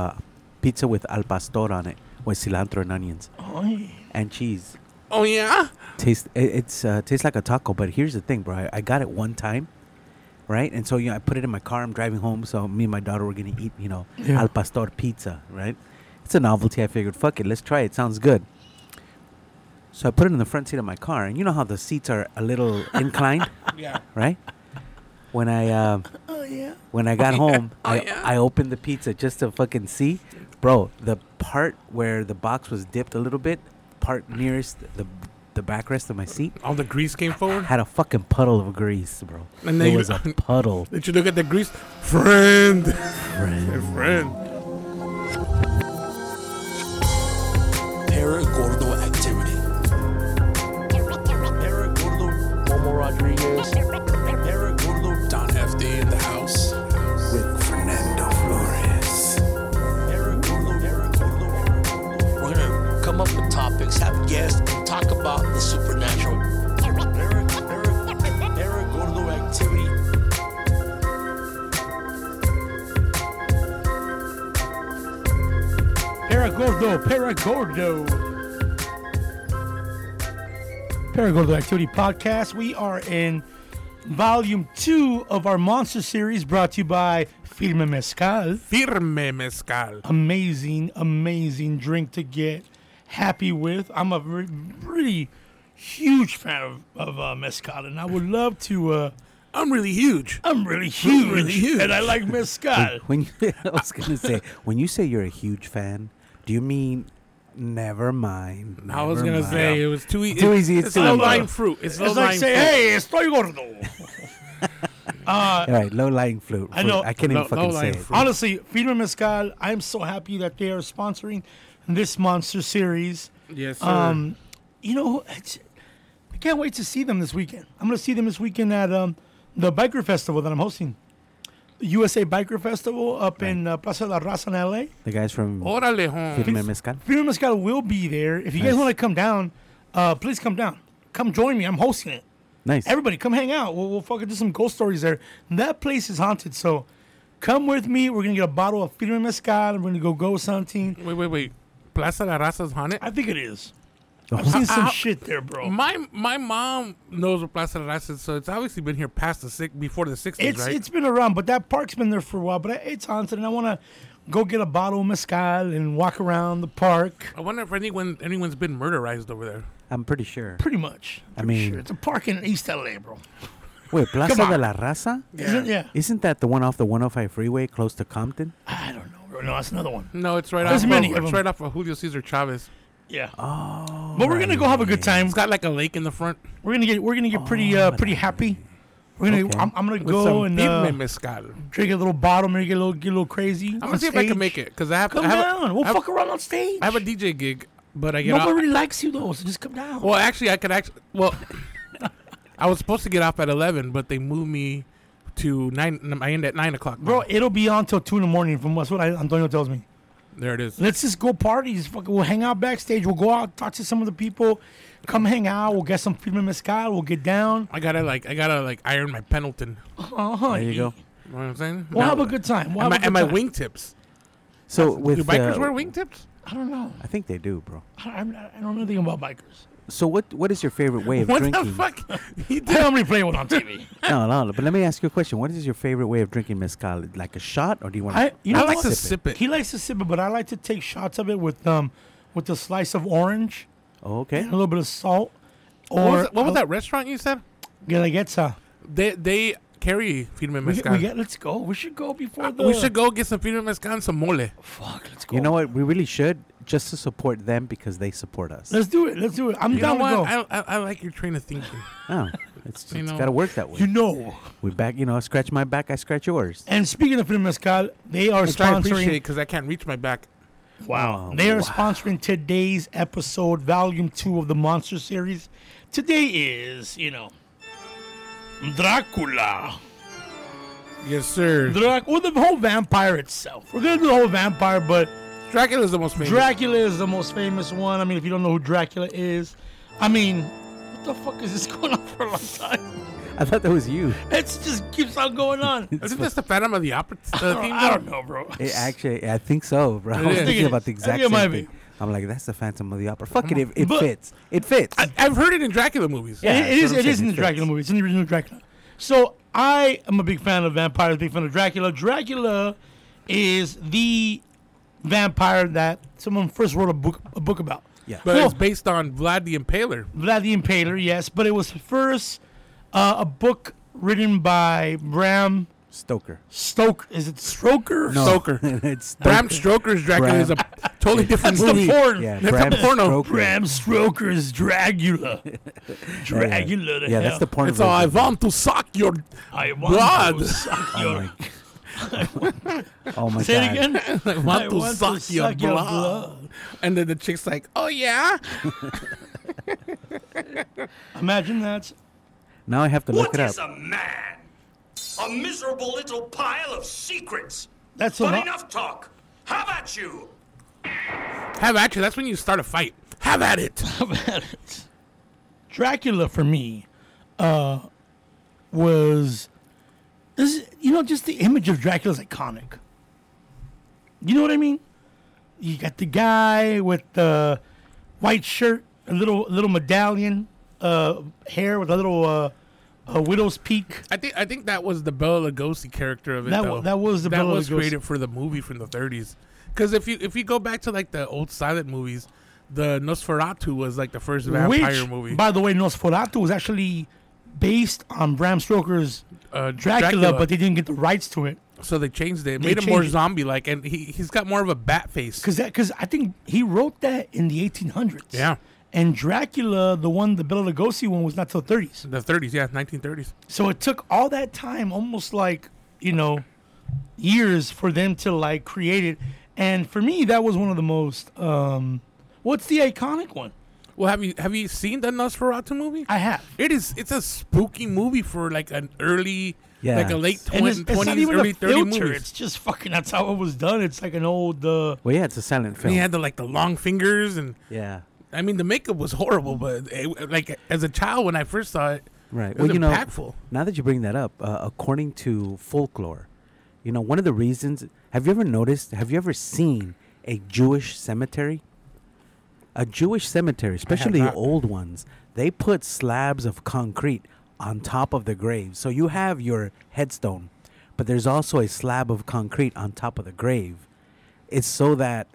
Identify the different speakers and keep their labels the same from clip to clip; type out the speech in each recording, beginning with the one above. Speaker 1: uh, pizza with al pastor on it with cilantro and onions and cheese.
Speaker 2: Oh yeah.
Speaker 1: Taste it, it's uh, tastes like a taco, but here's the thing, bro. I, I got it one time, right? And so you know, I put it in my car. I'm driving home, so me and my daughter were gonna eat, you know,
Speaker 2: Yeah.
Speaker 1: al pastor pizza, right? It's a novelty. I figured, fuck it, let's try it. Sounds good. So I put it in the front seat of my car, and you know how the seats are a little inclined,
Speaker 2: Yeah.
Speaker 1: right? When I um,
Speaker 2: Oh yeah.
Speaker 1: when I got
Speaker 2: yeah.
Speaker 1: home,
Speaker 2: Oh,
Speaker 1: I,
Speaker 2: yeah.
Speaker 1: I opened the pizza just to fucking see. Bro, the part where the box was dipped a little bit, part nearest the the backrest of my seat,
Speaker 2: All the grease came forward.
Speaker 1: had a fucking puddle of grease, bro.
Speaker 2: And
Speaker 1: there
Speaker 2: then you-
Speaker 1: was a puddle.
Speaker 2: Did you look at the grease, friend?
Speaker 1: friend.
Speaker 2: friend.
Speaker 3: Paragordo activity. Paragordo Momo Rodriguez. Paragordo Don FD in the house. With Fernando Flores. Paragordo, Paragordo. We're gonna come up with topics, have guests, talk about the supernatural. Parag- Parag- Paragordo activity.
Speaker 4: Paragordo, Paragordo. Paragordo Activity Podcast. We are in volume two of our monster series brought to you by Firme Mezcal.
Speaker 2: Firme mezcal.
Speaker 4: Amazing, amazing drink to get happy with. I'm a re- really huge fan of, of uh, Mezcal, and I would love to. Uh,
Speaker 2: I'm really huge.
Speaker 4: I'm really huge,
Speaker 2: really huge.
Speaker 4: and I like Mezcal.
Speaker 1: When you, I was gonna say, when you say you're a huge fan, do you mean never mind?
Speaker 2: I was
Speaker 1: never
Speaker 2: gonna
Speaker 1: mind.
Speaker 2: say it was too easy.
Speaker 1: Too easy,
Speaker 2: It's,
Speaker 1: it's too
Speaker 2: low
Speaker 1: easy.
Speaker 2: lying fruit. It's low
Speaker 4: it's like
Speaker 2: lying
Speaker 4: say,
Speaker 2: fruit.
Speaker 4: hey, estoy gordo.
Speaker 1: All right, low lying flute.
Speaker 4: I know.
Speaker 1: I can't
Speaker 2: Low-
Speaker 1: even fucking say
Speaker 2: low-lying
Speaker 1: it.
Speaker 2: fruit.
Speaker 4: Honestly, Firma Mezcal, I'm so happy that they are sponsoring this monster series.
Speaker 2: Yes, sir.
Speaker 4: Um, you know, it's, I can't wait to see them this weekend. I'm going to see them this weekend at um, the Biker Festival that I'm hosting. USA Biker Festival up in uh, Plaza La Raza in LA.
Speaker 1: The guys from
Speaker 2: Órale, home.
Speaker 1: Firme Mezcal.
Speaker 4: Firma Mezcal will be there. If you guys
Speaker 1: Nice.
Speaker 4: want to come down, uh, please come down. Come join me. I'm hosting it.
Speaker 1: Nice.
Speaker 4: Everybody, come hang out. We'll, we'll fucking do some ghost stories there. That place is haunted, so come with me. We're gonna get a bottle of Firme Mezcal. and We're gonna go ghost hunting.
Speaker 2: Wait, wait, wait. Plaza La Raza's haunted.
Speaker 4: I think it is.
Speaker 1: The
Speaker 4: I've seen some
Speaker 2: I-
Speaker 4: shit there, bro.
Speaker 2: My my mom knows what Plaza La Raza is, so it's obviously been here past the six before the sixties,
Speaker 4: it's
Speaker 2: right?
Speaker 4: it's been around, but that park's been there for a while. But I- it's haunted, and I want to go get a bottle of mezcal and walk around the park.
Speaker 2: I wonder if anyone anyone's been murderized over there.
Speaker 1: I'm pretty sure.
Speaker 4: Pretty much.
Speaker 1: I
Speaker 4: Pretty
Speaker 1: mean-
Speaker 4: sure. it's a park in East LA, bro.
Speaker 1: Wait, Plaza
Speaker 4: Come on.
Speaker 1: de la Raza?
Speaker 4: Isn't yeah?
Speaker 1: Isn't that the one off the 105 freeway close to Compton?
Speaker 4: I don't know, bro. No, that's another one.
Speaker 2: No, it's right
Speaker 4: There's
Speaker 2: off.
Speaker 4: many
Speaker 2: of,
Speaker 4: of
Speaker 2: it's
Speaker 4: 'em.
Speaker 2: right off of Julio Cesar Chavez.
Speaker 4: Yeah.
Speaker 1: Oh.
Speaker 4: but we're gonna go have a good time.
Speaker 2: It's got like a lake in the front
Speaker 4: We're gonna get we're gonna get pretty uh, pretty happy. We're gonna
Speaker 1: Okay.
Speaker 4: I'm, I'm gonna
Speaker 2: with some
Speaker 4: go and
Speaker 2: firme
Speaker 4: uh,
Speaker 2: mezcal. I'm
Speaker 4: drink a little bottle, maybe get a little get a little crazy.
Speaker 2: gonna see if I can make it because I have
Speaker 4: Come
Speaker 2: I have
Speaker 4: down.
Speaker 2: A,
Speaker 4: we'll
Speaker 2: I have,
Speaker 4: fuck around on stage.
Speaker 2: I have a DJ gig, but I get
Speaker 4: Nobody
Speaker 2: off.
Speaker 4: really likes you though, so just come down.
Speaker 2: Well, actually, I could actually. Well, I was supposed to get off at eleven, but they moved me to nine. I end at nine o'clock. now.
Speaker 4: Bro, it'll be on till two in the morning. From that's what I, Antonio tells me.
Speaker 2: there it is.
Speaker 4: Let's just go parties. Fuck, we'll hang out backstage. We'll go out, talk to some of the people. Come hang out. We'll get some Firme Mezcal. We'll get down.
Speaker 2: I gotta like I gotta like iron my Pendleton. Oh,
Speaker 4: Uh huh.
Speaker 1: There you go.
Speaker 2: You know what I'm saying?
Speaker 4: We'll
Speaker 2: Now-
Speaker 4: have a good time. We'll
Speaker 2: and my,
Speaker 4: have a good
Speaker 2: and my
Speaker 4: time.
Speaker 2: wingtips.
Speaker 1: So with
Speaker 2: Do bikers
Speaker 1: uh,
Speaker 2: wear wingtips?
Speaker 4: I don't know.
Speaker 1: I think they do, bro.
Speaker 4: I, I'm not, I don't know anything about bikers.
Speaker 1: So what what is your favorite way of
Speaker 2: What
Speaker 1: drinking?
Speaker 2: the fuck? He
Speaker 4: I
Speaker 2: did.
Speaker 4: don't really play one on TV.
Speaker 1: No, no, no, but let me ask you a question. What is your favorite way of drinking mezcal? Like a shot or do you want
Speaker 4: I- you
Speaker 2: I
Speaker 4: know
Speaker 2: like
Speaker 4: what?
Speaker 2: to sip it.
Speaker 4: He likes to sip it, but I like to take shots of it with um with a slice of orange,
Speaker 1: Oh, okay.
Speaker 4: a little bit of salt, or
Speaker 2: What was, that- what was that restaurant you said?
Speaker 4: Guelaguetza.
Speaker 2: They they carry firme
Speaker 4: uh, We,
Speaker 2: mezcal. Uh,
Speaker 4: we get, let's go. We should go before the.
Speaker 2: we should go get some firme mezcal and some mole.
Speaker 4: Fuck, let's go.
Speaker 1: You know what? We really should just to support them because they support us.
Speaker 4: Let's do it. Let's do it. I'm
Speaker 2: You know
Speaker 4: down
Speaker 2: what?
Speaker 4: to go.
Speaker 2: I, I, I like your train of thinking.
Speaker 1: No, it's,
Speaker 2: You
Speaker 1: it's
Speaker 2: know.
Speaker 1: got to work that way.
Speaker 4: you know.
Speaker 1: we back, you know, I scratch my back, I scratch yours.
Speaker 4: And speaking of Film Mezcal, they are
Speaker 2: Which I appreciate
Speaker 4: sponsoring.
Speaker 2: because I can't reach my back.
Speaker 4: Wow.
Speaker 1: Oh,
Speaker 4: They are
Speaker 1: wow.
Speaker 4: sponsoring today's episode, Volume 2 of the Monster Series. Today is, you know, Dracula.
Speaker 2: Yes, sir.
Speaker 4: Drac- well, the whole vampire itself. We're going to do the whole vampire, but
Speaker 2: Dracula's the most famous.
Speaker 4: Dracula is the most famous one. I mean, if you don't know who Dracula is, I mean, what the fuck is this going on for a long time?
Speaker 1: I thought that was you.
Speaker 4: It just keeps on going on.
Speaker 2: Isn't this the Phantom of the Opera uh, theme?
Speaker 4: I don't know, bro.
Speaker 1: It Eh, actually, I think so, bro. I was
Speaker 2: is.
Speaker 1: thinking about the
Speaker 4: I think
Speaker 1: exact
Speaker 4: it
Speaker 1: same
Speaker 4: might
Speaker 1: thing.
Speaker 4: be.
Speaker 1: I'm like, that's the Phantom of the Opera. Fuck it, it, it
Speaker 4: But-
Speaker 1: fits. It fits.
Speaker 2: I, I've heard it in Dracula movies.
Speaker 1: Yeah,
Speaker 4: Yeah, it
Speaker 1: that's
Speaker 4: is.
Speaker 1: what I'm
Speaker 4: It is
Speaker 1: saying,
Speaker 4: in the
Speaker 1: it
Speaker 4: Dracula
Speaker 1: fits.
Speaker 4: movie. It's in the original Dracula. So I am a big fan of vampires. Big fan of Dracula. Dracula is the vampire that someone first wrote a book a book about.
Speaker 1: yeah.
Speaker 2: But it's
Speaker 4: Cool.
Speaker 2: based on Vlad the Impaler.
Speaker 4: Vlad the Impaler, yes, but it was first uh, a book written by Bram
Speaker 1: Stoker.
Speaker 4: Stoker. Is it Stoker?
Speaker 1: No,
Speaker 2: Stoker.
Speaker 1: it's Stoker.
Speaker 2: Bram Stoker's Dracula
Speaker 1: Bram.
Speaker 2: is a totally different
Speaker 4: That's the
Speaker 2: movie.
Speaker 4: porn.
Speaker 1: Yeah,
Speaker 2: That's a
Speaker 1: Bram
Speaker 2: porno.
Speaker 1: Stoker.
Speaker 4: Bram Stoker's Dracula.
Speaker 1: Yeah,
Speaker 4: Dracula.
Speaker 1: Oh, yeah that's the porn.
Speaker 2: It's all, I
Speaker 1: version.
Speaker 2: want to suck your.
Speaker 4: I want
Speaker 2: Blood.
Speaker 4: to suck
Speaker 1: Oh
Speaker 4: your.
Speaker 1: my, oh my
Speaker 4: Say
Speaker 1: god.
Speaker 4: it again.
Speaker 2: I want to
Speaker 4: want to
Speaker 2: suck, your,
Speaker 4: suck your
Speaker 2: blood. And then the chick's like, oh yeah?
Speaker 4: Imagine that.
Speaker 1: Now I have to look
Speaker 5: What
Speaker 1: it up.
Speaker 5: is a man? A miserable little pile of secrets.
Speaker 4: That's a
Speaker 5: But
Speaker 4: lot.
Speaker 5: enough talk. How about you?
Speaker 2: Have at you. That's when you start a fight. Have at it.
Speaker 4: about it. Dracula for me uh, was this. You know, just the image of Dracula is iconic. You know what I mean? You got the guy with the white shirt, a little little medallion, uh, hair with a little uh, a widow's peak.
Speaker 2: I think I think that was the Bela Lugosi character of it.
Speaker 4: That wa-
Speaker 2: though.
Speaker 4: that was the
Speaker 2: that
Speaker 4: Bela
Speaker 2: was
Speaker 4: Lugosi.
Speaker 2: created for the movie from the 30s. Because if you if you go back to like the old silent movies, the Nosferatu was like the first vampire
Speaker 4: which,
Speaker 2: movie.
Speaker 4: by the way, Nosferatu was actually based on Bram Stoker's
Speaker 2: uh,
Speaker 4: Dracula, but they didn't get the rights to it.
Speaker 2: so they changed it,
Speaker 4: They
Speaker 2: made him more
Speaker 4: changed it.
Speaker 2: zombie like, and he he's got more of a bat face.
Speaker 4: Cause that, cause I think he wrote that in the 1800s.
Speaker 2: Yeah.
Speaker 4: And Dracula, the one, the Bela Lugosi one, was not till 30s.
Speaker 2: The 30s, yeah, 1930s.
Speaker 4: So it took all that time, almost like you know, years for them to like create it. And for me, that was one of the most. um What's the iconic one?
Speaker 2: Well, have you have you seen the Nosferatu movie?
Speaker 4: I have.
Speaker 2: it is it's a spooky movie for like an early,
Speaker 1: Yeah.
Speaker 2: like a late
Speaker 4: And it's,
Speaker 2: 20s,
Speaker 4: it's not even
Speaker 2: early
Speaker 4: a
Speaker 2: 30s
Speaker 4: filter.
Speaker 2: movies.
Speaker 4: It's just fucking. That's how it was done. It's like an old. Uh,
Speaker 1: Well, yeah, it's a silent film.
Speaker 2: and he had the like the long fingers and
Speaker 1: yeah.
Speaker 2: I mean, the makeup was horrible, but it, like as a child when I first saw it,
Speaker 1: Right.
Speaker 2: it was
Speaker 1: Well, you know,
Speaker 2: impactful.
Speaker 1: now that you bring that up, uh, according to folklore, you know, one of the reasons. Have you ever noticed? Have you ever seen a Jewish cemetery? A Jewish cemetery, especially
Speaker 2: not.
Speaker 1: old ones, they put slabs of concrete on top of the grave. So you have your headstone, but there's also a slab of concrete on top of the grave. It's so that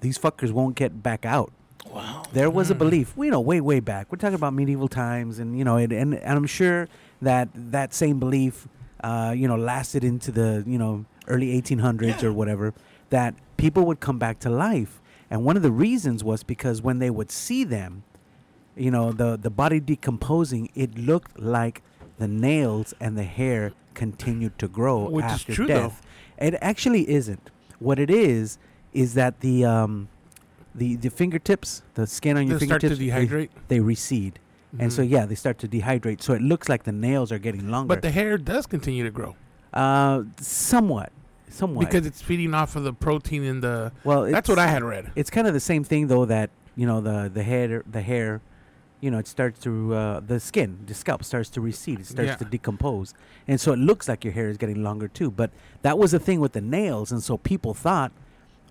Speaker 1: these fuckers won't get back out
Speaker 4: wow.
Speaker 1: there was a
Speaker 2: Hmm.
Speaker 1: belief, you know, way way back. We're talking about medieval times, and you know, and and, and I'm sure that that same belief, uh, you know, lasted into the you know early 1800s or whatever. That people would come back to life, and one of the reasons was because when they would see them, you know, the the body decomposing, it looked like the nails and the hair continued to grow
Speaker 2: Which is
Speaker 1: after
Speaker 2: true, though.
Speaker 1: death. It actually isn't. What it is is that the um, the the fingertips, the skin on your
Speaker 2: They start to
Speaker 1: fingertips,
Speaker 2: dehydrate? Mm-hmm.
Speaker 1: They, they recede, and so yeah, they start to dehydrate. So it looks like the nails are getting longer,
Speaker 2: But the hair does continue to grow
Speaker 1: uh, somewhat, somewhat.
Speaker 2: because it's feeding off of the protein in the.
Speaker 1: well,
Speaker 2: that's
Speaker 1: it's-
Speaker 2: what I had read.
Speaker 1: It's kind of the same thing though that you know the the hair the hair, you know, it starts to uh, the skin the scalp starts to recede. It starts
Speaker 2: Yeah.
Speaker 1: to decompose, and so it looks like your hair is getting longer too. But that was the thing with the nails, and so people thought,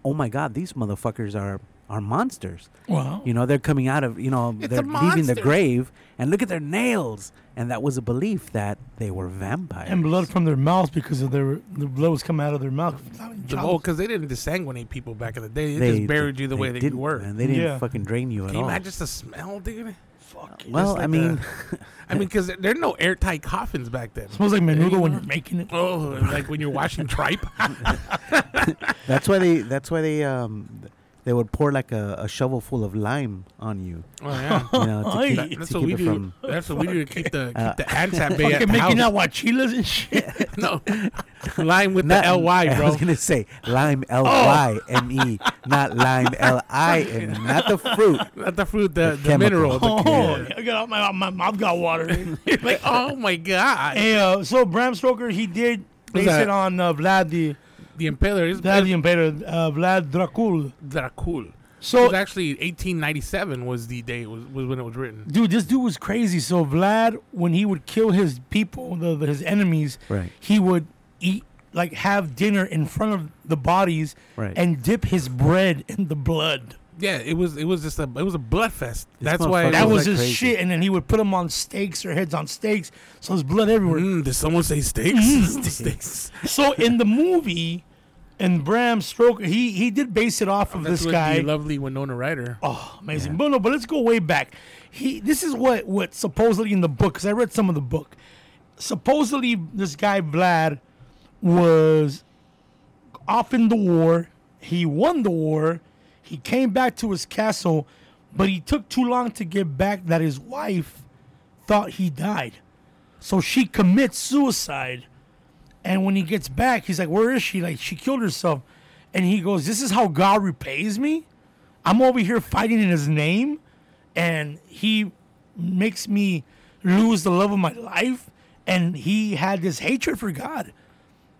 Speaker 1: oh my god, these motherfuckers are are monsters.
Speaker 4: Wow.
Speaker 1: You know, they're coming out of you know
Speaker 2: It's
Speaker 1: they're
Speaker 2: a
Speaker 1: leaving the
Speaker 2: monster.
Speaker 1: grave, and look at their nails. And that was a belief that they were vampires.
Speaker 4: And blood from their mouth because of their the blood was coming out of their mouth.
Speaker 2: Oh, because they didn't desanguinate people back in the day. They,
Speaker 1: They-
Speaker 2: just buried you the
Speaker 1: they
Speaker 2: way that you
Speaker 1: didn't,
Speaker 2: were.
Speaker 1: man. They didn't
Speaker 4: Yeah.
Speaker 1: fucking drain you at
Speaker 2: Can you
Speaker 1: all.
Speaker 2: imagine just the smell, dude?
Speaker 4: Fuck.
Speaker 1: well,
Speaker 2: Just
Speaker 1: I
Speaker 2: like
Speaker 1: mean,
Speaker 2: the- I mean, because there are no airtight coffins back then.
Speaker 4: Smells like menudo when you're making it.
Speaker 2: Oh, and like when you're washing tripe.
Speaker 1: That's why they. That's why they. Um, th- they would pour like a, a shovel full of lime on you.
Speaker 2: Oh yeah.
Speaker 1: You know, to
Speaker 4: Aye.
Speaker 1: keep,
Speaker 2: That-
Speaker 1: to
Speaker 2: That's what
Speaker 1: keep
Speaker 2: we
Speaker 1: it
Speaker 2: do.
Speaker 1: from.
Speaker 2: That's what we do to keep the
Speaker 1: Uh,
Speaker 2: keep the ants at bay at
Speaker 4: Fucking
Speaker 2: the
Speaker 4: making
Speaker 2: house.
Speaker 4: out huachilas and shit.
Speaker 2: No, lying with
Speaker 1: Not-
Speaker 2: the ly,
Speaker 1: I
Speaker 2: bro. Oh.
Speaker 1: was gonna say lime L Y M E, not lime L I M, E, not the fruit.
Speaker 2: Not the fruit, the, the,
Speaker 1: chemical.
Speaker 2: mineral. the-
Speaker 4: Oh, I got my my mouth got water.
Speaker 2: like, oh my god,
Speaker 4: hey, uh, so Bram Stoker he did base
Speaker 2: that?
Speaker 4: it on uh, Vlad the
Speaker 2: the Impaler is
Speaker 4: Vlad
Speaker 2: that
Speaker 4: the Impaler, uh, Vlad Dracul.
Speaker 2: Dracul. It was
Speaker 4: So,
Speaker 2: actually 1897 was the day was, was when it was written.
Speaker 4: dude, this dude was crazy. So Vlad, when he would kill his people, the, the- his enemies,
Speaker 1: Right.
Speaker 4: he would eat like have dinner in front of the bodies
Speaker 1: Right.
Speaker 4: and dip his bread in the blood.
Speaker 2: Yeah, it was it was just a it was a blood fest. That's why
Speaker 1: motherfucker
Speaker 2: it
Speaker 4: That was,
Speaker 2: like,
Speaker 4: his
Speaker 1: crazy.
Speaker 4: shit, and then he would put them on stakes or heads on stakes, so there's blood everywhere.
Speaker 2: Mm, did someone say steaks? steaks.
Speaker 4: So in the movie, and Bram Stoker, he he did base it off of
Speaker 2: That's
Speaker 4: this
Speaker 2: what
Speaker 4: guy.
Speaker 2: the lovely Winona Ryder.
Speaker 4: Oh, amazing. But no, but let's go way back. He this is what what supposedly in the book cuz I read some of the book. Supposedly this guy Vlad was off in the war. He won the war. He came back to his castle, but he took too long to get back that his wife thought he died. So she commits suicide. And when he gets back, he's like, "Where is she? Like she killed herself." And he goes, "This is how God repays me." I'm over here fighting in his name, and he makes me lose the love of my life. And he had this hatred for God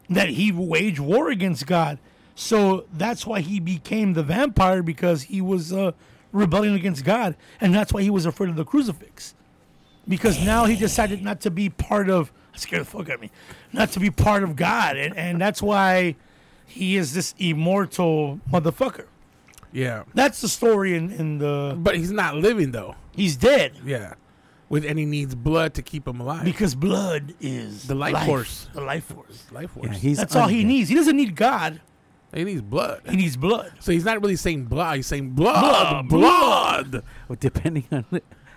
Speaker 4: that he waged war against God. So that's why he became the vampire because he was uh, rebelling against God, and that's why he was afraid of the crucifix. Because now he decided not to be part of. Scared the fuck out of me, not to be part of God, and, and that's why he is this immortal motherfucker.
Speaker 2: Yeah,
Speaker 4: That's the story in, in the.
Speaker 2: but he's not living though.
Speaker 4: He's dead
Speaker 2: Yeah, with and he needs blood to keep him alive.
Speaker 4: because blood is
Speaker 2: The life force.
Speaker 4: The life force.
Speaker 2: Life force.
Speaker 1: Yeah, he's
Speaker 4: That's all he
Speaker 1: undead.
Speaker 4: needs. He doesn't need God.
Speaker 2: he needs blood.
Speaker 4: He needs blood.
Speaker 2: So he's not really saying blood. He's saying blood, blood.
Speaker 1: Well, depending on,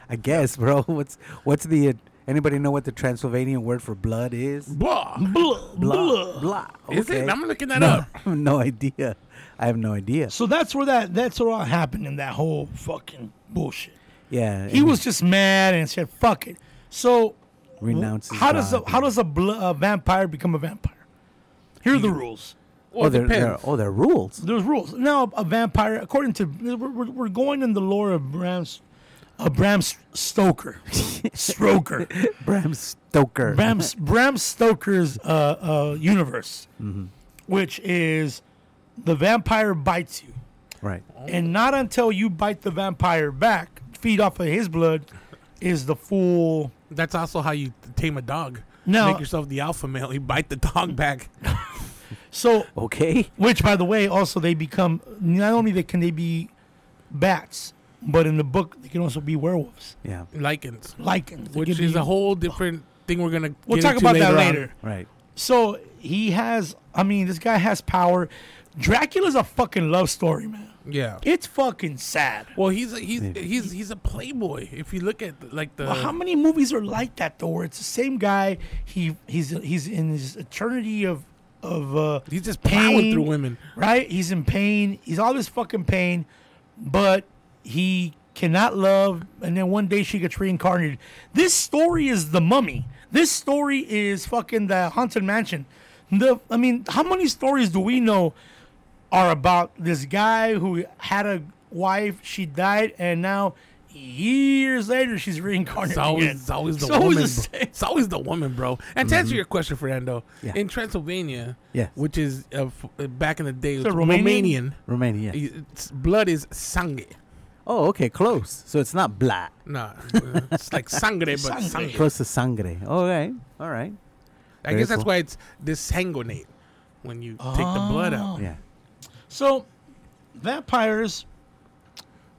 Speaker 1: I guess, bro. What's what's the uh, anybody know what the Transylvanian word for blood is?
Speaker 2: Blood.
Speaker 4: Blood.
Speaker 1: Blah
Speaker 4: Blood.
Speaker 1: blah.
Speaker 2: Is it?
Speaker 1: okay.
Speaker 2: I'm looking that
Speaker 1: no,
Speaker 2: up.
Speaker 1: I have no idea. I have no idea.
Speaker 4: So that's where that that's what all happened in that whole fucking bullshit.
Speaker 1: Yeah,
Speaker 4: He
Speaker 2: Mm-hmm.
Speaker 1: and
Speaker 4: was just mad and said, "Fuck it." So
Speaker 1: renounces.
Speaker 4: how does a,
Speaker 1: God.
Speaker 4: how does a, bl- a vampire become a vampire? Here are the rules.
Speaker 1: Oh,
Speaker 2: Well, it
Speaker 1: there, there,
Speaker 2: depends.
Speaker 1: oh, there are rules.
Speaker 4: There's rules. Now, a vampire, according to we're, we're, we're going in the lore of Bram's, uh, Bram Stoker, Stroker,
Speaker 1: Bram Stoker.
Speaker 4: Bram Bram Stoker's uh, uh, universe,
Speaker 2: Mm-hmm.
Speaker 4: which is the vampire bites you,
Speaker 1: Right.
Speaker 4: and not until you bite the vampire back, feed off of his blood, is the full.
Speaker 2: That's also how you tame a dog.
Speaker 4: No.
Speaker 2: Make yourself the alpha male. You bite the dog back.
Speaker 4: So
Speaker 1: Okay.
Speaker 4: Which, by the way, also they become not only they can they be bats, but in the book they can also be werewolves,
Speaker 1: Yeah.
Speaker 2: Lichens.
Speaker 4: lichens, They
Speaker 2: Which
Speaker 4: can
Speaker 2: is
Speaker 4: be-
Speaker 2: a whole different thing we're going to
Speaker 4: We'll talk about that later.
Speaker 1: Right.
Speaker 4: So he has. I mean, this guy has power. Dracula's a fucking love story, man.
Speaker 2: on. Yeah.
Speaker 4: It's fucking sad.
Speaker 2: Well, he's a, he's he's he's a playboy. If you look at like the
Speaker 4: Well, how many movies are like that though? Where it's the same guy. He he's he's in his eternity of of uh,
Speaker 2: he's just plowing through women.
Speaker 4: right? He's in pain. He's all this fucking pain, but he cannot love. And then one day she gets reincarnated. This story is the mummy. This story is fucking the haunted mansion. The I mean, how many stories do we know are about this guy who had a wife, she died, and now years later she's
Speaker 2: It's
Speaker 4: reincarnated.
Speaker 2: always
Speaker 4: again.
Speaker 2: it's always the
Speaker 4: It's
Speaker 2: woman.
Speaker 4: always the
Speaker 2: bro.
Speaker 4: same.
Speaker 2: It's always the woman, bro. And to answer your question, Fernando,
Speaker 1: Mm-hmm. Yeah.
Speaker 2: in Transylvania,
Speaker 1: Yes.
Speaker 2: which is uh, f- uh, back in the day, it's
Speaker 4: Romanian?
Speaker 2: Romanian.
Speaker 1: Romania.
Speaker 2: It's, blood is sangue.
Speaker 1: Oh, okay. Close. So it's not blah.
Speaker 2: Nah, it's like sangre, but
Speaker 4: Sangre.
Speaker 2: sangue.
Speaker 1: Close to sangre. All right. All right.
Speaker 2: I
Speaker 1: Very
Speaker 2: guess that's
Speaker 1: cool.
Speaker 2: why it's desanguinate when you take the blood
Speaker 4: Ah.
Speaker 2: out.
Speaker 1: Yeah.
Speaker 4: So vampires,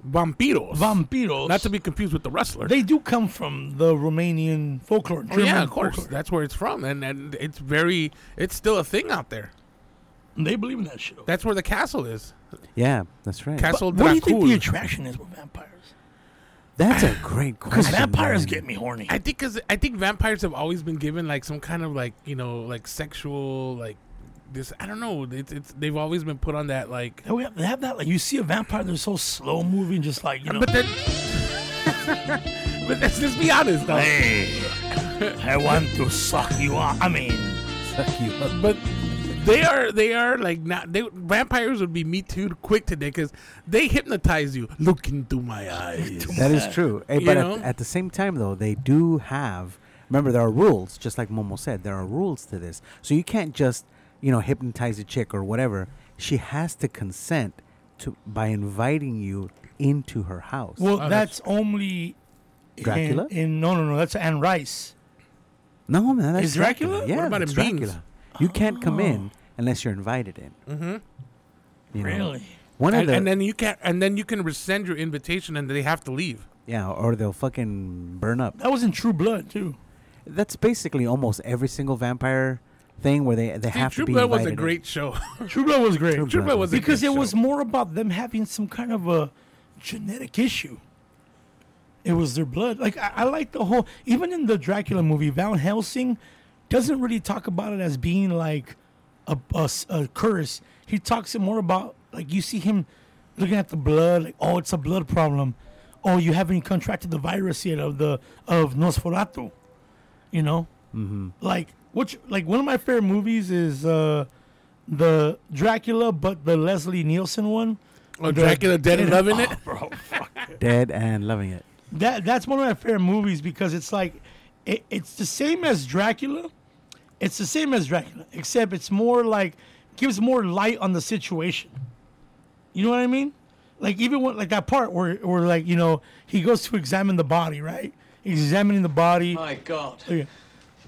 Speaker 2: Vampiros.
Speaker 4: vampiros.
Speaker 2: Not to be confused with the wrestler.
Speaker 4: They do come from the Romanian folklore.
Speaker 2: Oh,
Speaker 4: German
Speaker 2: yeah, of course.
Speaker 4: folklore.
Speaker 2: That's where it's from, and and it's very, it's still a thing out there.
Speaker 4: They believe in that shit.
Speaker 2: That's where the castle is.
Speaker 1: Yeah. That's right.
Speaker 4: But
Speaker 2: Castle
Speaker 4: what do you think the
Speaker 2: Dracul.
Speaker 4: attraction is with vampires?
Speaker 1: That's a great question.
Speaker 4: Because vampires
Speaker 1: man.
Speaker 4: get me horny.
Speaker 2: I think cause I think vampires have always been given like some kind of like you know like sexual like this I don't know it's, it's they've always been put on that like
Speaker 4: They have, they have that like you see a vampire, they're so slow moving, just like you know.
Speaker 2: but then but let's just be honest though
Speaker 4: hey, I want to suck you off. I mean,
Speaker 1: Suck you up.
Speaker 2: but they are they are like not they vampires would be me too quick today because they hypnotize you look into my eyes
Speaker 1: That is true. Hey,
Speaker 2: You
Speaker 1: but
Speaker 2: know?
Speaker 1: at, at the same time, though, they do have. Remember, there are rules. Just like Momo said, there are rules to this. So you can't just, you know, hypnotize a chick or whatever. She has to consent to by inviting you into her house.
Speaker 4: Well,
Speaker 2: Oh,
Speaker 4: that's,
Speaker 2: that's-
Speaker 4: only in-
Speaker 1: Dracula?
Speaker 4: In, no, no, no. That's Anne Rice.
Speaker 1: no, man, that's
Speaker 4: Is Dracula?
Speaker 1: Yeah,
Speaker 2: What about
Speaker 1: that's
Speaker 2: in Beans? Oh.
Speaker 1: Dracula. You can't come in unless you're invited in. Mm-hmm.
Speaker 4: Really?
Speaker 1: One of
Speaker 2: And,
Speaker 1: the
Speaker 2: and then you can and then you can rescind your invitation, and they have to leave.
Speaker 1: yeah, or they'll fucking burn up.
Speaker 4: That was in True Blood too.
Speaker 1: That's basically almost every single vampire thing where they they
Speaker 2: See,
Speaker 1: have
Speaker 2: True
Speaker 1: to be
Speaker 2: Blood was a
Speaker 1: invited in.
Speaker 2: great show.
Speaker 4: True Blood was great.
Speaker 2: True Blood was a
Speaker 4: because
Speaker 2: good
Speaker 4: it was
Speaker 2: show.
Speaker 4: more about them having some kind of a genetic issue. It was their blood. Like I, I like the whole. Even in the Dracula movie, Van Helsing doesn't really talk about it as being like a, a s- a curse. He talks it more about like you see him looking at the blood. Like oh, it's a blood problem. Oh, you haven't contracted the virus yet of the of Nosferatu. You know, mm-hmm. like which like one of my favorite movies is. uh the Dracula, but the Leslie Nielsen one.
Speaker 2: Oh, Dracula Dead and Loving It.
Speaker 1: Dead and loving it.
Speaker 4: That that's one of my favorite movies because it's like it, it's the same as Dracula. It's the same as Dracula, except it's more like gives more light on the situation. You know what I mean? Like even when, like that part where where like you know he goes to examine the body, right? Examining the body.
Speaker 6: My God.
Speaker 4: Okay.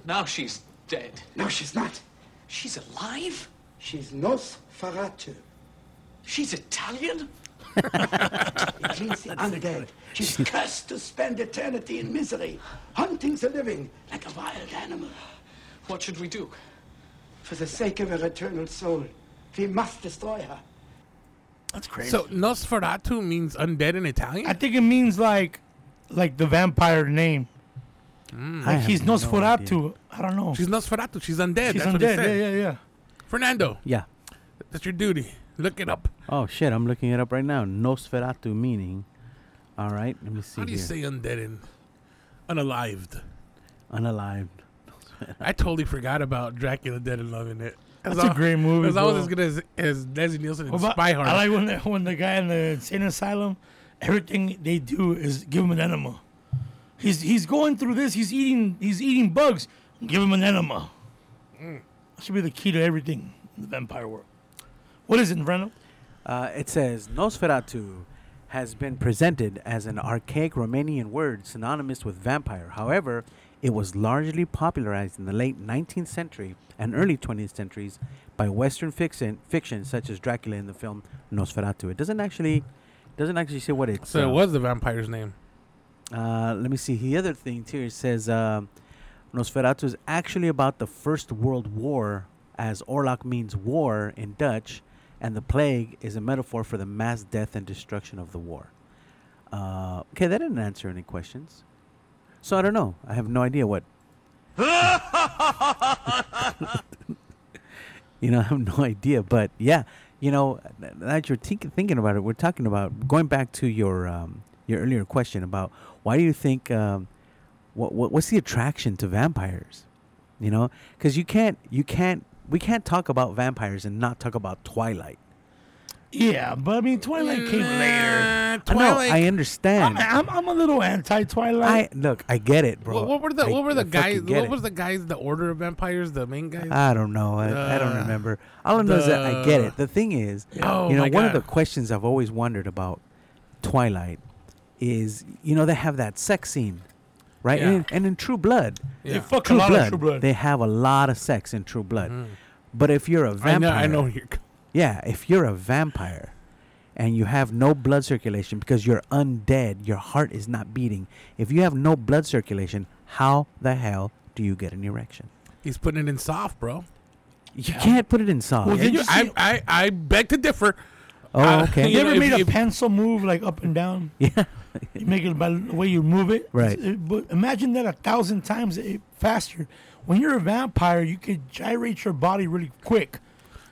Speaker 6: Now she's dead.
Speaker 7: No, she's not.
Speaker 6: She's alive?
Speaker 7: She's Nosferatu.
Speaker 6: She's Italian?
Speaker 7: It means the undead. She's cursed to spend eternity in misery, hunting the living like a wild animal.
Speaker 6: What should we do?
Speaker 7: For the sake of her eternal soul, we must destroy her.
Speaker 4: That's crazy.
Speaker 2: So Nosferatu means undead in Italian.
Speaker 4: I think it means like like the vampire name.
Speaker 1: I
Speaker 4: Like he's
Speaker 1: Mm. have no
Speaker 4: Nosferatu.
Speaker 1: idea.
Speaker 4: I don't know.
Speaker 2: She's Nosferatu. She's undead.
Speaker 4: She's
Speaker 2: That's what he
Speaker 4: undead.
Speaker 2: said.
Speaker 4: Yeah, yeah, yeah.
Speaker 2: Fernando,
Speaker 1: Yeah.
Speaker 2: that's your duty. Look it up.
Speaker 1: Oh shit, I'm looking it up right now. Nosferatu meaning. All right, let me see
Speaker 2: How do you
Speaker 1: here.
Speaker 2: say undead in unalived?
Speaker 1: Unalived.
Speaker 2: I totally forgot about Dracula Dead and Loving It. That's,
Speaker 4: a great movie,
Speaker 2: It's almost
Speaker 4: bro.
Speaker 2: as good as, as Leslie Nielsen and
Speaker 4: What about-
Speaker 2: Spy Hard.
Speaker 4: I like when the, when the guy in the insane asylum, everything they do is give him an enema. He's he's going through this. He's eating he's eating bugs. Give him an enema.
Speaker 2: Mm.
Speaker 4: That should be the key to everything in the vampire world. What is it, Brando?
Speaker 1: Uh, it says Nosferatu has been presented as an archaic Romanian word synonymous with vampire. However, it was largely popularized in the late 19th century and early 20th centuries by Western fiction, fiction such as Dracula in the film Nosferatu. It doesn't actually doesn't actually say what it's.
Speaker 2: so
Speaker 1: uh,
Speaker 2: it was the vampire's name.
Speaker 1: Uh, let me see. The other thing too, it says um Nosferatu is actually about the First World War, as Orlok means war in Dutch, and the plague is a metaphor for the mass death and destruction of the war. Uh, okay, that didn't answer any questions. So I don't know. I have no idea what. you know, I have no idea. But yeah, you know, n- now that you're think thinking about it, we're talking about going back to your um, your earlier question about why do you think um, what, what what's the attraction to vampires? You know, because you can't you can't we can't talk about vampires and not talk about Twilight.
Speaker 4: Yeah, but I mean Twilight came later.
Speaker 2: Uh,
Speaker 1: I know,
Speaker 2: Twilight.
Speaker 1: I
Speaker 4: I'm,
Speaker 1: understand.
Speaker 4: I'm, I'm a little anti
Speaker 1: I
Speaker 4: Twilight.
Speaker 1: look, I get it, bro.
Speaker 2: what, what were the
Speaker 1: I-
Speaker 2: What were
Speaker 1: I
Speaker 2: the
Speaker 1: fucking
Speaker 2: guys?
Speaker 1: get
Speaker 2: What
Speaker 1: it.
Speaker 2: was the guys? The Order of Vampires. The main guys.
Speaker 4: Uh,
Speaker 1: I don't know. I, I don't
Speaker 2: Uh,
Speaker 1: remember. All I know is that I get
Speaker 2: the-
Speaker 1: it. The thing is,
Speaker 2: Oh
Speaker 1: you know,
Speaker 2: my
Speaker 1: one of
Speaker 2: God.
Speaker 1: the questions I've always wondered about Twilight is, you know, they have that sex scene, right?
Speaker 2: Yeah.
Speaker 1: And, in, and in True Blood,
Speaker 4: They
Speaker 2: yeah.
Speaker 4: fuck
Speaker 1: True
Speaker 4: a lot
Speaker 1: Blood,
Speaker 4: of True Blood.
Speaker 1: they have a lot of sex in True Blood. But if you're a
Speaker 2: Mm-hmm. I know.
Speaker 1: vampire,
Speaker 2: I know. You're,
Speaker 1: yeah, if you're a vampire and you have no blood circulation because you're undead, your heart is not beating. If you have no blood circulation, how the hell do you get an erection?
Speaker 2: he's putting it in soft, bro.
Speaker 1: You can't put it in song.
Speaker 4: Well, Did you
Speaker 2: I,
Speaker 4: see-
Speaker 2: I I beg to differ.
Speaker 1: oh, okay.
Speaker 4: you
Speaker 2: you know,
Speaker 4: ever
Speaker 2: if-
Speaker 4: made a
Speaker 2: if-
Speaker 4: pencil move like up and down?
Speaker 1: Yeah.
Speaker 4: You make it by the way you move it.
Speaker 1: Right.
Speaker 4: It's- it- but imagine that a thousand times i- faster. When you're a vampire, you could gyrate your body really quick.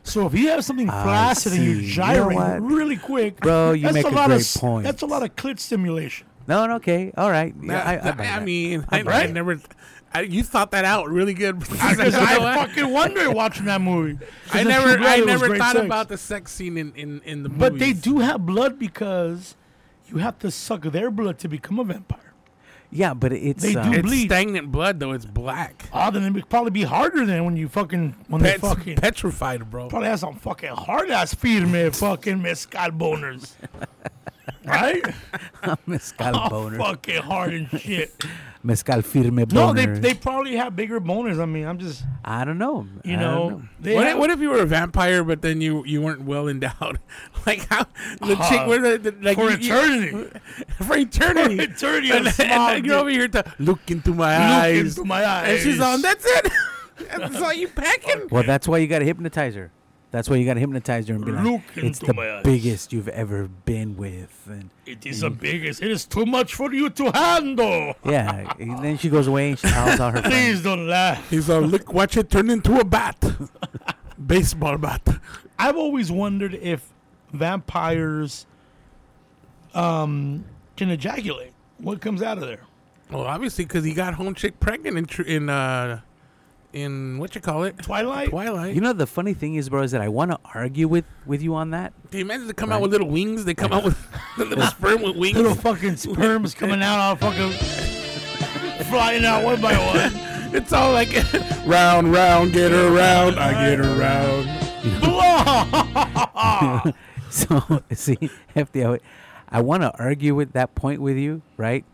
Speaker 4: So if you have something
Speaker 1: I
Speaker 4: flaccid and you
Speaker 1: see. You know
Speaker 4: gyrate
Speaker 1: what?
Speaker 4: really quick,
Speaker 1: Bro, you
Speaker 4: that's
Speaker 1: make a
Speaker 4: lot
Speaker 1: great
Speaker 4: of, s-
Speaker 1: point.
Speaker 4: That's a lot of clit stimulation.
Speaker 1: No, no, okay. All right. Yeah,
Speaker 2: That-
Speaker 1: I,
Speaker 2: that-
Speaker 1: buy
Speaker 2: I
Speaker 1: that.
Speaker 2: mean, I,
Speaker 1: buy
Speaker 2: I
Speaker 1: that.
Speaker 2: never. I, you thought that out really good. I, was like,
Speaker 4: Because I
Speaker 2: you know what?
Speaker 4: fucking wonder watching that movie. 'Cause
Speaker 2: I
Speaker 4: in
Speaker 2: never,
Speaker 4: True Blood,
Speaker 2: I
Speaker 4: it was
Speaker 2: never
Speaker 4: great
Speaker 2: thought
Speaker 4: sex.
Speaker 2: about the sex scene in in, in the movie.
Speaker 4: But they do have blood because you have to suck their blood to become a vampire.
Speaker 1: Yeah, but it's
Speaker 4: They
Speaker 1: uh,
Speaker 4: do.
Speaker 2: It's
Speaker 4: Bleed.
Speaker 2: stagnant blood though. It's black.
Speaker 4: Oh, then it'd probably be harder than when you fucking when
Speaker 2: Pets,
Speaker 4: they fucking
Speaker 2: petrified, bro.
Speaker 4: probably has some fucking hard ass firme fucking mezcal boners, right?
Speaker 1: mezcal
Speaker 4: All
Speaker 1: boner,
Speaker 4: fucking hard and shit.
Speaker 1: mezcal firme boner.
Speaker 4: no, they they probably have bigger boners. I mean, I'm just
Speaker 1: I don't know.
Speaker 4: you
Speaker 1: I
Speaker 4: know,
Speaker 1: don't
Speaker 4: They
Speaker 2: what,
Speaker 4: have-
Speaker 2: if, what if you were a vampire, but then you, you weren't well endowed? like how the chick,
Speaker 4: Uh,
Speaker 2: where the, the- like
Speaker 4: for
Speaker 2: you- you-
Speaker 4: eternity.
Speaker 2: for eternity,
Speaker 4: For eternity,
Speaker 2: and,
Speaker 4: I'm
Speaker 2: and, and
Speaker 4: small,
Speaker 2: you're
Speaker 4: dude.
Speaker 2: over here to look into my
Speaker 4: Look
Speaker 2: eyes,
Speaker 4: into my eyes.
Speaker 2: and she's on. That's it. that's all you packing.
Speaker 1: Well, that's why you got to hypnotize her. That's why you got to hypnotize her and be like,
Speaker 4: Look
Speaker 1: "It's
Speaker 4: into
Speaker 1: the
Speaker 4: my eyes."
Speaker 1: biggest you've ever been with," and
Speaker 4: It is the biggest. It is too much for you to handle.
Speaker 1: yeah. and then she goes away and she tells all her friends.
Speaker 4: Please don't laugh.
Speaker 2: He's all look, watch it turn into a bat, baseball bat.
Speaker 4: I've always wondered if vampires um, can ejaculate. What comes out of there?
Speaker 2: Well, obviously, because he got home chick pregnant in tr- in uh, in what you call it,
Speaker 4: Twilight?
Speaker 2: Twilight.
Speaker 1: You know the funny thing is, bro, is that I want to argue with with you on that.
Speaker 2: They imagine they come out with little wings. They come out with the little sperm with wings.
Speaker 4: Little fucking sperms coming out all fucking flying out one by one.
Speaker 2: It's all like round, round, get around. I get around.
Speaker 4: Blah!
Speaker 1: So see, FD, I would- I want to argue with that point with you, right?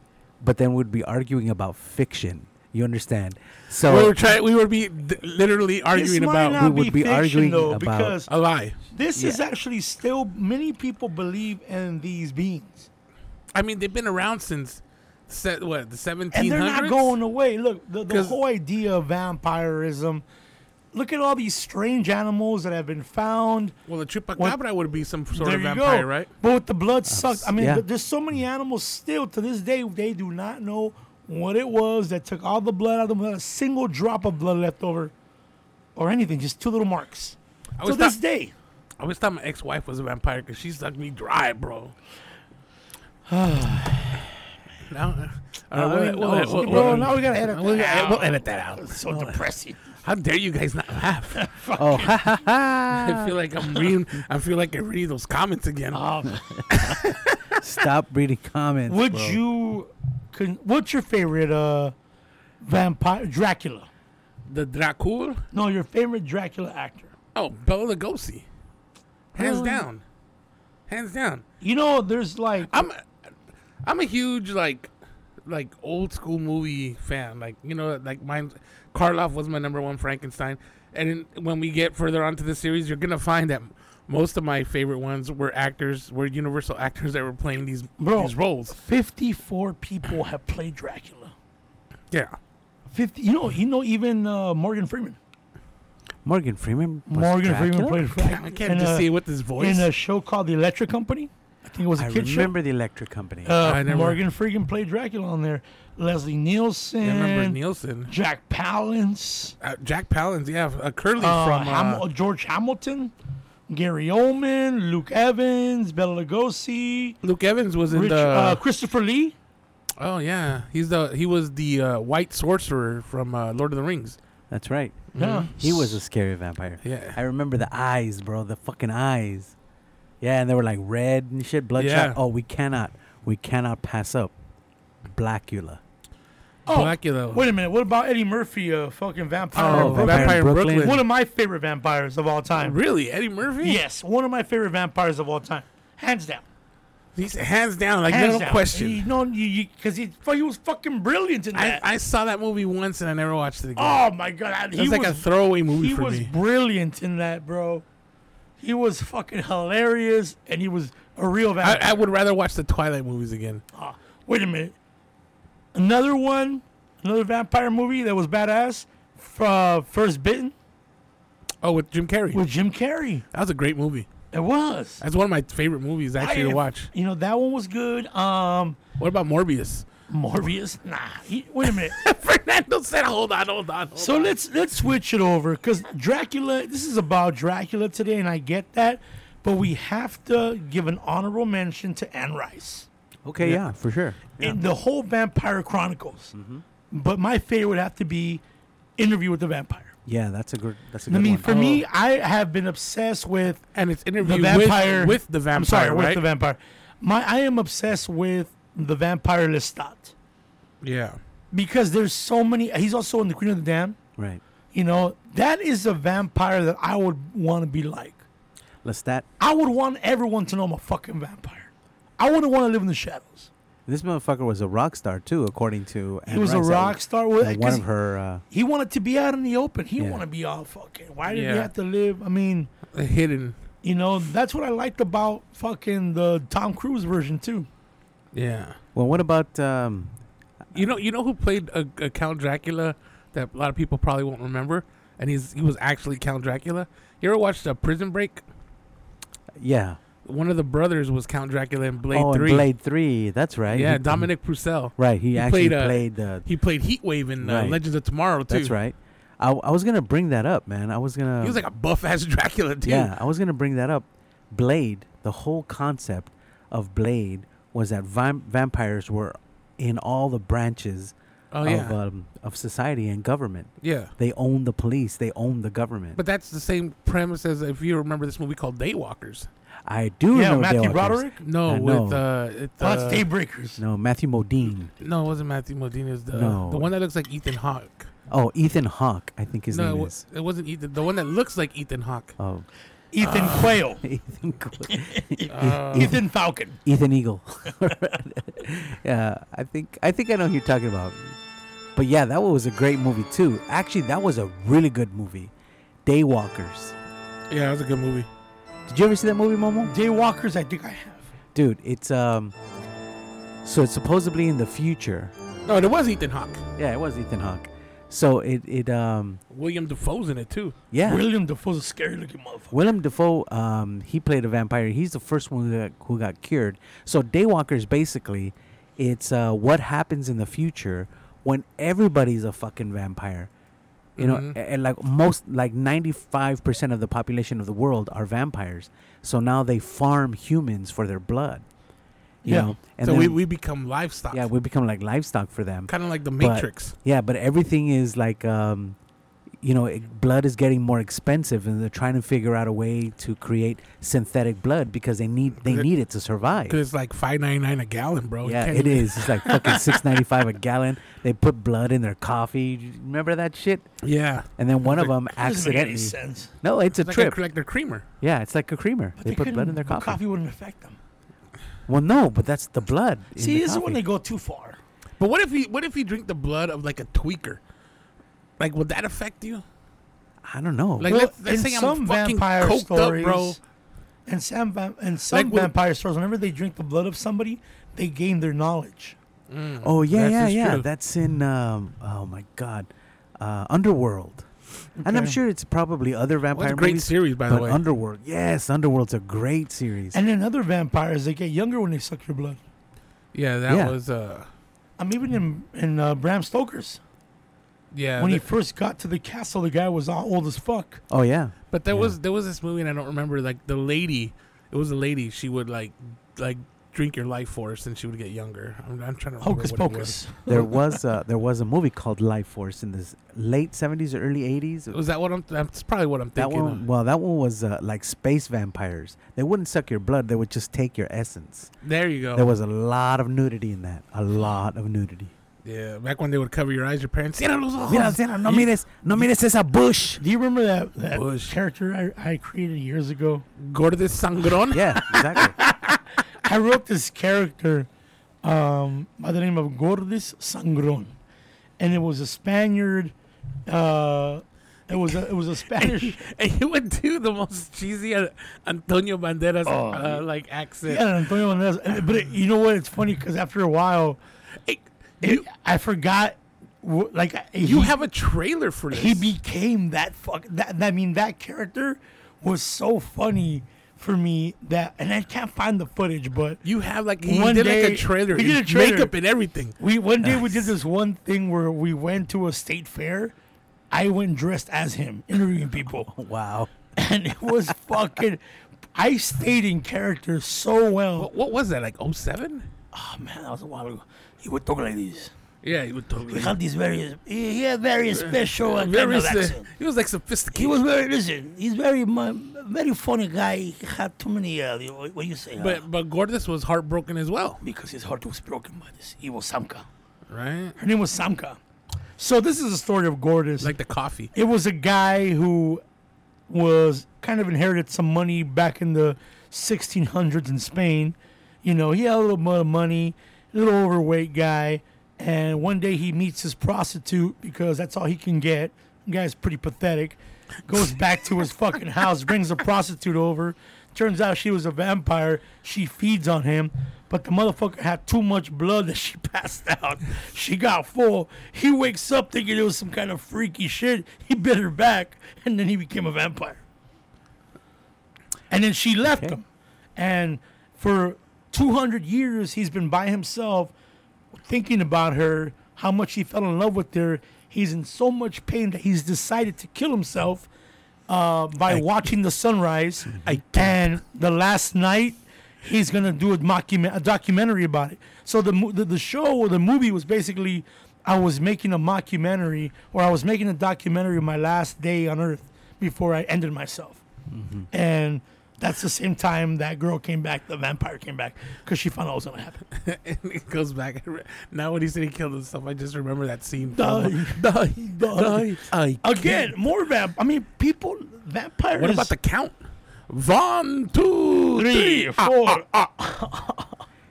Speaker 1: But then we'd be arguing about fiction. You understand? So
Speaker 2: We were trying. We would be d- literally
Speaker 4: this
Speaker 2: arguing
Speaker 4: might
Speaker 2: about
Speaker 4: not
Speaker 1: we would be
Speaker 4: fiction,
Speaker 1: arguing
Speaker 4: though,
Speaker 1: about-
Speaker 4: because
Speaker 2: a lie.
Speaker 4: this is actually still many people believe in these beings,
Speaker 2: I mean, they've been around since se- what the seventeen
Speaker 4: and they're not going away. Look, the, the
Speaker 2: 'Cause-
Speaker 4: whole idea of vampirism. Look at all these strange animals that have been found.
Speaker 2: Well, the chupacabra would be some sort
Speaker 4: there
Speaker 2: of
Speaker 4: you
Speaker 2: vampire,
Speaker 4: go.
Speaker 2: right?
Speaker 4: But with the blood sucked, I mean,
Speaker 1: yeah.
Speaker 4: th- there's so many animals still to this day they do not know what it was that took all the blood out of them, not a single drop of blood left over, or anything, just two little marks.
Speaker 2: I
Speaker 4: To
Speaker 2: always,
Speaker 4: this
Speaker 2: thought,
Speaker 4: day,
Speaker 2: I always thought my ex-wife was a vampire because she sucked me dry, bro. now, all right, we'll- we'll- we'll-
Speaker 4: bro,
Speaker 2: we'll-
Speaker 4: now we gotta edit.
Speaker 2: we'll-
Speaker 4: that out.
Speaker 2: we'll edit that out.
Speaker 4: so depressing.
Speaker 2: How dare you guys not laugh?
Speaker 1: oh, ha, ha, ha.
Speaker 2: I feel like I'm reading. I feel like I'm reading those comments again.
Speaker 4: Um,
Speaker 1: stop reading comments.
Speaker 4: would
Speaker 1: bro.
Speaker 4: you? Con- what's your favorite uh, vampire? Dracula?
Speaker 2: the Dracul.
Speaker 4: No, your favorite Dracula actor.
Speaker 2: Oh, Bela Lugosi. Hands down. Hands down.
Speaker 4: You know, there's like
Speaker 2: I'm I'm a huge like like old school movie fan. Like you know, like mine. Karloff was my number one Frankenstein, and then when we get further onto the series, you're gonna find that most of my favorite ones were actors, were Universal actors that were playing these
Speaker 4: Bro.
Speaker 2: these roles.
Speaker 4: 54 people have played Dracula.
Speaker 2: Yeah,
Speaker 4: 50 you know you know even uh, morgan freeman
Speaker 1: Morgan Freeman. was
Speaker 4: morgan
Speaker 1: Dracula?
Speaker 4: freeman played Frank
Speaker 2: I can't
Speaker 4: in
Speaker 2: just
Speaker 4: a,
Speaker 2: see it with this voice.
Speaker 4: in a show called the electric company i think it was a
Speaker 1: I
Speaker 4: kid
Speaker 1: remember the Electric Company.
Speaker 4: show uh,
Speaker 2: I never-
Speaker 4: morgan freeman played dracula on there leslie nielsen
Speaker 2: I remember Nielsen,
Speaker 4: jack palance
Speaker 2: uh, Jack Palance, yeah, uh, Curly
Speaker 4: uh,
Speaker 2: from. Uh,
Speaker 4: Ham- george hamilton gary oldman luke evans bella lugosi
Speaker 2: Luke Evans was in
Speaker 4: Rich,
Speaker 2: the.
Speaker 4: uh, christopher lee
Speaker 2: oh yeah, he's the he was the uh, White Sorcerer from uh, Lord of the Rings.
Speaker 1: That's right.
Speaker 2: Mm-hmm.
Speaker 4: yeah.
Speaker 1: He was a scary vampire.
Speaker 2: Yeah.
Speaker 1: I remember the eyes, bro. The fucking eyes. Yeah, and they were like red and shit, bloodshot.
Speaker 2: Yeah.
Speaker 1: Oh, we cannot, we cannot pass up, Blackula.
Speaker 4: Oh,
Speaker 2: Blackula.
Speaker 4: wait a minute what about eddie murphy a fucking vampire
Speaker 2: Oh,
Speaker 1: Vampire in
Speaker 2: Vampire in
Speaker 1: Brooklyn.
Speaker 2: Brooklyn.
Speaker 4: one of my favorite vampires of all time
Speaker 2: Really, Eddie Murphy?
Speaker 4: Yes, one of my favorite vampires of all time, hands down.
Speaker 2: he's hands down, like
Speaker 4: Hands
Speaker 2: no
Speaker 4: down.
Speaker 2: question.
Speaker 4: He, no, because he, fu- he was fucking brilliant in
Speaker 2: I,
Speaker 4: that.
Speaker 2: I saw that movie once and I never watched it again.
Speaker 4: oh my god,
Speaker 2: it was
Speaker 4: he
Speaker 2: like
Speaker 4: was
Speaker 2: a throwaway movie
Speaker 4: he
Speaker 2: for
Speaker 4: was
Speaker 2: me.
Speaker 4: brilliant in that, bro. He was fucking hilarious, and he was a real vampire.
Speaker 2: I, I would rather watch the Twilight movies again.
Speaker 4: Wait a minute, another one, another vampire movie that was badass. fr- Uh, First Bitten
Speaker 2: Oh, with Jim Carrey.
Speaker 4: with Jim Carrey.
Speaker 2: that was a great movie.
Speaker 4: It was.
Speaker 2: That's one of my favorite movies actually
Speaker 4: I-
Speaker 2: to watch.
Speaker 4: You know that one was good. Um,
Speaker 2: What about Morbius?
Speaker 4: Morbius. Nah. He, wait a minute.
Speaker 2: Fernando said, "Hold on, hold on." Hold
Speaker 4: So
Speaker 2: on.
Speaker 4: let's let's switch it over because Dracula. This is about Dracula today, and I get that, but we have to give an honorable mention to Anne Rice
Speaker 1: Okay, yeah, for sure.
Speaker 4: in the whole Vampire Chronicles.
Speaker 2: Mm-hmm.
Speaker 4: But my favorite would have to be Interview with the Vampire.
Speaker 1: Yeah, that's a good. That's a
Speaker 4: I
Speaker 1: good
Speaker 4: mean,
Speaker 1: one.
Speaker 4: for me, I have been obsessed with
Speaker 2: and it's
Speaker 4: the
Speaker 2: interview Oh.
Speaker 4: vampire
Speaker 2: with, with the vampire.
Speaker 4: I'm sorry,
Speaker 2: right?
Speaker 4: with the vampire. My I am obsessed with the vampire Lestat.
Speaker 2: Yeah.
Speaker 4: because there's so many. He's also in the Queen of the Dam.
Speaker 1: Right.
Speaker 4: You know, that is a vampire that I would want to be like.
Speaker 1: Lestat.
Speaker 4: I would want everyone to know I'm a fucking vampire. I wouldn't want to live in the shadows.
Speaker 1: This motherfucker was a rock star too, according to. Anne
Speaker 4: was a
Speaker 1: Rice, that-
Speaker 4: rock star, well,
Speaker 1: that
Speaker 4: 'cause
Speaker 1: one of her. Uh,
Speaker 4: He wanted to be out in the open. He
Speaker 1: Yeah.
Speaker 4: didn't want to be all fucking. Why did he
Speaker 2: Yeah.
Speaker 4: have to live? I mean,
Speaker 2: The hidden.
Speaker 4: you know, that's what I liked about fucking the Tom Cruise version too.
Speaker 2: Yeah.
Speaker 1: well, what about? Um,
Speaker 2: You know, you know who played a, a Count Dracula that a lot of people probably won't remember, and he's he was actually Count Dracula. You ever watched uh, Prison Break?
Speaker 1: yeah.
Speaker 2: One of the brothers was Count Dracula in Blade
Speaker 1: oh, and
Speaker 2: Three.
Speaker 1: Blade Three. That's right.
Speaker 2: Yeah,
Speaker 1: He-
Speaker 2: Dominic Purcell.
Speaker 1: Right. He,
Speaker 2: He
Speaker 1: actually
Speaker 2: played, uh,
Speaker 1: played. the.
Speaker 2: He played Heatwave in uh,
Speaker 1: Right.
Speaker 2: Legends of Tomorrow too.
Speaker 1: that's right. I, I was gonna bring that up, man. I was gonna.
Speaker 2: He was like a buff ass Dracula too.
Speaker 1: Yeah, I was gonna bring that up. Blade, the whole concept of Blade was that vam- vampires were in all the branches
Speaker 2: Oh
Speaker 1: of
Speaker 2: yeah.
Speaker 1: um, of society and government.
Speaker 2: yeah.
Speaker 1: They own the police. They own the government.
Speaker 2: But that's the same premise as if you remember this movie called Daywalkers.
Speaker 1: I do
Speaker 4: Yeah,
Speaker 1: know
Speaker 4: Matthew
Speaker 1: Dale Akers.
Speaker 4: Broderick.
Speaker 2: No,
Speaker 1: I
Speaker 2: with
Speaker 1: know.
Speaker 2: uh, it,
Speaker 4: Oh, that's
Speaker 2: uh,
Speaker 4: Daybreakers.
Speaker 1: No, Matthew Modine.
Speaker 2: no, it wasn't Matthew Modine. It was the
Speaker 1: No.
Speaker 2: the one that looks like Ethan Hawke.
Speaker 1: Oh, Ethan Hawke. I think his
Speaker 2: no, it,
Speaker 1: name
Speaker 2: wa-
Speaker 1: is.
Speaker 2: it wasn't Ethan. The one that looks like Ethan Hawke.
Speaker 1: Oh,
Speaker 4: Ethan Quayle.
Speaker 1: Ethan. Qu- uh.
Speaker 4: Ethan Falcon.
Speaker 1: Ethan Eagle. yeah, I think I think I know who you're talking about. But yeah, that one was a great movie too. Actually, that was a really good movie. Daywalkers.
Speaker 2: Yeah, that was a good movie.
Speaker 1: Did you ever see that movie, Momo?
Speaker 4: Daywalkers, I think I have.
Speaker 1: Dude, it's um. So it's supposedly in the future.
Speaker 2: No, there was Ethan Hawke.
Speaker 1: Yeah, it was Ethan Hawke. So it it um
Speaker 2: William Defoe's in it too.
Speaker 1: yeah.
Speaker 4: William Defoe's a scary looking motherfucker.
Speaker 1: Willem Dafoe, um, he played a vampire. He's the first one who got, who got cured. So Daywalkers, basically, it's uh, what happens in the future when everybody's a fucking vampire. You know,
Speaker 2: Mm-hmm.
Speaker 1: a- and like most, like ninety-five percent of the population of the world are vampires. So now they farm humans for their blood. You
Speaker 4: Yeah.
Speaker 1: know, and
Speaker 2: so
Speaker 1: then,
Speaker 2: we, we become livestock.
Speaker 1: yeah, we become like livestock for them.
Speaker 2: kind of like the
Speaker 1: But-
Speaker 2: Matrix.
Speaker 1: yeah, but everything is like, um, you know, it, blood is getting more expensive, and they're trying to figure out a way to create synthetic blood because they need they
Speaker 2: Good.
Speaker 1: need it to
Speaker 2: Cause
Speaker 1: survive.
Speaker 2: it's like five ninety nine a gallon, bro. You
Speaker 1: Yeah,
Speaker 2: can't
Speaker 1: it
Speaker 2: even-
Speaker 1: is. It's like fucking six ninety five a gallon. They put blood in their coffee. You Remember that shit?
Speaker 2: Yeah,
Speaker 1: And then one of
Speaker 2: Like,
Speaker 1: them
Speaker 4: Doesn't make any
Speaker 1: accidentally.
Speaker 4: sense.
Speaker 1: No, it's a
Speaker 2: it's like
Speaker 1: trip.
Speaker 2: a, like their creamer.
Speaker 1: yeah, it's like a creamer. They, put blood in
Speaker 4: couldn't-
Speaker 1: their
Speaker 4: the
Speaker 1: coffee.
Speaker 4: Coffee wouldn't affect them.
Speaker 1: Well, no, but that's the blood. in
Speaker 4: See,
Speaker 1: the
Speaker 4: this is when
Speaker 1: coffee.
Speaker 4: they go too far.
Speaker 2: But what if he what if he drink the blood of like a tweaker? Like, would that affect you?
Speaker 1: I don't know.
Speaker 2: Like,
Speaker 4: Well,
Speaker 2: let's, let's
Speaker 4: in
Speaker 2: say
Speaker 4: some
Speaker 2: I'm fucking
Speaker 4: vampire
Speaker 2: coked
Speaker 4: stories,
Speaker 2: up, bro.
Speaker 4: And some vam- and some
Speaker 2: Like, wh-
Speaker 4: vampire stories, whenever they drink the blood of somebody, they gain their knowledge.
Speaker 1: oh yeah,
Speaker 2: That's
Speaker 1: yeah,
Speaker 2: just
Speaker 1: yeah.
Speaker 2: true.
Speaker 1: That's in. Um, oh my god, uh, Underworld. And I'm
Speaker 4: Okay.
Speaker 1: sure it's probably other vampire
Speaker 2: Well, it's a great
Speaker 1: movies,
Speaker 2: series, by the
Speaker 1: but
Speaker 2: way.
Speaker 1: Underworld, yes, Underworld's a great series.
Speaker 4: And then other vampires, they get younger when they suck your blood.
Speaker 2: yeah, that
Speaker 1: Yeah.
Speaker 2: was uh,
Speaker 4: I'm even in in uh, Bram Stoker's.
Speaker 2: yeah.
Speaker 4: When he
Speaker 2: th-
Speaker 4: first got to the castle, the guy was all old as fuck.
Speaker 1: oh yeah,
Speaker 2: but there
Speaker 1: yeah.
Speaker 2: was there was this movie, and I don't remember. Like the lady, it was a lady. She would like like drink your life force, and she would get younger. I'm, I'm trying to remember
Speaker 4: Hocus
Speaker 2: what it was.
Speaker 4: pocus.
Speaker 1: there was a, there was a movie called Life Force in the s- late '70s or early '80s.
Speaker 2: Was that what I'm? That's probably what I'm
Speaker 1: that
Speaker 2: thinking.
Speaker 1: one,
Speaker 2: of.
Speaker 1: well, that one was uh, like space vampires. They wouldn't suck your blood; they would just take your essence.
Speaker 2: There you go.
Speaker 1: There was a lot of nudity in that. A lot of nudity.
Speaker 2: yeah, back when they would cover your eyes, your parents. "Cierra los ojos."
Speaker 1: Mira, mira, no mires, no mires esa bush.
Speaker 4: Do you remember that, that
Speaker 2: Bush.
Speaker 4: character I, I created years ago?
Speaker 2: Gordes Sangron.
Speaker 1: Yeah, exactly.
Speaker 4: I wrote this character um, by the name of Gordes Sangron, and it was a Spaniard. Uh, it was a, it was a Spanish.
Speaker 2: And he would do the most cheesy uh, Antonio Banderas uh, like accent.
Speaker 4: Oh, yeah, Antonio Banderas. And- But it, you know what? It's funny because after a while,
Speaker 2: Hey,
Speaker 4: it,
Speaker 2: you,
Speaker 4: I forgot. wh- Like
Speaker 2: you
Speaker 4: he-
Speaker 2: have a trailer for this.
Speaker 4: he became that fuck. That, that- I mean, that character was so funny for me that, and I can't find the footage, but
Speaker 2: you have like he
Speaker 4: One
Speaker 2: did like
Speaker 4: day-
Speaker 2: a trailer,
Speaker 4: he did
Speaker 2: and
Speaker 4: a trailer.
Speaker 2: makeup and everything.
Speaker 4: We one day we did this one thing where we went to a state fair. I went dressed as him, interviewing people,
Speaker 1: wow.
Speaker 4: and it was fucking. I stayed in character so well.
Speaker 2: What, what was that like? 07?
Speaker 4: Oh man, that was a while ago. He would talk like this.
Speaker 2: Yeah, he would
Speaker 4: He
Speaker 2: totally.
Speaker 4: had this very, he he had very special uh, kind
Speaker 2: Very,
Speaker 4: of
Speaker 2: se-
Speaker 4: accent.
Speaker 2: he was like sophisticated.
Speaker 4: He was very listen. He's very mu- very funny guy. He had too many. Uh, what what do you say? uh,
Speaker 2: but but Gordas was heartbroken as well.
Speaker 4: because his heart was broken by this. He was Samka.
Speaker 2: right?
Speaker 4: Her name was Samka. So this is the story of Gordis.
Speaker 2: Like the coffee.
Speaker 4: it was a guy who was kind of inherited some money back in the 1600s in Spain. You know, he had a little bit of money, little overweight guy, and one day he meets his prostitute because that's all he can get. The guy's pretty pathetic. Goes back to his fucking house, brings a prostitute over. Turns out she was a vampire. She feeds on him, but the motherfucker had too much blood that she passed out. She got full. He wakes up thinking it was some kind of freaky shit. He bit her back, and then he became a vampire. And then she left him. And for 200 years, he's been by himself thinking about her, how much he fell in love with her. He's in so much pain that he's decided to kill himself uh, by watching the sunrise. and the last night, he's gonna do a, mockument, a documentary about it. So the, mo- the the show or the movie was basically, I was making a mockumentary or I was making a documentary of my last day on Earth before I ended myself. And that's the same time that girl came back, the vampire came back, because she found out what was gonna happen.
Speaker 2: and it goes back. Now when he said he killed himself, I just remember that scene.
Speaker 4: Die, die, die.
Speaker 1: I
Speaker 4: Again, more vamp. I mean, people, vampires.
Speaker 2: What about the count? One, two, three,
Speaker 4: three,
Speaker 2: Ah,
Speaker 4: four?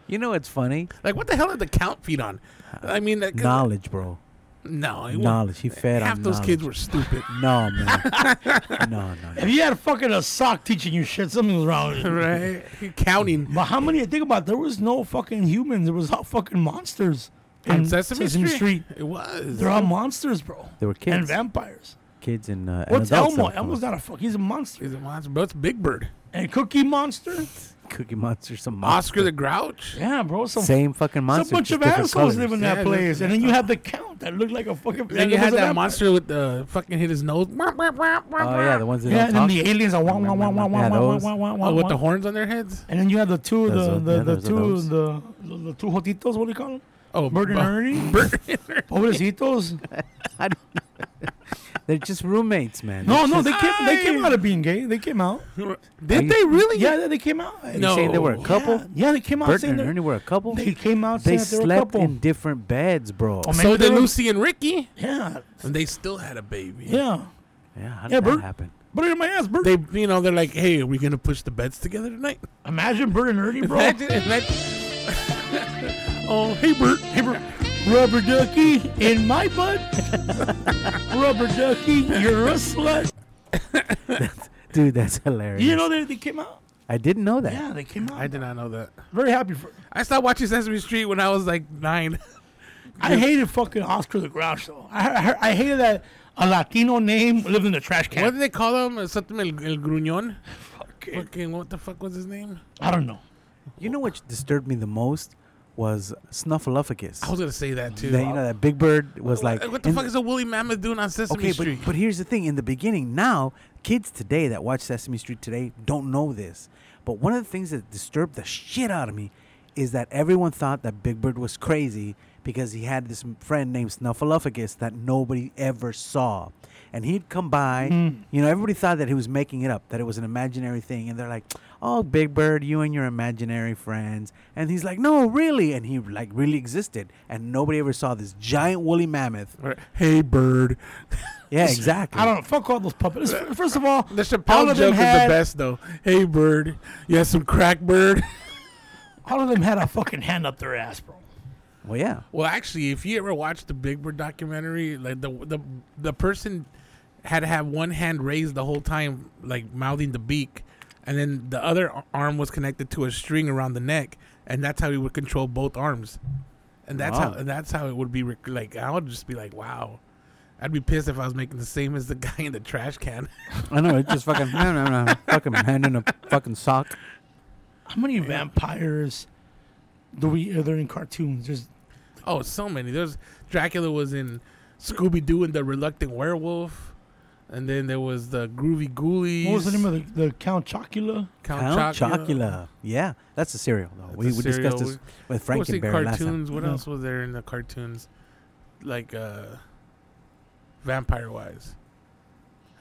Speaker 1: You know it's funny?
Speaker 2: Like what the hell did the count feed on? I mean, that,
Speaker 1: Knowledge, bro.
Speaker 2: no, it wa-
Speaker 1: Knowledge. He fed
Speaker 2: half
Speaker 1: on
Speaker 2: those
Speaker 1: knowledge.
Speaker 2: kids were stupid.
Speaker 1: No, man. no, no, no.
Speaker 4: If you had fucking a sock teaching you shit, something was wrong. With you.
Speaker 2: right? Counting.
Speaker 4: But how many? Think about. it, There was no fucking humans. There was all fucking monsters.
Speaker 2: On
Speaker 4: in
Speaker 2: Sesame,
Speaker 4: Mm-hmm. Sesame
Speaker 2: Street. It was.
Speaker 4: They're all monsters, bro.
Speaker 1: They were kids.
Speaker 4: and vampires.
Speaker 1: Kids and uh, and
Speaker 4: What's
Speaker 1: adults
Speaker 4: Elmo?
Speaker 1: that-
Speaker 4: Elmo's not a fuck. He's a monster.
Speaker 2: He's a monster. But it's Big Bird.
Speaker 4: And Cookie Monster.
Speaker 1: Cookie Monster, some monster.
Speaker 2: Oscar the Grouch.
Speaker 4: Yeah, bro. Some
Speaker 1: Same fucking monster.
Speaker 4: Some bunch
Speaker 1: just
Speaker 4: of
Speaker 1: different
Speaker 4: assholes
Speaker 1: colors.
Speaker 4: live in
Speaker 2: Yeah,
Speaker 4: that place,
Speaker 2: yeah.
Speaker 4: and then you have the count that looked like a fucking.
Speaker 2: Then you
Speaker 4: was
Speaker 2: had
Speaker 4: a
Speaker 2: that
Speaker 4: vampire.
Speaker 2: monster with the fucking hit his nose.
Speaker 1: Oh, yeah, the ones that
Speaker 4: Yeah,
Speaker 1: don't
Speaker 4: and then
Speaker 1: talk.
Speaker 4: the aliens are wah wah wah wah wah
Speaker 1: Yeah,
Speaker 4: wah wah
Speaker 1: those.
Speaker 4: wah wah wah.
Speaker 2: Oh, with the
Speaker 4: wah.
Speaker 2: horns on their heads.
Speaker 4: And then you have the two, the
Speaker 1: Those are- yeah,
Speaker 4: the the
Speaker 1: those are
Speaker 4: two,
Speaker 1: those.
Speaker 4: the the the two jotitos. What do you call them?
Speaker 2: Oh,
Speaker 4: Bert and
Speaker 2: bu-
Speaker 4: Ernie.
Speaker 2: Bert and Ernie.
Speaker 4: Pobrecitos.
Speaker 1: They're just roommates, man.
Speaker 4: No,
Speaker 1: They're
Speaker 4: no,
Speaker 1: just-
Speaker 4: they came. They came out of being gay. They came out.
Speaker 1: Are
Speaker 2: Did
Speaker 1: you-
Speaker 2: they really?
Speaker 4: Yeah, they came out.
Speaker 1: You saying they were a
Speaker 2: No.
Speaker 1: couple?
Speaker 4: Yeah, yeah, they came out
Speaker 1: Bert
Speaker 4: saying
Speaker 1: and
Speaker 4: they're-
Speaker 1: Ernie were a couple?
Speaker 4: They came out
Speaker 1: They
Speaker 4: saying that they were a
Speaker 1: slept
Speaker 4: couple.
Speaker 1: in different beds, bro.
Speaker 4: Oh, man.
Speaker 2: So did
Speaker 4: Maybe-
Speaker 2: Lucy and Ricky,
Speaker 4: yeah,
Speaker 2: and they still had a baby.
Speaker 4: yeah.
Speaker 1: Yeah, how did
Speaker 4: Yeah,
Speaker 1: that
Speaker 4: Bert.
Speaker 1: happen?
Speaker 4: Bert in my ass, Bert.
Speaker 2: They, you know, they're like, "Hey, are we gonna push the beds together tonight?"
Speaker 4: Imagine Bert and Ernie, bro.
Speaker 2: Imagine- imagine- oh, hey, Bert. Hey, Bert.
Speaker 4: Rubber ducky in my butt. Rubber ducky, you're a slut.
Speaker 1: Dude, that's hilarious.
Speaker 4: You know that they came out.
Speaker 1: I didn't know that.
Speaker 4: Yeah, they came out.
Speaker 2: I did not know that.
Speaker 4: Very happy for.
Speaker 2: I stopped watching Sesame Street when I was like nine.
Speaker 4: I hated fucking Oscar the Grouch though. I, I, I hated that a Latino name lived in the trash
Speaker 2: What
Speaker 4: can.
Speaker 2: did they call him? Something el, el gruñón.
Speaker 4: Fucking-
Speaker 2: Fucking what the fuck was his name?
Speaker 4: I don't know.
Speaker 1: You know what disturbed me the most was Snuffleupagus.
Speaker 2: I was gonna say that too.
Speaker 1: That, you know that Big Bird was like.
Speaker 2: what the
Speaker 1: in-
Speaker 2: fuck is a woolly mammoth doing on Sesame
Speaker 1: okay,
Speaker 2: Street?
Speaker 1: but, but here's the thing. In the beginning, now kids today that watch Sesame Street today don't know this. But one of the things that disturbed the shit out of me is that everyone thought that Big Bird was crazy because he had this m- friend named Snuffleupagus that nobody ever saw. And he'd come by, you know, everybody thought that he was making it up, that it was an imaginary thing. And they're like, oh, Big Bird, you and your imaginary friends. And he's like, no, really. And he, like, really existed. And nobody ever saw this giant woolly mammoth.
Speaker 2: Or, hey, bird.
Speaker 1: Yeah, exactly.
Speaker 4: I don't know. Fuck all those puppets. First of all,
Speaker 2: The Chappelle
Speaker 4: all of
Speaker 2: joke
Speaker 4: them
Speaker 2: is the
Speaker 4: had
Speaker 2: best though. Hey, bird. You have some crack, bird.
Speaker 4: all of them had a fucking hand up their ass, bro.
Speaker 1: Well, yeah.
Speaker 2: Well, actually, if you ever watched the Big Bird documentary, like the the the person had to have one hand raised the whole time, like mouthing the beak, and then the other a- arm was connected to a string around the neck, and that's how he would control both arms. And that's
Speaker 1: Wow.
Speaker 2: how and that's how it would be rec- like. I would just be like, wow. I'd be pissed if I was making the same as the guy in the trash can.
Speaker 1: I know it's just fucking no, no, no, fucking hand in a fucking sock.
Speaker 4: How many vampires do we? Are there in cartoons? There's
Speaker 2: oh, so many. There's Dracula was in Scooby Doo and the Reluctant Werewolf, and then there was the Groovy Ghoulies.
Speaker 4: what was the name of the, the Count Chocula?
Speaker 1: Count Chocula. Yeah, that's a cereal though. we
Speaker 2: a
Speaker 1: we
Speaker 2: cereal.
Speaker 1: discussed this with
Speaker 2: What was the
Speaker 1: Frankenberry last time.
Speaker 2: cartoons? What
Speaker 4: Yeah.
Speaker 2: else was there in the cartoons? Like uh vampire wise.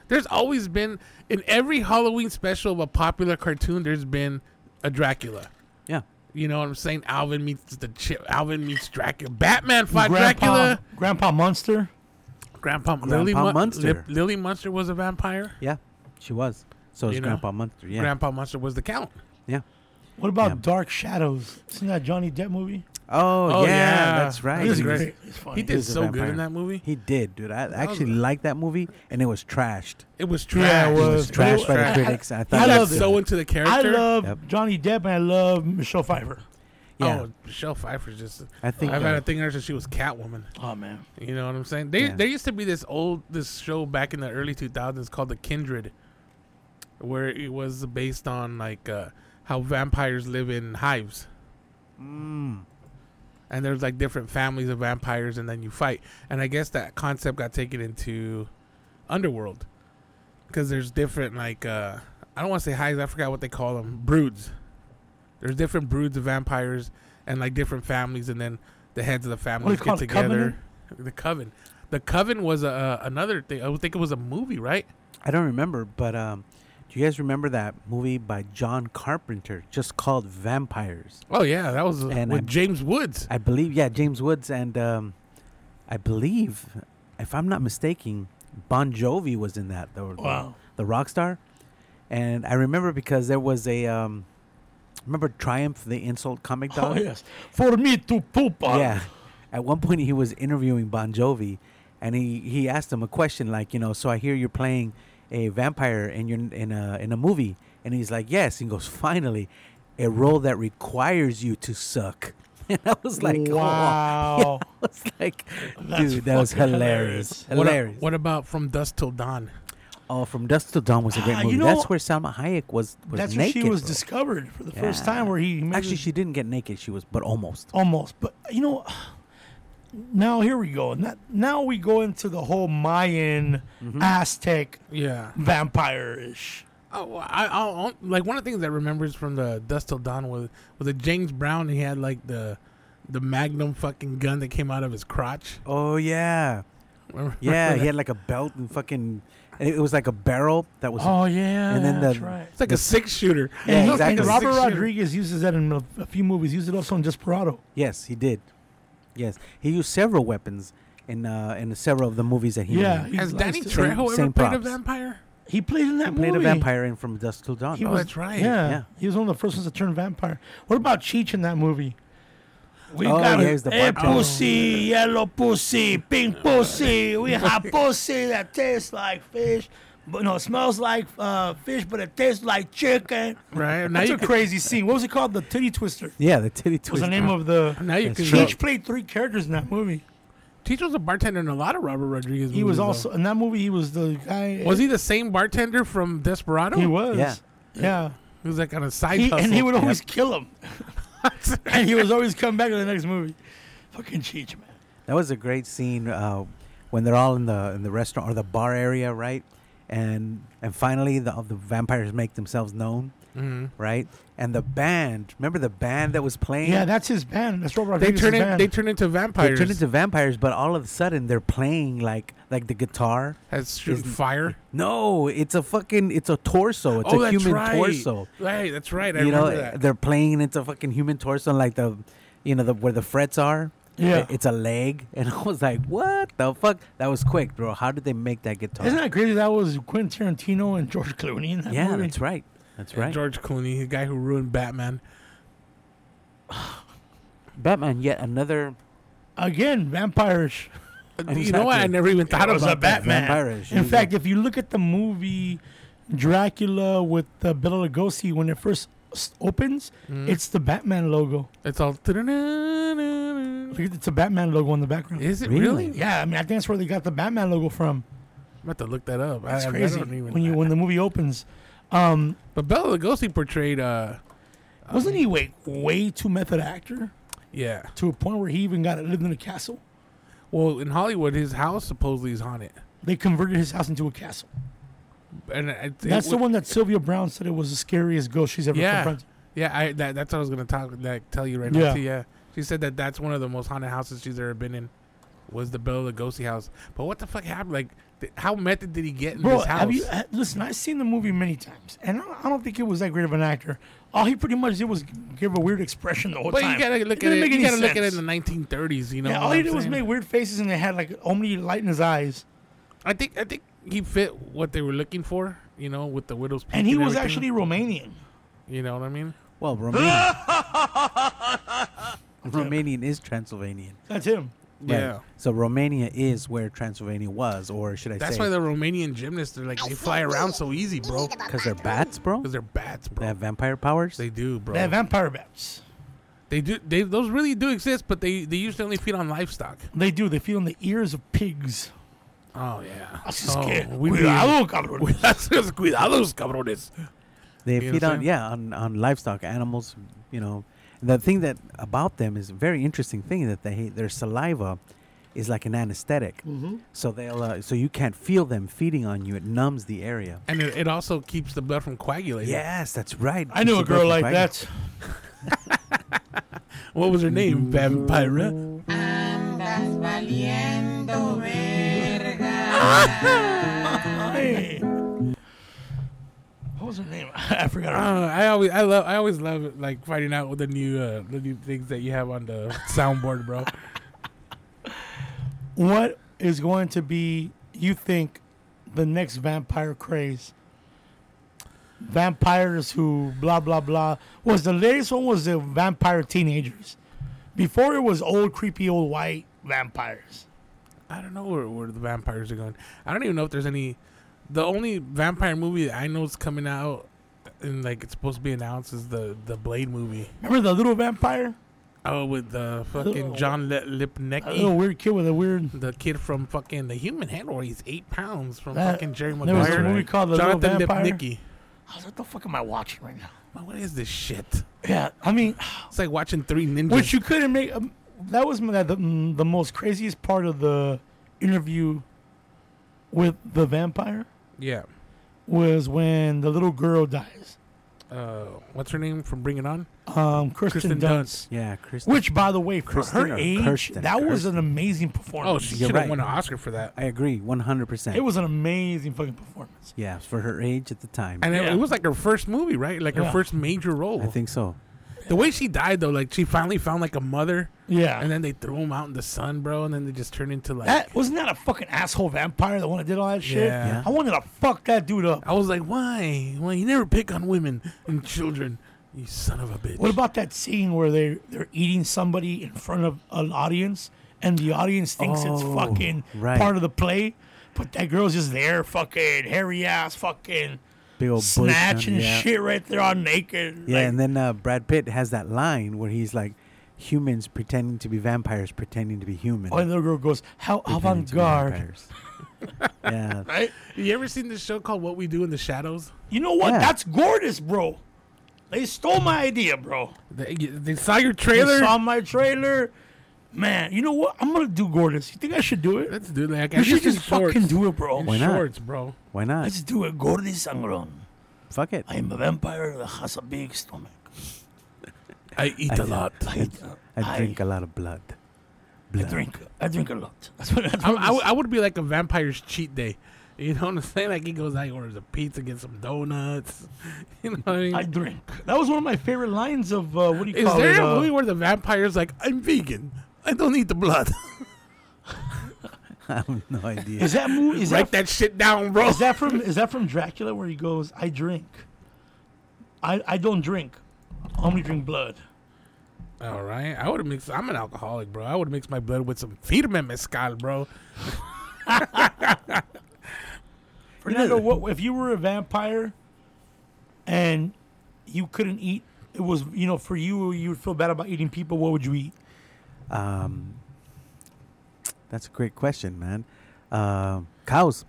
Speaker 2: There's always been in every Halloween special of a popular cartoon there's been a Dracula.
Speaker 1: Yeah,
Speaker 2: You know what I'm saying? Alvin meets the chip. Alvin meets Dracula. Batman fought
Speaker 4: Grandpa,
Speaker 2: Dracula.
Speaker 4: Grandpa Monster.
Speaker 2: Grandpa, Lily,
Speaker 1: Grandpa
Speaker 2: Mu-
Speaker 1: Munster.
Speaker 2: Lip- Lily Munster was a vampire.
Speaker 1: Yeah, she was. So it's
Speaker 2: You know?
Speaker 1: Grandpa Munster. Yeah,
Speaker 2: Grandpa Munster was the count.
Speaker 1: yeah.
Speaker 4: What about
Speaker 1: Yeah.
Speaker 4: Dark Shadows? Seen that Johnny Depp movie?
Speaker 1: Oh,
Speaker 2: Oh,
Speaker 1: yeah,
Speaker 2: yeah.
Speaker 1: that's right.
Speaker 2: He was
Speaker 1: He was-
Speaker 2: great.
Speaker 4: It's funny.
Speaker 2: He
Speaker 1: he
Speaker 2: did
Speaker 1: was a
Speaker 2: so good
Speaker 1: vampire.
Speaker 2: in that movie.
Speaker 1: He did, dude. I actually
Speaker 2: was-
Speaker 1: liked that movie, and it was trashed.
Speaker 2: It was trash.
Speaker 4: Yeah, it
Speaker 1: It was
Speaker 4: was- but it
Speaker 1: trashed by
Speaker 4: was-
Speaker 1: the
Speaker 4: I-
Speaker 1: critics. I
Speaker 2: I
Speaker 1: thought
Speaker 4: I
Speaker 2: got
Speaker 4: loved
Speaker 1: was
Speaker 4: it.
Speaker 2: so into the
Speaker 4: I
Speaker 2: character.
Speaker 4: love
Speaker 1: Yep.
Speaker 4: Johnny Depp and I love Michelle Pfeiffer.
Speaker 1: Yeah.
Speaker 2: Oh, Michelle Pfeiffer's just.
Speaker 1: I think,
Speaker 2: I've had
Speaker 1: uh,
Speaker 2: a thing on her since she was Catwoman.
Speaker 4: Oh man,
Speaker 2: You know what I'm saying? They,
Speaker 1: Yeah.
Speaker 2: There used to be this old this show back in the early 2000s called The Kindred, where it was based on like uh, how vampires live in hives.
Speaker 1: Mm.
Speaker 2: And there's like different families of vampires, and then you fight. And I guess that concept got taken into Underworld because there's different like uh, I don't want to say hives. I forgot what they call them. Broods. There's different broods of vampires and like different families, and then the heads of the families
Speaker 4: it
Speaker 2: get
Speaker 4: called?
Speaker 2: together.
Speaker 4: Covenant?
Speaker 2: The coven. The coven was a, uh, another thing. I would think it was a movie, right?
Speaker 1: I don't remember, but um, do you guys remember that movie by John Carpenter, just called Vampires?
Speaker 2: Oh yeah, that was uh,
Speaker 1: And
Speaker 2: with
Speaker 1: I'm-
Speaker 2: James Woods.
Speaker 1: I believe, yeah, James Woods, and um, I believe, if I'm not mistaken, Bon Jovi was in that. The,
Speaker 4: Wow.
Speaker 1: the, the rock star, and I remember because there was a um, remember Triumph the Insult comic
Speaker 4: oh
Speaker 1: dog.
Speaker 4: yes, for me to poop. on.
Speaker 1: Yeah. At one point, he was interviewing Bon Jovi, and he, he asked him a question like, you know, so I hear you're playing a vampire and you're in a in a movie, and he's like, yes. He goes, finally, a role that requires you to suck. And I was like,
Speaker 4: wow.
Speaker 1: Oh. I was like, dude, that was
Speaker 4: fucking
Speaker 1: hilarious. Hilarious.
Speaker 2: What, a- what about From Dusk Till Dawn?
Speaker 1: oh, From Dusk Till Dawn was a great
Speaker 4: Ah, you
Speaker 1: movie.
Speaker 4: know-
Speaker 1: That's where Salma Hayek was, was
Speaker 4: That's where
Speaker 1: naked.
Speaker 4: she was
Speaker 1: bro.
Speaker 4: discovered for the first
Speaker 1: Yeah.
Speaker 4: time, where he made
Speaker 1: Actually,
Speaker 4: it-
Speaker 1: she didn't get naked. She was, but almost.
Speaker 4: almost. But you know, now here we go. Now, now we go into the whole Mayan,
Speaker 1: Mm-hmm.
Speaker 4: Aztec,
Speaker 2: Yeah.
Speaker 4: vampire-ish.
Speaker 2: Oh, I, I, I like one of the things I remember is from the Dust Till Dawn was was that James Brown. He had like the the Magnum fucking gun that came out of his crotch.
Speaker 1: Oh yeah.
Speaker 2: Remember
Speaker 1: Yeah,
Speaker 2: that?
Speaker 1: he had like a belt and fucking. and It was like a barrel that was.
Speaker 4: Oh yeah,
Speaker 1: And then
Speaker 4: that's
Speaker 1: the-
Speaker 4: right.
Speaker 2: It's like a six shooter.
Speaker 1: Yeah,
Speaker 4: and, he-
Speaker 1: exactly.
Speaker 4: and Robert
Speaker 2: Six shooter.
Speaker 4: Rodriguez uses that in a, a few movies. He used it also in Desperado.
Speaker 1: Yes, he did. Yes, he used several weapons in uh, in several of the movies that he.
Speaker 4: Yeah,
Speaker 1: made.
Speaker 4: he-
Speaker 2: Has Danny
Speaker 4: Same-
Speaker 2: Trejo ever
Speaker 1: same
Speaker 2: played a
Speaker 1: props.
Speaker 2: vampire?
Speaker 4: He played in that
Speaker 1: he
Speaker 4: movie.
Speaker 1: played a vampire in From Dusk Till Dawn.
Speaker 4: He
Speaker 2: Oh,
Speaker 4: was,
Speaker 2: that's right.
Speaker 4: Yeah,
Speaker 1: Yeah.
Speaker 4: he was one of the first ones to turn vampire. What about Cheech in that movie? We
Speaker 1: Oh,
Speaker 4: got
Speaker 1: yeah, he's the
Speaker 4: eh,
Speaker 1: bartender.
Speaker 4: pussy, yellow pussy, pink pussy. We have pussy that tastes like fish, but no, smells like uh, fish, but it tastes like chicken.
Speaker 2: Right now
Speaker 4: That's
Speaker 2: you
Speaker 4: a
Speaker 2: can,
Speaker 4: crazy scene. What was it called? The Titty Twister.
Speaker 1: yeah, the titty twist.
Speaker 4: Was the name of the.
Speaker 2: now you
Speaker 1: That's true.
Speaker 2: can.
Speaker 4: Cheech played three characters in that movie.
Speaker 2: Teach was a bartender in a lot of Robert Rodriguez.
Speaker 4: He was
Speaker 2: movies,
Speaker 4: also in that movie. He was the guy.
Speaker 2: though. Was he the same bartender from Desperado?
Speaker 4: He was.
Speaker 1: Yeah.
Speaker 4: Yeah.
Speaker 2: He was like on a side
Speaker 4: He,
Speaker 2: hustle.
Speaker 4: and he would always kill him. and he was always come back in the next movie. Fucking Cheech, man.
Speaker 1: That was a great scene uh, when they're all in the in the restaurant or the bar area, right? And and finally, the of the vampires make themselves known,
Speaker 2: Mm-hmm.
Speaker 1: right? And the band, remember the band that was playing?
Speaker 4: Yeah, that's his band. That's Robert
Speaker 2: They
Speaker 4: Rodriguez's
Speaker 2: turn in,
Speaker 4: band.
Speaker 2: they turn into
Speaker 1: they
Speaker 2: vampires.
Speaker 1: turned into vampires, but all of a sudden they're playing like like the guitar.
Speaker 2: has shooting
Speaker 1: Isn't-
Speaker 2: fire.
Speaker 1: No, it's a fucking it's a torso. It's
Speaker 2: oh,
Speaker 1: a
Speaker 2: that's
Speaker 1: human
Speaker 2: right.
Speaker 1: torso.
Speaker 2: Right, that's right. I
Speaker 1: you know,
Speaker 2: remember that.
Speaker 1: they're playing it's a fucking human torso like the you know, the where the frets are.
Speaker 4: Yeah.
Speaker 1: It- It's a leg. And I was like, What the fuck? That was quick, bro. How did they make that guitar?
Speaker 4: Isn't that crazy? That was Quentin Tarantino and George Clooney in that
Speaker 1: yeah,
Speaker 4: movie.
Speaker 1: that's right. That's
Speaker 2: And
Speaker 1: right.
Speaker 2: George Clooney, the guy who ruined Batman.
Speaker 1: Batman, yet another
Speaker 4: Again, vampirish.
Speaker 2: Uh, You know what? I
Speaker 1: Exactly.
Speaker 2: never even thought
Speaker 4: It
Speaker 2: about
Speaker 4: was a
Speaker 2: that.
Speaker 4: Batman.
Speaker 1: Vampirish,
Speaker 4: In
Speaker 1: yeah.
Speaker 4: fact, if you look at the movie Dracula with uh, Bela Lugosi, when it first s- opens, it's the Batman logo.
Speaker 2: It's all.
Speaker 4: Look at- It's a Batman logo in the background.
Speaker 2: Is it
Speaker 1: Really?
Speaker 2: really?
Speaker 4: yeah, I mean, I think that's where they got the Batman logo from.
Speaker 2: I'm about to look that up.
Speaker 4: That's
Speaker 2: I, I
Speaker 4: crazy.
Speaker 2: don't even-
Speaker 4: when you when the movie opens, um,
Speaker 2: but Bella Lugosi portrayed. uh
Speaker 4: wasn't he way way too method actor
Speaker 2: Yeah.
Speaker 4: to a point where he even got lived in a castle?
Speaker 2: Well, in Hollywood, his house supposedly is haunted.
Speaker 4: They converted his house into a castle.
Speaker 2: And I- it,
Speaker 4: That's the
Speaker 2: wa-
Speaker 4: one that Sylvia Brown said it was the scariest ghost she's ever
Speaker 2: Yeah.
Speaker 4: confronted.
Speaker 2: Yeah, I, that, that's what I was gonna talk like tell you right now.
Speaker 4: Yeah.
Speaker 2: too, yeah, she said that that's one of the most haunted houses she's ever been in, was the Bela Lugosi house. But what the fuck happened? Like, th- how method did he get in
Speaker 4: Bro,
Speaker 2: this house?
Speaker 4: have you uh, listen? I've seen the movie many times, and I I don't think it was that great of an actor. all he pretty much did was give a weird expression the whole
Speaker 2: But
Speaker 4: time.
Speaker 2: you gotta look at
Speaker 4: didn't
Speaker 2: it.
Speaker 4: make
Speaker 2: You
Speaker 4: any
Speaker 2: gotta look at it
Speaker 4: sense.
Speaker 2: in the 1930s. You know,
Speaker 4: yeah,
Speaker 2: what
Speaker 4: all he
Speaker 2: I'm
Speaker 4: did was
Speaker 2: saying?
Speaker 4: make weird faces, and they had like only light in his eyes.
Speaker 2: I think I think he fit what they were looking for. You know, with the widow's peak
Speaker 4: And he was
Speaker 2: everything,
Speaker 4: actually Romanian.
Speaker 2: You know what I mean?
Speaker 1: Well, Romanian. Romanian is Transylvanian.
Speaker 4: That's him.
Speaker 1: Right. So Romania is where Transylvania was, or should I
Speaker 2: That's
Speaker 1: say?
Speaker 2: why the Romanian gymnasts are like they fly around so easy, bro.
Speaker 1: because they're bats, bro.
Speaker 2: Because they're bats,
Speaker 1: They
Speaker 2: bro.
Speaker 1: have vampire powers.
Speaker 2: They do, bro.
Speaker 4: They have vampire bats.
Speaker 2: They do. They those really do exist, but they they usually only feed on livestock.
Speaker 4: They do. They feed on the ears of pigs.
Speaker 2: Oh yeah.
Speaker 4: Así es
Speaker 2: Oh,
Speaker 4: que,
Speaker 2: we do.
Speaker 4: cuidado, cabrón.
Speaker 2: Cuidados, cuidados, cabrones.
Speaker 1: they
Speaker 2: know
Speaker 1: feed
Speaker 2: what I'm
Speaker 1: on
Speaker 2: saying?
Speaker 1: yeah on, on livestock, animals. You know, the thing that about them is a very interesting thing that they their saliva is like an anesthetic.
Speaker 4: Mm-hmm.
Speaker 1: So they'll uh, so you can't feel them feeding on you. It numbs the area.
Speaker 2: And it, it also keeps the blood from coagulating.
Speaker 1: Yes, that's right.
Speaker 4: I knew a
Speaker 1: Keeps the
Speaker 4: girl
Speaker 1: blood
Speaker 4: like
Speaker 1: from coagulating.
Speaker 4: that.
Speaker 2: What was her name? Vampira.
Speaker 4: Hey. What was her name? I forgot her name.
Speaker 2: Uh, I always I love I always love like finding out what the new uh, the new things that you have on the soundboard, bro.
Speaker 4: What is going to be, you think, the next vampire craze? Vampires who blah, blah, blah. Was the latest one was the vampire teenagers. Before it was old, creepy, old white vampires.
Speaker 2: I don't know where, where the vampires are going. I don't even know if there's any. The only vampire movie that I know is coming out and like it's supposed to be announced is the the Blade movie.
Speaker 4: Remember the little vampire?
Speaker 2: Oh, with the fucking John Le- Lipnicki.
Speaker 4: A little weird kid with a weird.
Speaker 2: the kid from fucking the human head where he's eight pounds from
Speaker 4: That-
Speaker 2: fucking Jerry
Speaker 4: There was a
Speaker 2: Maguire.
Speaker 4: movie called The
Speaker 2: Jonathan
Speaker 4: Little Vampire.
Speaker 2: Lipnicki.
Speaker 4: I was like, what the fuck am I watching right now?
Speaker 2: Man, What is this shit?
Speaker 4: Yeah, I mean,
Speaker 2: It's like watching three ninjas.
Speaker 4: which you couldn't make. Um, that was my- the, mm, the most craziest part of the interview with the vampire
Speaker 2: yeah.
Speaker 4: was when the little girl dies.
Speaker 2: Uh, what's her name from Bring It On?
Speaker 4: Um, Kristen,
Speaker 2: Kristen
Speaker 4: Dunst.
Speaker 2: Dunst.
Speaker 1: Yeah, Kristen.
Speaker 4: Which, by the way, for
Speaker 1: Kristen
Speaker 4: her
Speaker 1: or
Speaker 4: age,
Speaker 1: Kirsten?
Speaker 4: that was an amazing
Speaker 2: Oh,
Speaker 4: performance.
Speaker 2: she
Speaker 1: You're
Speaker 2: should have
Speaker 1: right.
Speaker 2: won an Oscar for that.
Speaker 1: I agree, one hundred percent.
Speaker 4: it was an amazing fucking performance.
Speaker 1: yeah for her age at the time.
Speaker 2: And it,
Speaker 4: Yeah.
Speaker 2: it was like her first movie, right? Like
Speaker 4: Yeah.
Speaker 2: her first major role.
Speaker 1: I think so.
Speaker 2: The way she died, though, like she finally found like a mother,
Speaker 4: Yeah,
Speaker 2: and then they threw him out in the sun, bro, and then they just turned into like.
Speaker 4: that wasn't that a fucking asshole vampire, the one that did all that shit.
Speaker 2: Yeah. Yeah.
Speaker 4: I wanted to fuck that dude up.
Speaker 2: I was like, why? Why you never pick on women and children? You son of a bitch.
Speaker 4: What about that scene where they they're eating somebody in front of an audience and the audience thinks it's
Speaker 1: Oh,
Speaker 4: fucking
Speaker 1: right.
Speaker 4: part of the play, but that girl's just there, fucking hairy ass, fucking
Speaker 1: Big old bush
Speaker 4: snatch
Speaker 1: on-
Speaker 4: and
Speaker 1: Oh, yeah.
Speaker 4: shit right there, all naked.
Speaker 1: Yeah,
Speaker 4: like,
Speaker 1: and then uh, Brad Pitt has that line where he's like, "Humans pretending to be vampires, pretending to be human."
Speaker 4: oh, and the girl goes, "How
Speaker 1: pretending
Speaker 4: avant
Speaker 1: to be
Speaker 4: garde."
Speaker 1: vampires." yeah,
Speaker 4: Right?
Speaker 2: You ever seen this show called What We Do in the Shadows?
Speaker 4: You know what?
Speaker 1: Yeah.
Speaker 4: That's gorgeous, bro. They stole my idea, bro.
Speaker 2: They, they saw your
Speaker 4: They
Speaker 2: trailer.
Speaker 4: saw my trailer. Man, you know what? I'm gonna do gorgeous. You think I should do it?
Speaker 2: Let's do that.
Speaker 4: You should just fucking do it, bro.
Speaker 1: Why not?
Speaker 2: Shorts, bro.
Speaker 1: why not?
Speaker 4: Let's do it. Gordy Sangron.
Speaker 1: Fuck it.
Speaker 4: I am a vampire that has a big stomach.
Speaker 2: I eat a lot.
Speaker 4: I,
Speaker 1: I drink a lot of blood.
Speaker 4: I drink. I drink a lot. That's what, that's
Speaker 2: I,
Speaker 4: what
Speaker 2: I, would- I would be like a vampire's cheat day. You know what I'm saying? Like he goes out, he orders a pizza, gets some donuts. You know what I mean?
Speaker 4: I drink. That was one of my favorite lines of uh, what do you
Speaker 2: Is
Speaker 4: call
Speaker 2: there
Speaker 4: it?
Speaker 2: a
Speaker 4: uh,
Speaker 2: movie where the vampire's like, I'm vegan. I don't eat the blood.
Speaker 1: I have no idea.
Speaker 4: is that movie? Is
Speaker 2: Write
Speaker 4: that,
Speaker 2: that shit down, bro.
Speaker 4: is that from? Is that from Dracula where he goes? I drink. I I don't drink. I only drink blood.
Speaker 2: All right. I would have mixed. I'm an alcoholic, bro. I would mix my blood with some firme mezcal, bro.
Speaker 4: Fernando, what if you were a vampire and you couldn't eat? It was you know for you you would feel bad about eating people. What would you eat?
Speaker 1: Um, that's a great question, man. Uh, cows.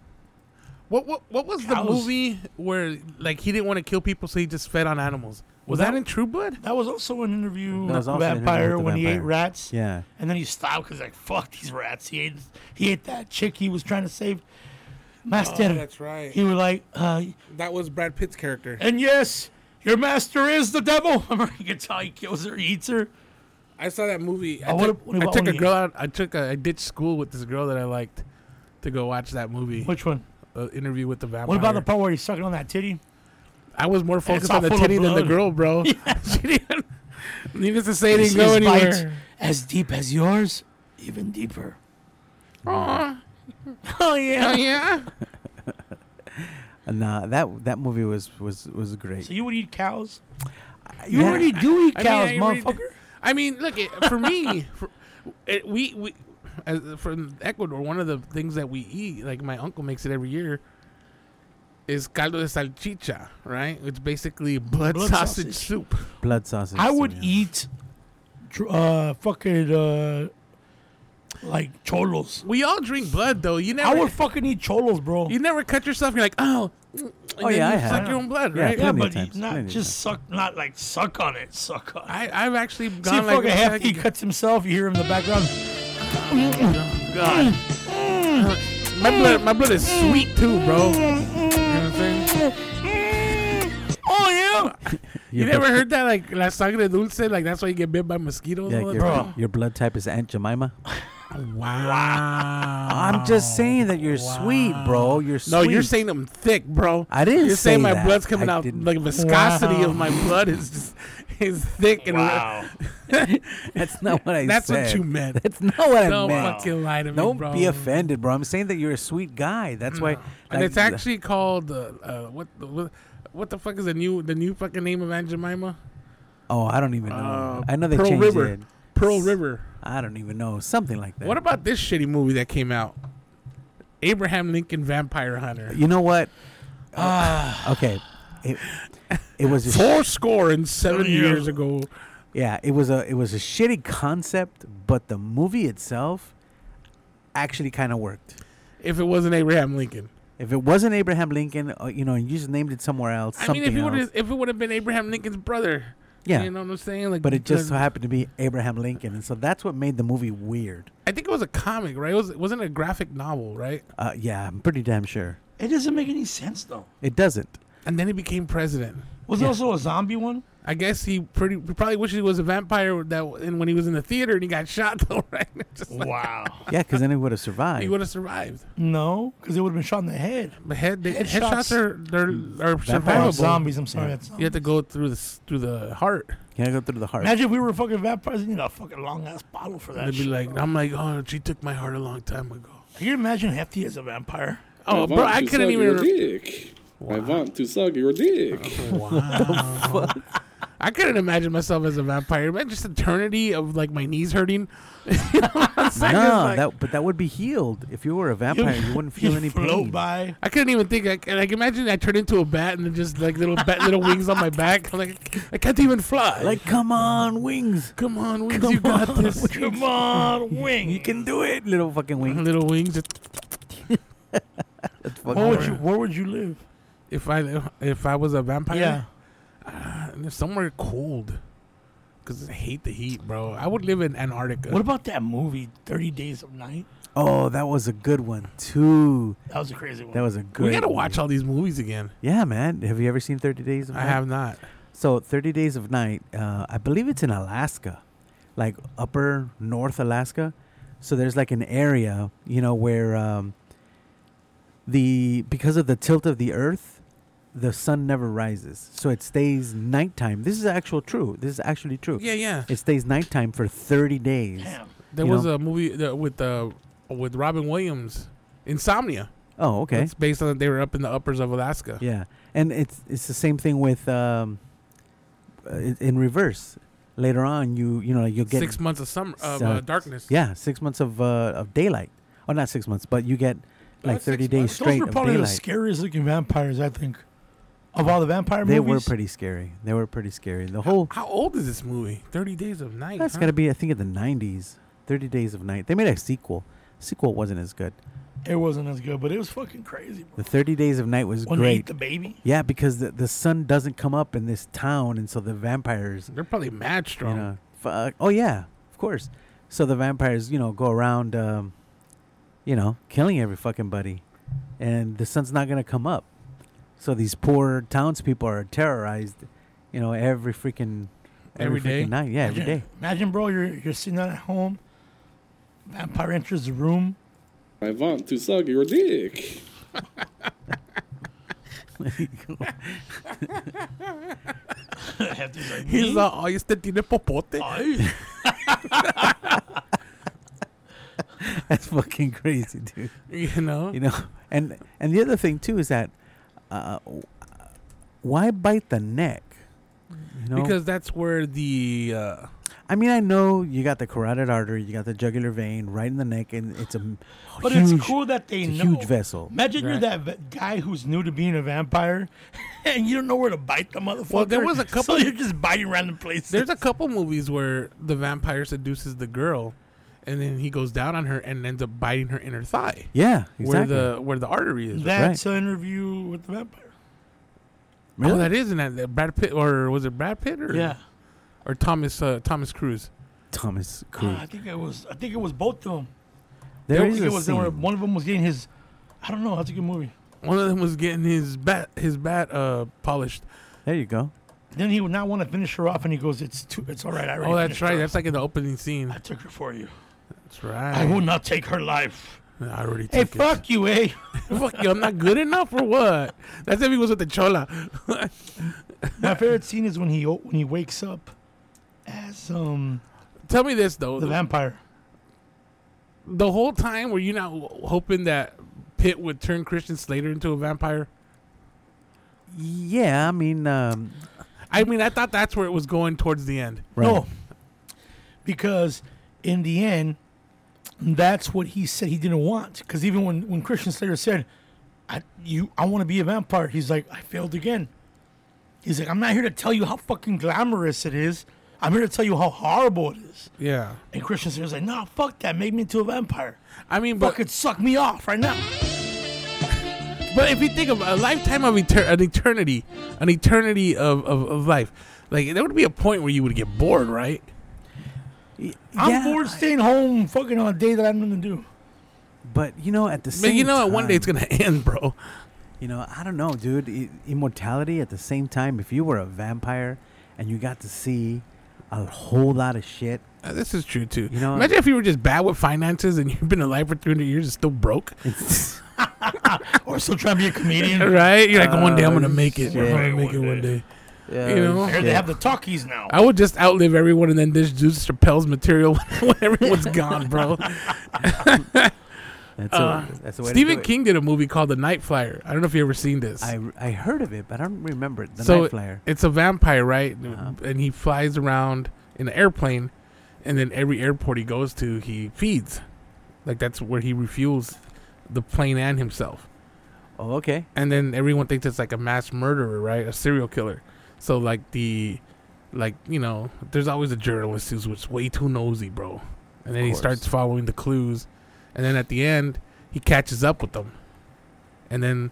Speaker 2: What what what was the
Speaker 4: Cows.
Speaker 2: movie where like he didn't want to kill people, so he just fed on animals? Was
Speaker 4: That-
Speaker 2: that in True Blood?
Speaker 4: That was also an interview
Speaker 1: That
Speaker 4: with
Speaker 1: was
Speaker 4: the
Speaker 1: also an interview
Speaker 4: vampire
Speaker 1: with the
Speaker 4: when he ate
Speaker 1: vampire.
Speaker 4: rats.
Speaker 1: Yeah.
Speaker 4: And then he stopped because like fuck these rats. He ate he ate that chick he was trying to save. Master.
Speaker 2: Oh, right.
Speaker 4: He was like, uh,
Speaker 2: That was Brad Pitt's character.
Speaker 4: and yes, your master is the devil. Remember, you can tell he kills her, eats her.
Speaker 2: I saw that movie. I,
Speaker 4: Oh, what
Speaker 2: took,
Speaker 4: ab- what
Speaker 2: I
Speaker 4: about
Speaker 2: took
Speaker 4: when
Speaker 2: a
Speaker 4: he-
Speaker 2: girl out. I took a, I ditched school with this girl that I liked to go watch that movie.
Speaker 4: Which one?
Speaker 2: uh, interview with the vampire.
Speaker 4: What about the part where he's sucking on that titty?
Speaker 2: I was more focused on
Speaker 4: all
Speaker 2: the
Speaker 4: full of
Speaker 2: titty than the
Speaker 4: blood.
Speaker 2: girl, bro. she didn't. Needless to say, it
Speaker 4: This
Speaker 2: didn't go
Speaker 4: is bites
Speaker 2: anywhere.
Speaker 4: as deep as yours, even deeper.
Speaker 2: Aw,
Speaker 4: Oh
Speaker 2: hell
Speaker 4: yeah.
Speaker 2: yeah.
Speaker 1: Nah, uh, that that movie was was was great.
Speaker 4: So you would eat cows? You
Speaker 1: Uh, Yeah.
Speaker 4: already do eat
Speaker 2: I mean,
Speaker 4: cows,
Speaker 2: I really-
Speaker 4: motherfucker.
Speaker 2: I mean, look it, for me. For, it, we we as, from Ecuador. One of the things that we eat, like my uncle makes it every year, is caldo de salchicha. Right? It's basically blood,
Speaker 4: Blood
Speaker 2: sausage,
Speaker 4: sausage.
Speaker 2: soup.
Speaker 1: Blood sausage.
Speaker 4: I
Speaker 1: so
Speaker 4: would
Speaker 1: yeah.
Speaker 4: eat, dr- uh, fucking, uh, like cholos.
Speaker 2: We all drink blood, though. You
Speaker 4: I
Speaker 2: never.
Speaker 4: would fucking eat cholos, bro.
Speaker 2: you never cut yourself. You're like, oh. and
Speaker 1: Oh,
Speaker 2: then
Speaker 1: yeah,
Speaker 2: you
Speaker 1: I have.
Speaker 2: suck your own blood,
Speaker 1: Yeah,
Speaker 2: right?
Speaker 4: yeah,
Speaker 1: plenty of
Speaker 4: but
Speaker 1: times,
Speaker 4: not
Speaker 1: plenty of
Speaker 4: just suck, not like suck on it, suck on. it.
Speaker 2: I, I've actually gone
Speaker 4: See,
Speaker 2: like
Speaker 4: fucking
Speaker 2: this.
Speaker 4: half he cuts himself. You hear him in the background.
Speaker 2: God.
Speaker 4: Mm.
Speaker 2: My blood, my blood is sweet too, bro. You know what I'm saying?
Speaker 4: Oh yeah,
Speaker 2: You
Speaker 1: Your
Speaker 2: never
Speaker 1: blood-
Speaker 2: heard that like la sangre dulce? Like that's why you get bit by mosquitoes.
Speaker 1: Yeah,
Speaker 2: all the
Speaker 1: your,
Speaker 2: time?
Speaker 1: your blood type is Aunt Jemima.
Speaker 2: Wow.
Speaker 1: I'm just saying that you're sweet, bro. You're sweet.
Speaker 2: Oh, No, you're saying I'm thick, bro.
Speaker 1: I didn't
Speaker 2: You're saying
Speaker 1: say
Speaker 2: my
Speaker 1: that.
Speaker 2: blood's coming
Speaker 1: I
Speaker 2: out.
Speaker 1: didn't.
Speaker 2: Like viscosity
Speaker 4: Wow.
Speaker 2: of my blood is just is thick and.
Speaker 1: that's not what I
Speaker 2: That's
Speaker 1: said.
Speaker 2: what you meant.
Speaker 1: That's not what I
Speaker 2: Don't
Speaker 1: meant.
Speaker 2: fucking lie to me,
Speaker 1: Don't
Speaker 2: bro.
Speaker 1: be offended, bro. I'm saying that you're a sweet guy. That's why. like,
Speaker 2: And it's actually called uh, uh, what, the- what what the fuck is the new the new fucking name of Aunt Jemima?
Speaker 1: Oh, I don't even know.
Speaker 2: Uh,
Speaker 1: I know they
Speaker 2: Pearl
Speaker 1: changed
Speaker 2: River.
Speaker 1: it.
Speaker 2: Pearl River.
Speaker 1: I don't even know. Something like that.
Speaker 2: What about this shitty movie that came out? Abraham Lincoln Vampire Hunter.
Speaker 1: you know what? okay. It, it was a
Speaker 2: Ah. Four score and seven
Speaker 4: Seven years.
Speaker 2: years ago.
Speaker 1: Yeah, it was a it was a shitty concept, but the movie itself actually kind of worked.
Speaker 2: If it wasn't Abraham Lincoln,
Speaker 1: If it wasn't Abraham Lincoln, uh, you know, and you just named it somewhere else,
Speaker 2: I
Speaker 1: something
Speaker 2: mean, if it would
Speaker 1: else.
Speaker 2: have if it would have been Abraham Lincoln's brother,
Speaker 1: Yeah.
Speaker 2: you know what I'm saying. Like,
Speaker 1: But it just so
Speaker 2: because-
Speaker 1: happened to be Abraham Lincoln, and so that's what made the movie weird.
Speaker 2: I think it was a comic, right? It was wasn't a graphic novel, right?
Speaker 1: Uh, yeah, I'm pretty damn sure
Speaker 4: it doesn't make any sense though.
Speaker 1: it doesn't.
Speaker 2: And then he became president.
Speaker 4: Was there also a zombie one?
Speaker 2: I guess he pretty he probably wished he was a vampire that and when he was in the theater and he got shot though, right? Just like,
Speaker 4: Wow.
Speaker 1: Yeah, because then it would have
Speaker 2: he
Speaker 1: survived.
Speaker 2: would have survived.
Speaker 4: no, because they would have been shot in the head.
Speaker 2: But head, the
Speaker 4: Headshots.
Speaker 2: headshots are they're, are
Speaker 1: Vampire
Speaker 4: Oh,
Speaker 2: survivable.
Speaker 4: zombies. I'm sorry. That's
Speaker 2: You have to go through the s- through the heart.
Speaker 1: Can I go through the heart?
Speaker 4: Imagine if we were fucking vampires. You need a fucking long ass bottle for that.
Speaker 2: They'd be
Speaker 4: shit.
Speaker 2: like, I'm like, oh, she took my heart a long time ago.
Speaker 4: Can you imagine Hefty as a vampire?
Speaker 2: Oh, bro, I couldn't even. Uh-huh.
Speaker 8: Your dick. I want to suck your dick.
Speaker 2: I couldn't imagine myself as a vampire. Man, just eternity of like my knees hurting.
Speaker 1: no,
Speaker 2: like-
Speaker 1: that but that would be healed if you were a vampire. You wouldn't feel
Speaker 4: You'd
Speaker 1: any
Speaker 4: float
Speaker 1: pain.
Speaker 4: by.
Speaker 2: I couldn't even think. Like, like imagine I turned into a bat and then just like little bat, little wings on my back. I'm like I can't even fly.
Speaker 1: Like, come on, wings!
Speaker 2: come on, wings,
Speaker 1: come
Speaker 2: you got
Speaker 1: on,
Speaker 2: this.
Speaker 4: Come on, wing.
Speaker 1: You can do it, little fucking wings.
Speaker 2: Little wings. just-
Speaker 4: Where would you? Where would you live?
Speaker 2: If I if I was a vampire,
Speaker 4: Yeah.
Speaker 2: and somewhere cold, because I hate the heat, bro. I would live in Antarctica.
Speaker 4: What about that movie, Thirty Days of Night?
Speaker 1: Oh, that was a good one too.
Speaker 4: That was a crazy one.
Speaker 1: That was a good.
Speaker 2: we gotta watch all these movies again.
Speaker 1: Yeah, man. Have you ever seen Thirty Days of
Speaker 2: I
Speaker 1: Night?
Speaker 2: have not.
Speaker 1: So Thirty Days of Night, uh, I believe it's in Alaska, like upper North Alaska. So there's like an area, you know, where um, the because of the tilt of the Earth, the sun never rises, so it stays nighttime. This is actual true. This is actually true.
Speaker 2: Yeah, yeah.
Speaker 1: It stays nighttime for thirty days.
Speaker 4: Damn.
Speaker 2: There
Speaker 1: you
Speaker 2: was
Speaker 1: know?
Speaker 2: a movie that with uh, with Robin Williams, Insomnia.
Speaker 1: Oh, okay.
Speaker 2: It's based on they were up in the uppers of Alaska.
Speaker 1: Yeah, and it's it's the same thing with um, uh, in in reverse. Later on, you you know you'll get
Speaker 2: Six months of summer of
Speaker 1: So-
Speaker 2: uh, darkness.
Speaker 1: yeah six months of uh, of daylight. Oh, not six months, but you get
Speaker 2: No,
Speaker 1: like
Speaker 2: it's
Speaker 1: thirty
Speaker 2: six
Speaker 1: days
Speaker 2: months.
Speaker 1: straight
Speaker 4: Those were
Speaker 1: of
Speaker 4: probably the
Speaker 1: daylight.
Speaker 4: scariest looking vampires, I think, of all the vampire
Speaker 1: They were
Speaker 4: movies.
Speaker 1: pretty scary. They were pretty scary. The whole
Speaker 2: How old is this movie? Thirty Days of Night.
Speaker 1: that's
Speaker 2: huh?
Speaker 1: got to be I think in the nineties. Thirty Days of Night. They made a sequel. Sequel wasn't as good.
Speaker 4: It wasn't as good, but it was fucking crazy. Bro.
Speaker 1: The Thirty Days of Night was
Speaker 4: When they
Speaker 1: great.
Speaker 4: eat the baby.
Speaker 1: yeah, because the, the sun doesn't come up in this town, and so the vampires
Speaker 2: They're probably mad strong.
Speaker 1: You know, fuck. Oh yeah, of course. So the vampires, you know, go around, um, you know, killing every fucking buddy, and the sun's not gonna come up. So these poor townspeople are terrorized, you know, every freaking
Speaker 2: Every day?
Speaker 1: freaking night. Yeah, every
Speaker 4: Imagine-
Speaker 1: day.
Speaker 4: Imagine, bro, you're you're sitting out at home. Vampire enters the room.
Speaker 8: I want to suck your dick.
Speaker 2: He's like, oh, este tiene popote.
Speaker 1: That's fucking crazy, dude.
Speaker 2: You know?
Speaker 1: You know, and and the other thing too is that, uh, why bite the neck? You know,
Speaker 2: Because that's where the uh,
Speaker 1: I mean, I know you got the carotid artery, you got the jugular vein right in the neck, and it's a m-
Speaker 4: But
Speaker 1: huge-
Speaker 4: it's cool that they
Speaker 1: it's a
Speaker 4: know.
Speaker 1: huge vessel.
Speaker 4: Imagine you're
Speaker 2: Right.
Speaker 4: that v- guy who's new to being a vampire, and you don't know where to bite the motherfucker.
Speaker 2: Well, there was a
Speaker 4: So
Speaker 2: couple-
Speaker 4: you're just biting random places.
Speaker 2: there's a couple movies where the vampire seduces the girl, and then he goes down on her and ends up biting her inner thigh,
Speaker 1: Yeah, exactly.
Speaker 2: where the where the artery is.
Speaker 4: that's an interview with the vampire.
Speaker 1: Really?
Speaker 2: Oh, that is in that, that Brad Pitt or was it Brad Pitt or or Thomas uh, Thomas Cruise?
Speaker 1: Thomas
Speaker 4: Ah,
Speaker 1: Cruise.
Speaker 4: I think it was. I think it was both of them.
Speaker 1: there
Speaker 4: I
Speaker 1: is
Speaker 4: think
Speaker 1: a
Speaker 4: it was the one where
Speaker 1: scene.
Speaker 4: one of them was getting his. I don't know. That's a good movie.
Speaker 2: One of them was getting his bat his bat uh, polished.
Speaker 1: There you go.
Speaker 4: Then he would not want to finish her off, and he goes, "It's too. It's all right. I already
Speaker 2: Oh, that's
Speaker 4: finished
Speaker 2: right.
Speaker 4: her.
Speaker 2: That's like in the opening scene.
Speaker 4: I took her for you.
Speaker 2: That's right.
Speaker 4: I will not take her life.
Speaker 2: I already
Speaker 4: Hey,
Speaker 2: took it.
Speaker 4: fuck you, eh?
Speaker 2: Fuck you, I'm not good enough or what? That's if he was with the Chola.
Speaker 4: My favorite scene is when he o- when he wakes up as um
Speaker 2: Tell me this though.
Speaker 4: the vampire.
Speaker 2: the whole time were you not w- hoping that Pitt would turn Christian Slater into a vampire?
Speaker 1: Yeah, I mean, um,
Speaker 2: I mean, I thought that's where it was going towards the end.
Speaker 1: right.
Speaker 4: No, because in the end, that's what he said he didn't want. Because even when when Christian Slater said, "I you I want to be a vampire," he's like, "I failed again." He's like, "I'm not here to tell you how fucking glamorous it is. I'm here to tell you how horrible it is."
Speaker 2: Yeah.
Speaker 4: And Christian Slater's like, "No, fuck that. Make me into a vampire.
Speaker 2: I mean, but
Speaker 4: Fucking suck me off right now."
Speaker 2: but if you think of a lifetime of eter- an eternity, an eternity of, of, of life, like there would be a point where you would get bored, right?
Speaker 4: I'm
Speaker 1: Yeah,
Speaker 4: bored staying home, fucking on a day that I have nothing to do.
Speaker 1: But you know, at the same
Speaker 2: But you know, what? one day
Speaker 1: time-
Speaker 2: it's gonna end, bro.
Speaker 1: You know, I don't know, dude. I- immortality at the same time. If you were a vampire and you got to see a whole lot of shit,
Speaker 2: Uh, this is true too.
Speaker 1: You know-
Speaker 2: imagine if you were just bad with finances and you've been alive for 300 years and still broke,
Speaker 4: Or still trying to be a comedian.
Speaker 2: right? You're like, one day I'm gonna make it.
Speaker 1: shit.
Speaker 2: I'm gonna make it one day. you know,
Speaker 4: I heard they have the talkies now.
Speaker 2: I would just outlive everyone, and then this dude Chappelle's material when everyone's gone, bro.
Speaker 1: that's a, that's the way. to
Speaker 2: Stephen
Speaker 1: do it.
Speaker 2: King did a movie called The Night Flyer. I don't know if you ever seen this.
Speaker 1: I, I heard of it, but I don't remember it. The
Speaker 2: so
Speaker 1: Night Uh-huh. Flyer.
Speaker 2: it's a vampire, right? And he flies around in an airplane, and then every airport he goes to, he feeds. Like that's where he refuels the plane and himself.
Speaker 1: Oh, okay.
Speaker 2: And then everyone thinks it's like a mass murderer, right? A serial killer. So like the, like you know, there's always a journalist who's just way too nosy, bro. And then he
Speaker 1: course.
Speaker 2: starts following the clues, and then at the end he catches up with them. And then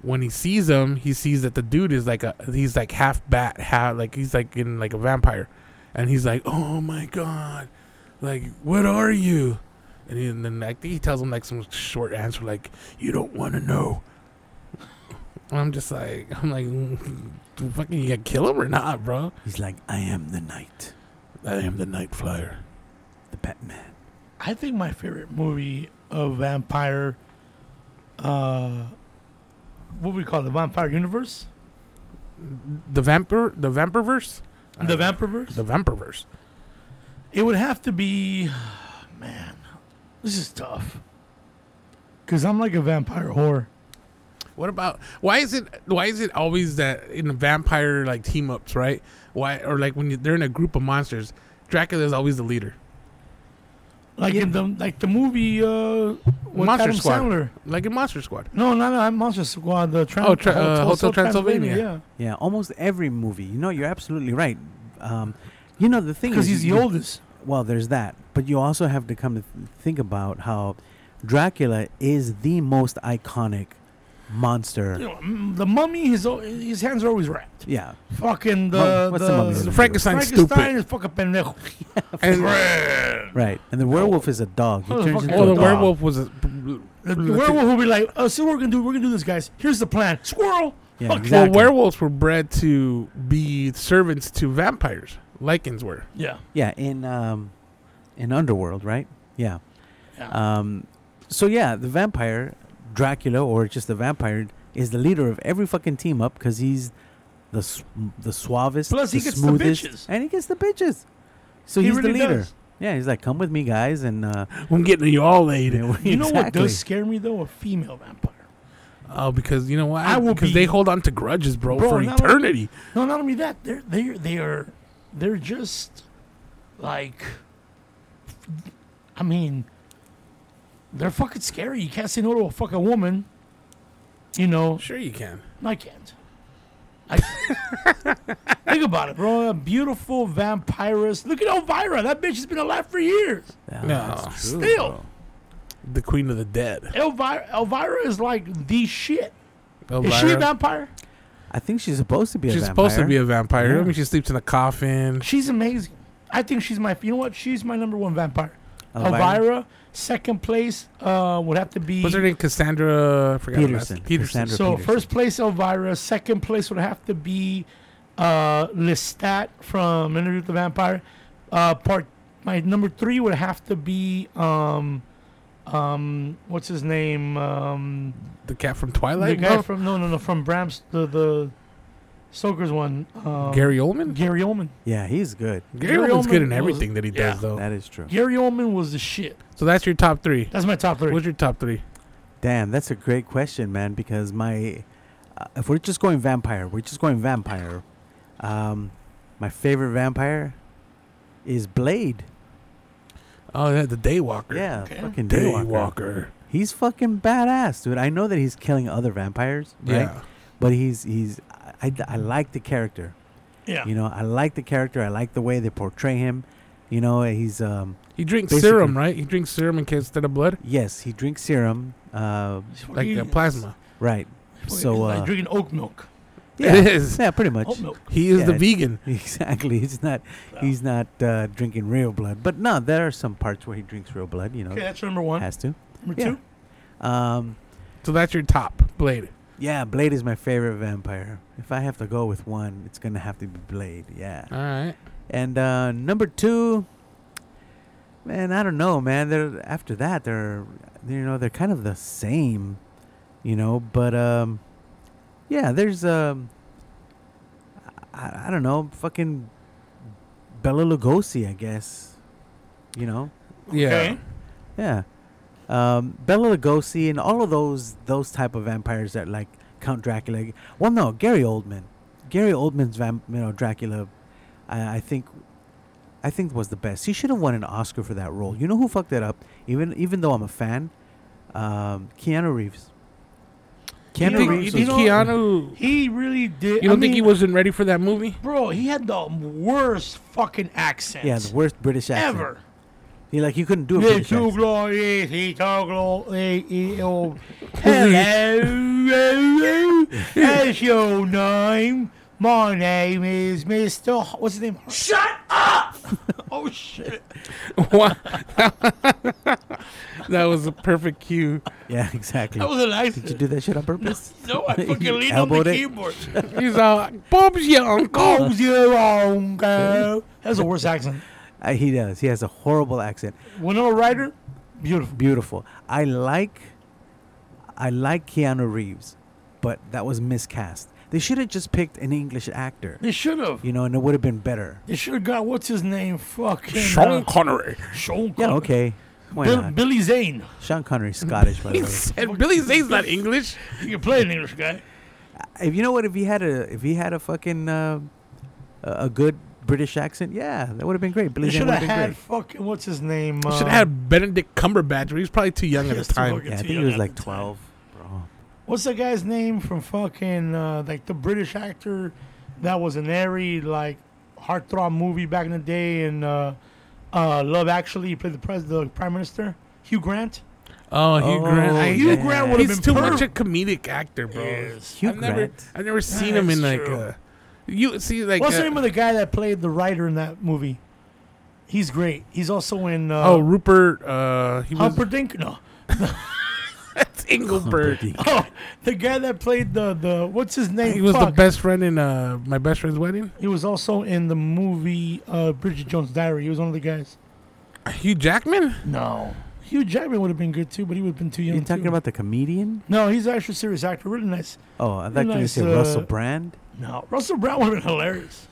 Speaker 2: when he sees him, he sees that the dude is like a he's like half bat, half like he's like in like a vampire, and he's like, oh my god, like what are you? And, he, and then like he tells him like some short answer like you don't want to know. And I'm just like I'm like, "Mm, fucking you gonna kill him or not, bro?
Speaker 1: He's like, I am the night,
Speaker 2: I am the night flyer.
Speaker 1: the Batman.
Speaker 4: I think my favorite movie of vampire, uh, what we call it, the vampire universe,
Speaker 2: The vampire, the vampireverse,
Speaker 4: the vampireverse.
Speaker 2: the vampireverse.
Speaker 4: It would have to be, man, this is tough. Cause I'm like a vampire whore.
Speaker 2: What about why is it why is it always that in vampire like team ups right? Why or like when you, they're in a group of monsters, Dracula is always the leader.
Speaker 4: Like in the like the movie uh, with
Speaker 2: Monster
Speaker 4: Adam
Speaker 2: Squad.
Speaker 4: Sandler.
Speaker 2: Like in Monster Squad.
Speaker 4: No, not not Monster Squad. The Tran-
Speaker 2: Oh, Tra- uh, Hotel Transylvania.
Speaker 4: Yeah,
Speaker 1: Yeah, almost every movie. You know, you're absolutely right. Um, you know, the thing
Speaker 4: because
Speaker 1: is,
Speaker 4: he's the
Speaker 1: you-
Speaker 4: oldest.
Speaker 1: Well, there's that, but you also have to come to th- think about how Dracula is the most iconic monster.
Speaker 4: You know, mm, the mummy, his o- his hands are always wrapped.
Speaker 1: Yeah, Mum-
Speaker 4: Fucking the
Speaker 1: what's the
Speaker 4: the,
Speaker 1: mummy's name?
Speaker 2: Frankenstein's stupid.
Speaker 4: Frankenstein is fucking pendejo.
Speaker 2: And
Speaker 1: right. And the werewolf is a dog. He
Speaker 4: Oh, the
Speaker 1: turns
Speaker 4: fucking-
Speaker 1: into
Speaker 2: oh,
Speaker 1: a
Speaker 2: the
Speaker 1: dog.
Speaker 2: werewolf was a,
Speaker 4: The werewolf will be like, oh, so we're gonna do, we're gonna do this, guys. Here's the plan. Squirrel.
Speaker 1: Yeah,
Speaker 4: Fuck
Speaker 1: exactly.
Speaker 2: Well, werewolves were bred to be servants to vampires. Lycans were.
Speaker 4: Yeah.
Speaker 1: Yeah, in um, in Underworld, right? Yeah.
Speaker 4: Yeah.
Speaker 1: Um, so yeah, the vampire, Dracula, or just the vampire, is the leader of every fucking team up because he's the s- the suavest,
Speaker 4: Plus, he
Speaker 1: the
Speaker 4: gets the
Speaker 1: smoothest,
Speaker 4: bitches.
Speaker 1: and he gets the bitches. So
Speaker 4: He
Speaker 1: he's the
Speaker 4: really
Speaker 1: leader.
Speaker 4: does.
Speaker 1: Yeah, he's like, come with me, guys, and uh,
Speaker 2: I'm getting you all laid.
Speaker 4: You know what does scare me though? A female vampire.
Speaker 2: Oh, because you know what?
Speaker 4: I will
Speaker 2: because
Speaker 4: be-
Speaker 2: they hold on to grudges, bro,
Speaker 4: Bro,
Speaker 2: for
Speaker 4: not only-
Speaker 2: eternity.
Speaker 4: No, not only that. They're they are they are they're just like. I mean, they're fucking scary. You can't say no to a fucking woman. You know,
Speaker 2: Sure, you can.
Speaker 4: I can't. I think about it, bro. A beautiful vampirist. Look at Elvira. That bitch has been alive for years.
Speaker 1: Yeah,
Speaker 2: No,
Speaker 1: that's true,
Speaker 4: still.
Speaker 1: bro.
Speaker 2: The queen of the dead.
Speaker 4: Elvira, Elvira is like the shit. Is she a
Speaker 2: Elvira.
Speaker 4: vampire?
Speaker 1: I think she's supposed to be.
Speaker 2: She's
Speaker 1: a vampire.
Speaker 2: supposed to be a vampire.
Speaker 1: Yeah.
Speaker 2: I mean, she sleeps in a coffin.
Speaker 4: She's amazing. I think she's my. You know what? She's my number one vampire.
Speaker 1: Elvira?
Speaker 4: Elvira. Second place uh, would have to be.
Speaker 2: What's her name? Cassandra. I forgot her last-
Speaker 1: Peterson.
Speaker 2: Peterson.
Speaker 1: Cassandra
Speaker 4: So
Speaker 1: Peterson.
Speaker 4: first place Elvira. Second place would have to be uh, Lestat from Interview with the Vampire. Uh, part my number three would have to be um, um, what's his name? Um,
Speaker 2: The cat from
Speaker 4: the
Speaker 2: Twilight.
Speaker 4: guy
Speaker 2: bro?
Speaker 4: from no no no from Bram's the the Stoker's one. Um,
Speaker 2: Gary Oldman.
Speaker 4: Gary Oldman.
Speaker 1: Yeah, he's good.
Speaker 2: Gary
Speaker 4: Gary
Speaker 2: Oldman's
Speaker 4: Oldman
Speaker 2: good in
Speaker 4: was-
Speaker 2: everything that he does,
Speaker 4: yeah.
Speaker 2: though.
Speaker 1: That is true.
Speaker 4: Gary Oldman was the shit.
Speaker 2: So that's your top three.
Speaker 4: That's my top three.
Speaker 2: What's your top three?
Speaker 1: Damn, that's a great question, man. Because my, uh, if we're just going vampire, we're just going vampire. Um, my favorite vampire is Blade.
Speaker 2: Oh, yeah, the Daywalker.
Speaker 1: Yeah, fucking Daywalker.
Speaker 2: Daywalker.
Speaker 1: He's fucking badass, dude. I know that he's killing other vampires, right?
Speaker 2: Yeah.
Speaker 1: But he's he's I, I, I like the character.
Speaker 4: yeah.
Speaker 1: You know, I like the character. I like the way they portray him. You know, he's um
Speaker 2: He drinks
Speaker 1: Basically.
Speaker 2: serum, right? He drinks serum in- instead of blood,
Speaker 1: yes, he drinks serum. Uh,
Speaker 2: like uh, plasma.
Speaker 1: right. So
Speaker 4: like
Speaker 1: uh,
Speaker 4: drinking oat milk.
Speaker 1: yeah,
Speaker 2: It is.
Speaker 1: yeah, pretty much.
Speaker 4: Oat milk.
Speaker 2: He is
Speaker 1: Yeah,
Speaker 2: the
Speaker 1: it's-
Speaker 2: vegan.
Speaker 1: Exactly. He's not. He's not uh, drinking real blood. But no, there are some parts where he drinks real blood. You know,
Speaker 4: Okay, that's number one.
Speaker 1: has to.
Speaker 4: number
Speaker 1: yeah.
Speaker 4: two.
Speaker 1: Um,
Speaker 2: So that's your top blade.
Speaker 1: yeah, Blade is my favorite vampire. If I have to go with one, it's gonna have to be Blade. Yeah.
Speaker 2: All right.
Speaker 1: And uh, number two, man, I don't know, man. They're after that, they're you know they're kind of the same, you know. But um, yeah, there's um, I, I don't know, fucking Bella Lugosi, I guess, you know,
Speaker 2: Yeah.
Speaker 4: Okay.
Speaker 1: yeah, um, Bella Lugosi and all of those those type of vampires that like Count Dracula. Well, no, Gary Oldman, Gary Oldman's vamp, you know Dracula, I, I think I think was the best. He should have won an Oscar for that role. You know who fucked that up? Even even though I'm a fan, um, Keanu Reeves.
Speaker 2: You
Speaker 1: Keanu
Speaker 2: think,
Speaker 1: Reeves.
Speaker 2: you
Speaker 1: was-
Speaker 2: think
Speaker 4: know-
Speaker 2: Keanu?
Speaker 4: He really did.
Speaker 2: You don't
Speaker 4: I
Speaker 2: think he
Speaker 4: mean,
Speaker 2: wasn't ready for that movie?
Speaker 4: Bro, he had the worst fucking accent.
Speaker 1: yeah, the worst British accent
Speaker 4: ever.
Speaker 1: He like you couldn't do a
Speaker 4: Yeah,
Speaker 1: British
Speaker 4: too
Speaker 1: accent.
Speaker 4: glorious, he too glorious, he- oh, Hello, that's your name. My name is Mr. Ho- What's his name? Shut up! oh shit!
Speaker 2: Wha- that was a perfect cue.
Speaker 1: Yeah, exactly.
Speaker 4: That was an accent.
Speaker 1: Did you do that shit on purpose?
Speaker 4: No, I
Speaker 1: You
Speaker 4: fucking leaned on the
Speaker 1: elbowed it?
Speaker 4: keyboard.
Speaker 2: He's all, Bob's your uncle.
Speaker 4: Comes your own girl. That's the worst accent.
Speaker 1: Uh, he does. He has a horrible accent.
Speaker 4: Winona Ryder, beautiful.
Speaker 1: beautiful. I like, I like Keanu Reeves, but that was miscast. They should have just picked an English actor,
Speaker 4: They should have.
Speaker 1: you know, and it would have been better.
Speaker 4: They should have got what's his name? Fucking
Speaker 2: Sean
Speaker 4: uh,
Speaker 2: Connery.
Speaker 4: Sean Connery.
Speaker 1: Yeah, okay. Why
Speaker 4: Bill,
Speaker 1: not?
Speaker 4: Billy Zane.
Speaker 1: Sean Connery's Scottish, by the way.
Speaker 2: And Billy Zane's not English.
Speaker 4: You can play an English guy.
Speaker 1: If you know what, if he had a, if he had a fucking, uh, a a good British accent, yeah, that would have been great. Billy
Speaker 4: They
Speaker 1: Zane
Speaker 4: should
Speaker 1: would
Speaker 4: have
Speaker 1: have been
Speaker 4: had
Speaker 1: great.
Speaker 4: fucking what's his name? Uh,
Speaker 2: Should have had Benedict Cumberbatch, but he was probably too young at
Speaker 4: Yes,
Speaker 2: his
Speaker 4: too
Speaker 2: time.
Speaker 4: young.
Speaker 1: Yeah, I
Speaker 4: too
Speaker 1: think he was
Speaker 4: at
Speaker 1: like
Speaker 4: the time.
Speaker 1: twelve, bro.
Speaker 4: What's the guy's name from fucking uh, like the British actor that was in every like heartthrob movie back in the day and uh, uh, Love Actually? He played the pres the prime minister. Hugh Grant.
Speaker 2: Oh, Hugh Grant. I-
Speaker 4: Hugh Grant would have
Speaker 2: He's
Speaker 4: been
Speaker 2: too
Speaker 4: perfect.
Speaker 2: much a comedic actor, bro.
Speaker 4: Yes.
Speaker 1: Hugh
Speaker 2: I've never,
Speaker 1: Grant.
Speaker 2: I've never seen him in
Speaker 4: That's
Speaker 2: like
Speaker 4: true.
Speaker 2: a. You see, like
Speaker 4: What's
Speaker 2: uh,
Speaker 4: the name of the guy that played the writer in that movie? He's great. He's also in uh,
Speaker 2: oh Rupert. Uh, he was
Speaker 4: Humperdinck. No,
Speaker 2: that's Engelbert.
Speaker 4: oh, the guy that played the the what's his name?
Speaker 2: He was the
Speaker 4: Fuck.
Speaker 2: best friend in uh, my best friend's wedding.
Speaker 4: He was also in the movie uh, Bridget Jones' Diary. He was one of the guys.
Speaker 2: Hugh Jackman.
Speaker 4: No, Hugh Jackman would have been good too, but he would have been too young.
Speaker 1: You talking
Speaker 4: too.
Speaker 1: about the comedian?
Speaker 4: No, he's an actual serious actor. Really nice.
Speaker 1: Oh, I'd like to
Speaker 4: Nice,
Speaker 1: say
Speaker 4: uh,
Speaker 1: Russell Brand.
Speaker 4: No, Russell Brown would have been hilarious.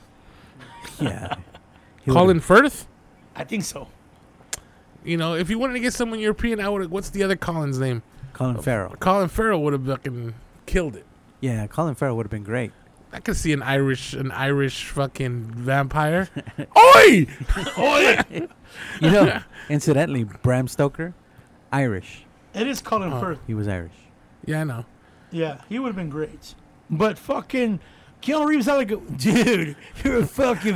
Speaker 1: Yeah. He would've-
Speaker 2: Colin Firth.
Speaker 4: I think so.
Speaker 2: You know, if you wanted to get someone European, I would. What's the other Colin's name?
Speaker 4: Oh,
Speaker 1: Colin Farrell.
Speaker 2: Colin Farrell would have fucking killed it.
Speaker 1: Yeah, Colin Farrell would have been great.
Speaker 2: I could see an Irish, an Irish fucking vampire. Oi! Oi!
Speaker 1: You know, incidentally, Bram Stoker, Irish.
Speaker 4: It is Colin Firth.
Speaker 1: He was Irish.
Speaker 2: Yeah, I know.
Speaker 4: Yeah, he would have been great. But fucking Keanu Reeves, I like, a- dude, you're a fucking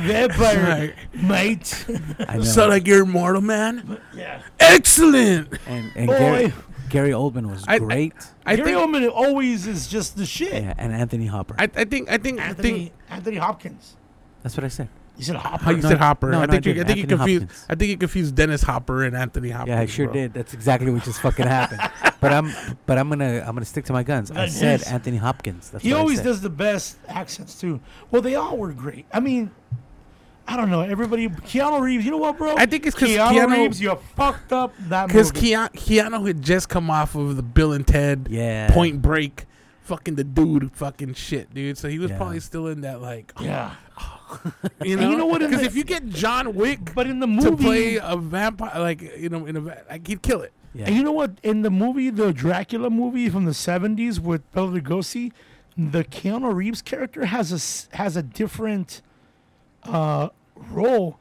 Speaker 4: vampire, mate.
Speaker 1: I know.
Speaker 2: Sound like you're immortal, man.
Speaker 4: yeah.
Speaker 2: Excellent.
Speaker 1: and and Gary,
Speaker 4: Boy.
Speaker 1: Gary Oldman was
Speaker 2: I- I-
Speaker 1: great.
Speaker 2: I
Speaker 4: Gary
Speaker 2: think.
Speaker 4: Oldman always is just the shit.
Speaker 1: yeah, and Anthony Hopper.
Speaker 2: I, I think. I think. I
Speaker 4: Anthony,
Speaker 2: think.
Speaker 4: Anthony Hopkins.
Speaker 1: That's what I said.
Speaker 4: You said Hopper.
Speaker 2: How you
Speaker 1: No,
Speaker 2: said Hopper?
Speaker 1: no,
Speaker 2: I
Speaker 1: no,
Speaker 2: think
Speaker 1: I
Speaker 2: you, I
Speaker 1: didn't.
Speaker 2: think you
Speaker 1: Anthony
Speaker 2: confused.
Speaker 1: Hopkins.
Speaker 2: I think you confused Dennis Hopper and Anthony Hopkins.
Speaker 1: Yeah, I sure
Speaker 2: bro.
Speaker 1: did. That's exactly what just fucking happened. But I'm but I'm gonna I'm gonna stick to my guns. I
Speaker 4: That
Speaker 1: said
Speaker 4: is-
Speaker 1: Anthony Hopkins. That's
Speaker 4: He
Speaker 1: what I
Speaker 4: always
Speaker 1: said.
Speaker 4: does the best accents too. Well, they all were great. I mean, I don't know. Everybody, Keanu Reeves. You know what, bro?
Speaker 2: I think it's 'cause
Speaker 4: Keanu,
Speaker 2: Keanu-
Speaker 4: Reeves. You fucked up that
Speaker 2: Because
Speaker 4: movie.
Speaker 2: Keanu, Keanu had just come off of the Bill and Ted,
Speaker 1: Yeah.
Speaker 2: Point Break, fucking the dude, fucking shit, dude. So he was
Speaker 1: Yeah.
Speaker 2: probably still in that like,
Speaker 4: yeah,
Speaker 2: you
Speaker 4: And
Speaker 2: know,
Speaker 4: you know what, in
Speaker 2: Because
Speaker 4: the-
Speaker 2: if you get John Wick
Speaker 4: but in the
Speaker 2: to
Speaker 4: movie,
Speaker 2: play a vampire, like you know, in a va- like he'd kill it.
Speaker 1: Yeah.
Speaker 4: and you know what? In the movie, the Dracula movie from the '70s with Bela Lugosi, the Keanu Reeves character has a s- has a different uh, role.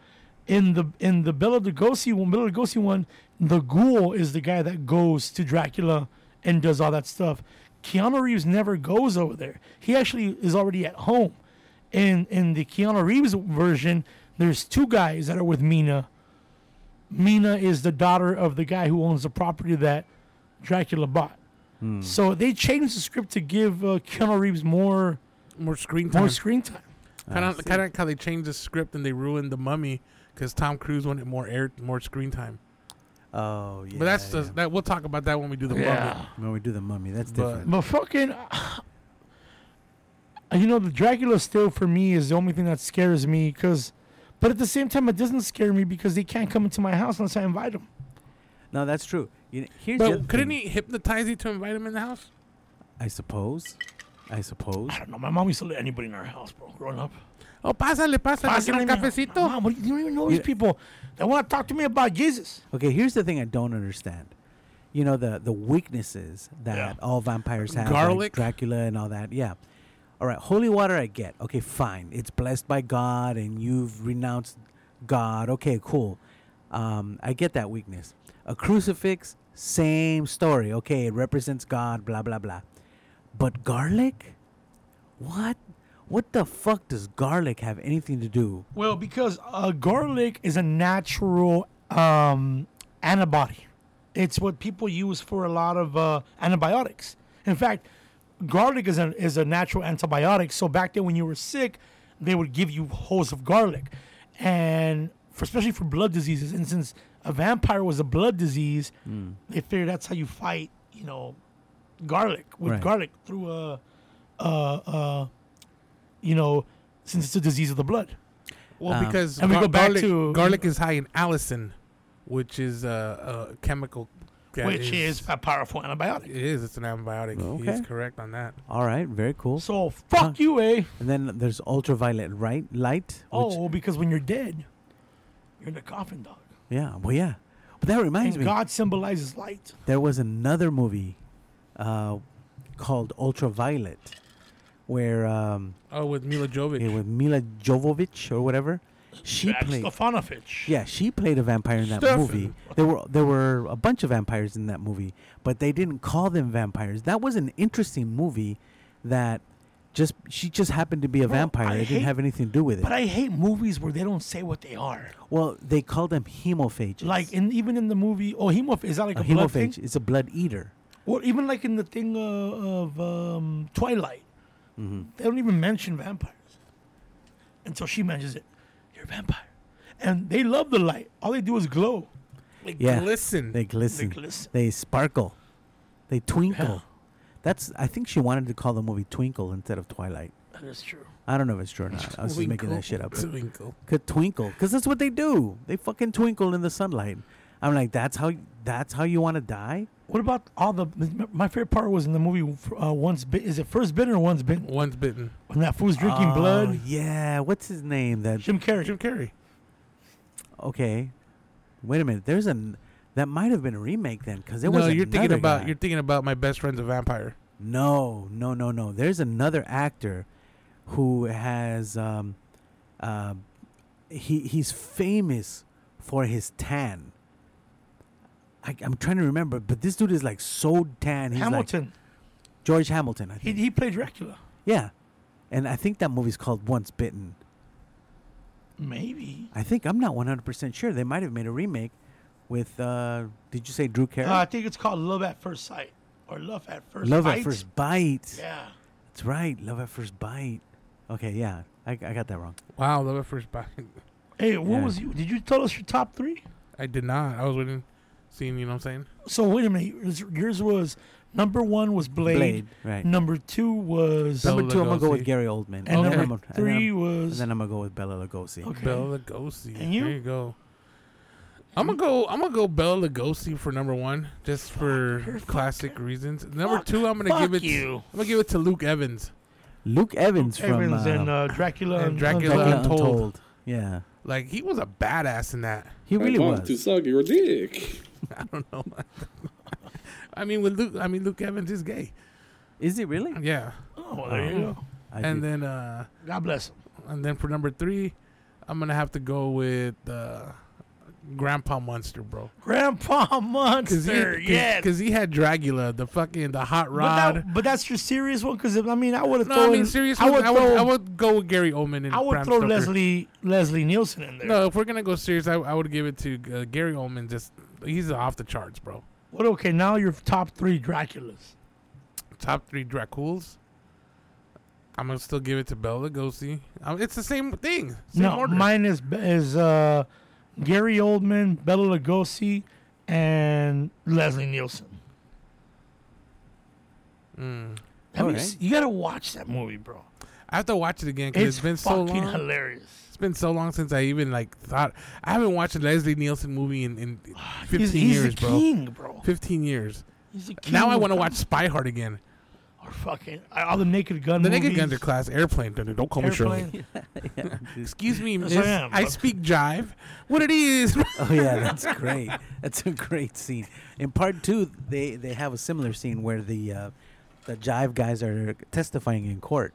Speaker 4: In the in the Bela Lugosi one, Bela Lugosi one, the ghoul is the guy that goes to Dracula and does all that stuff. Keanu Reeves never goes over there. He actually is already at home. In in the Keanu Reeves version, there's two guys that are with Mina. Mina is the daughter of the guy who owns the property that Dracula bought.
Speaker 2: Hmm.
Speaker 4: So they changed the script to give uh, Keanu Reeves more
Speaker 2: More screen time.
Speaker 4: more screen time.
Speaker 2: kind of kind of how they changed the script and they ruined the Mummy because Tom Cruise wanted more air, more screen time.
Speaker 1: Oh yeah.
Speaker 2: But that's
Speaker 1: yeah.
Speaker 2: just that we'll talk about that when we do the Mummy.
Speaker 1: when we do the mummy. That's
Speaker 2: But-
Speaker 1: different.
Speaker 4: But fucking, uh, you know, the Dracula still for me is the only thing that scares me. Cause, but at the same time, it doesn't scare me because they can't come into my house unless I invite them.
Speaker 1: No, that's true. You know, here's the other
Speaker 2: But couldn't
Speaker 1: thing.
Speaker 2: he hypnotize you to invite him in the house?
Speaker 1: I suppose. I suppose.
Speaker 4: I don't know. My mom used to let anybody in our house, bro. Growing up.
Speaker 2: Oh, pásale, pásale,
Speaker 4: Pásale,
Speaker 2: quiero un
Speaker 4: mijo.
Speaker 2: cafecito.
Speaker 4: Mom, what do you, you don't even know these
Speaker 1: Yeah.
Speaker 4: people. They want to talk to me about Jesus.
Speaker 1: Okay, here's the thing I don't understand. You know the the weaknesses that
Speaker 4: Yeah.
Speaker 1: all vampires have,
Speaker 2: Garlic.
Speaker 1: like Dracula, and all that. Yeah. All right, holy water I get. Okay, fine. It's blessed by God, and you've renounced God. Okay, cool. Um, I get that weakness. A crucifix, same story. Okay, it represents God. Blah blah blah. But garlic, what? What the fuck does garlic have anything to do?
Speaker 4: Well, because uh, garlic is a natural um, antibody. It's what people use for a lot of uh, antibiotics. In fact, garlic is a, is a natural antibiotic. So back then when you were sick, they would give you holes of garlic. And for, especially for blood diseases. And since a vampire was a blood disease, they figured that's how you fight, you know, garlic with
Speaker 1: Right.
Speaker 4: garlic through a, a, a, you know, since it's a disease of the blood.
Speaker 2: Well,
Speaker 1: Um,
Speaker 2: because
Speaker 4: And we
Speaker 2: gar-
Speaker 4: go back
Speaker 2: garlic,
Speaker 4: to-
Speaker 2: garlic is high in allicin, which is a, a chemical. that
Speaker 4: which is, a powerful antibiotic.
Speaker 2: it is it's an antibiotic. He is
Speaker 1: Oh, Okay.
Speaker 2: correct on that.
Speaker 1: All right, very cool.
Speaker 4: So fuck
Speaker 1: Huh.
Speaker 4: you, eh?
Speaker 1: And then there's ultraviolet right light. Which,
Speaker 4: Oh, because when you're dead, you're in the coffin, dog.
Speaker 1: Yeah, well, yeah. But that reminds
Speaker 4: And
Speaker 1: me,
Speaker 4: God symbolizes light.
Speaker 1: there was another movie uh, called Ultraviolet, where um,
Speaker 2: Oh, with Mila Jovovich.
Speaker 1: it was Mila Jovovich or whatever. She
Speaker 4: Jack
Speaker 1: played.
Speaker 4: Stefanovich.
Speaker 1: Yeah, she played a vampire in that
Speaker 2: Stefan.
Speaker 1: movie. There were there were a bunch of vampires in that movie, but they didn't call them vampires. That was an interesting movie that just she just happened to be a
Speaker 4: Bro,
Speaker 1: vampire.
Speaker 4: I
Speaker 1: it
Speaker 4: hate-
Speaker 1: didn't have anything to do with it.
Speaker 4: But I hate movies where they don't say what they are.
Speaker 1: well, they called them hemophages.
Speaker 4: Like, in, even in the movie, oh, hemophage, is that like
Speaker 1: a
Speaker 4: a, blood thing?
Speaker 1: hemophage is a blood eater.
Speaker 4: Or even like in the thing uh, of um, Twilight, they don't even mention vampires until she mentions it. You're a vampire. And they love the light. All they do is glow.
Speaker 2: Like,
Speaker 1: Yeah.
Speaker 2: Listen,
Speaker 1: They glisten. They
Speaker 4: glisten.
Speaker 1: sparkle. They twinkle. That's. I think she wanted to call the movie Twinkle instead of Twilight.
Speaker 4: That is true.
Speaker 1: I don't know if it's true or not. I was just making that shit up. but-
Speaker 2: Twinkle.
Speaker 1: Could twinkle, because that's what they do. They fucking twinkle in the sunlight. I'm like, that's how that's how you want to die.
Speaker 4: What about all the? My favorite part was in the movie. Uh, once bit is it first bitten or once bitten?
Speaker 2: Once bitten.
Speaker 4: When that fool's drinking
Speaker 1: Oh,
Speaker 4: blood.
Speaker 1: Yeah, what's his name? That
Speaker 4: Jim Carrey.
Speaker 2: Jim Carrey.
Speaker 1: okay. Wait a minute. There's an that might have been a remake then, because there
Speaker 2: no,
Speaker 1: was
Speaker 2: you're thinking
Speaker 1: another
Speaker 2: about
Speaker 1: guy.
Speaker 2: you're thinking about my best friend's a vampire.
Speaker 1: No, no, no, no. There's another actor who has um, uh, he he's famous for his tan. I, I'm trying to remember, but this dude is like so tan. He's like-
Speaker 4: Hamilton.
Speaker 1: George Hamilton. I
Speaker 4: he,
Speaker 1: think.
Speaker 4: he played Dracula.
Speaker 1: yeah, and I think that movie's called Once Bitten.
Speaker 4: Maybe.
Speaker 1: I think I'm not 100 percent sure. They might have made a remake with. Uh, did you say Drew Carey?
Speaker 4: Uh, I think it's called Love at First Sight or Love at First.
Speaker 1: Love
Speaker 4: Bite.
Speaker 1: at First Bite.
Speaker 4: Yeah.
Speaker 1: That's right. Love at First Bite. Okay, yeah, I, I got that wrong.
Speaker 2: Wow, love at first bite.
Speaker 4: Hey, what
Speaker 1: Yeah.
Speaker 4: was you? Did you tell us your top three?
Speaker 2: I did not. I was waiting, seeing you know what I'm saying.
Speaker 4: So wait a minute. Yours, yours was number one was Blade.
Speaker 1: Blade, right.
Speaker 4: Number two was
Speaker 2: Bella
Speaker 1: Number two, I'm gonna go with
Speaker 2: Lugosi.
Speaker 1: Gary Oldman.
Speaker 4: and
Speaker 2: Okay.
Speaker 4: number
Speaker 1: I'm gonna- and then
Speaker 4: three
Speaker 1: I'm- and
Speaker 4: was
Speaker 1: then I'm gonna go with Bella Lugosi.
Speaker 4: Okay.
Speaker 2: Bella Lugosi.
Speaker 4: And you?
Speaker 2: There you go. I'm gonna go. I'm gonna go Bella Lugosi for number one, just for classic reasons. Number
Speaker 4: fuck-
Speaker 2: two, I'm gonna give
Speaker 4: fuck
Speaker 2: it.
Speaker 4: you.
Speaker 2: I'm gonna give it to Luke Evans.
Speaker 1: Luke Evans from
Speaker 4: Evans
Speaker 1: uh,
Speaker 4: and uh, Dracula
Speaker 2: and
Speaker 4: and
Speaker 2: Dracula
Speaker 1: Dracula
Speaker 2: Untold.
Speaker 1: Untold. Yeah,
Speaker 2: Like he was a badass in that.
Speaker 1: he really
Speaker 8: I want to
Speaker 1: was.
Speaker 8: suck your dick.
Speaker 2: I mean, with Luke, I mean Luke Evans is gay.
Speaker 1: Is he really?
Speaker 2: Yeah.
Speaker 4: Oh, well, there you go.
Speaker 1: I
Speaker 2: and
Speaker 1: did-
Speaker 2: then, uh
Speaker 4: God bless him.
Speaker 2: and then for number three, I'm gonna have to go with uh, Grandpa Munster, bro.
Speaker 4: Grandpa
Speaker 2: Cause he,
Speaker 4: Monster. yes.
Speaker 2: because he had Dragula, the fucking the hot
Speaker 4: But, that-
Speaker 2: rod.
Speaker 4: but that's your serious one because I mean I would have
Speaker 2: No,
Speaker 4: thrown.
Speaker 2: I mean seriously,
Speaker 4: I would
Speaker 2: I would,
Speaker 4: throw.
Speaker 2: I would go with Gary Oldman and
Speaker 4: I would
Speaker 2: Bram
Speaker 4: throw
Speaker 2: Stoker.
Speaker 4: Leslie Leslie Nielsen in there.
Speaker 2: No, if we're gonna go serious, I, I would give it to uh, Gary Oldman. Just he's off the charts, bro.
Speaker 4: What? Okay, now your top three Draculas.
Speaker 2: Top three Dracules. I'm gonna still give it to Bela Lugosi. Um, it's the same thing. Same
Speaker 4: no,
Speaker 2: order.
Speaker 4: mine is is uh, Gary Oldman, Bela Lugosi, and Leslie Nielsen.
Speaker 2: Hmm.
Speaker 4: Have you,
Speaker 1: Alright.
Speaker 4: se- you gotta watch that movie, bro.
Speaker 2: I have to watch it again because
Speaker 4: It's
Speaker 2: it's been so
Speaker 4: fucking
Speaker 2: long.
Speaker 4: hilarious.
Speaker 2: It's been so long since I even like thought. I haven't watched a Leslie Nielsen movie in, in 15
Speaker 4: Ah, He's, he's
Speaker 2: years,
Speaker 4: a
Speaker 2: bro.
Speaker 4: king, bro.
Speaker 2: 15 years.
Speaker 4: He's a king
Speaker 2: Now I
Speaker 4: with
Speaker 2: want to
Speaker 4: that.
Speaker 2: watch Spy Hard again.
Speaker 4: Or fucking all the Naked Gun.
Speaker 2: The
Speaker 4: movies,
Speaker 2: Naked Guns are class. Airplane. Don't don't call me Shirley.
Speaker 4: Airplane.
Speaker 2: Excuse me, miss.
Speaker 4: I am,
Speaker 2: I
Speaker 4: but-
Speaker 2: speak jive. What it is?
Speaker 1: oh yeah, that's great. That's a great scene. In part two, they they have a similar scene where the uh, the jive guys are testifying in court,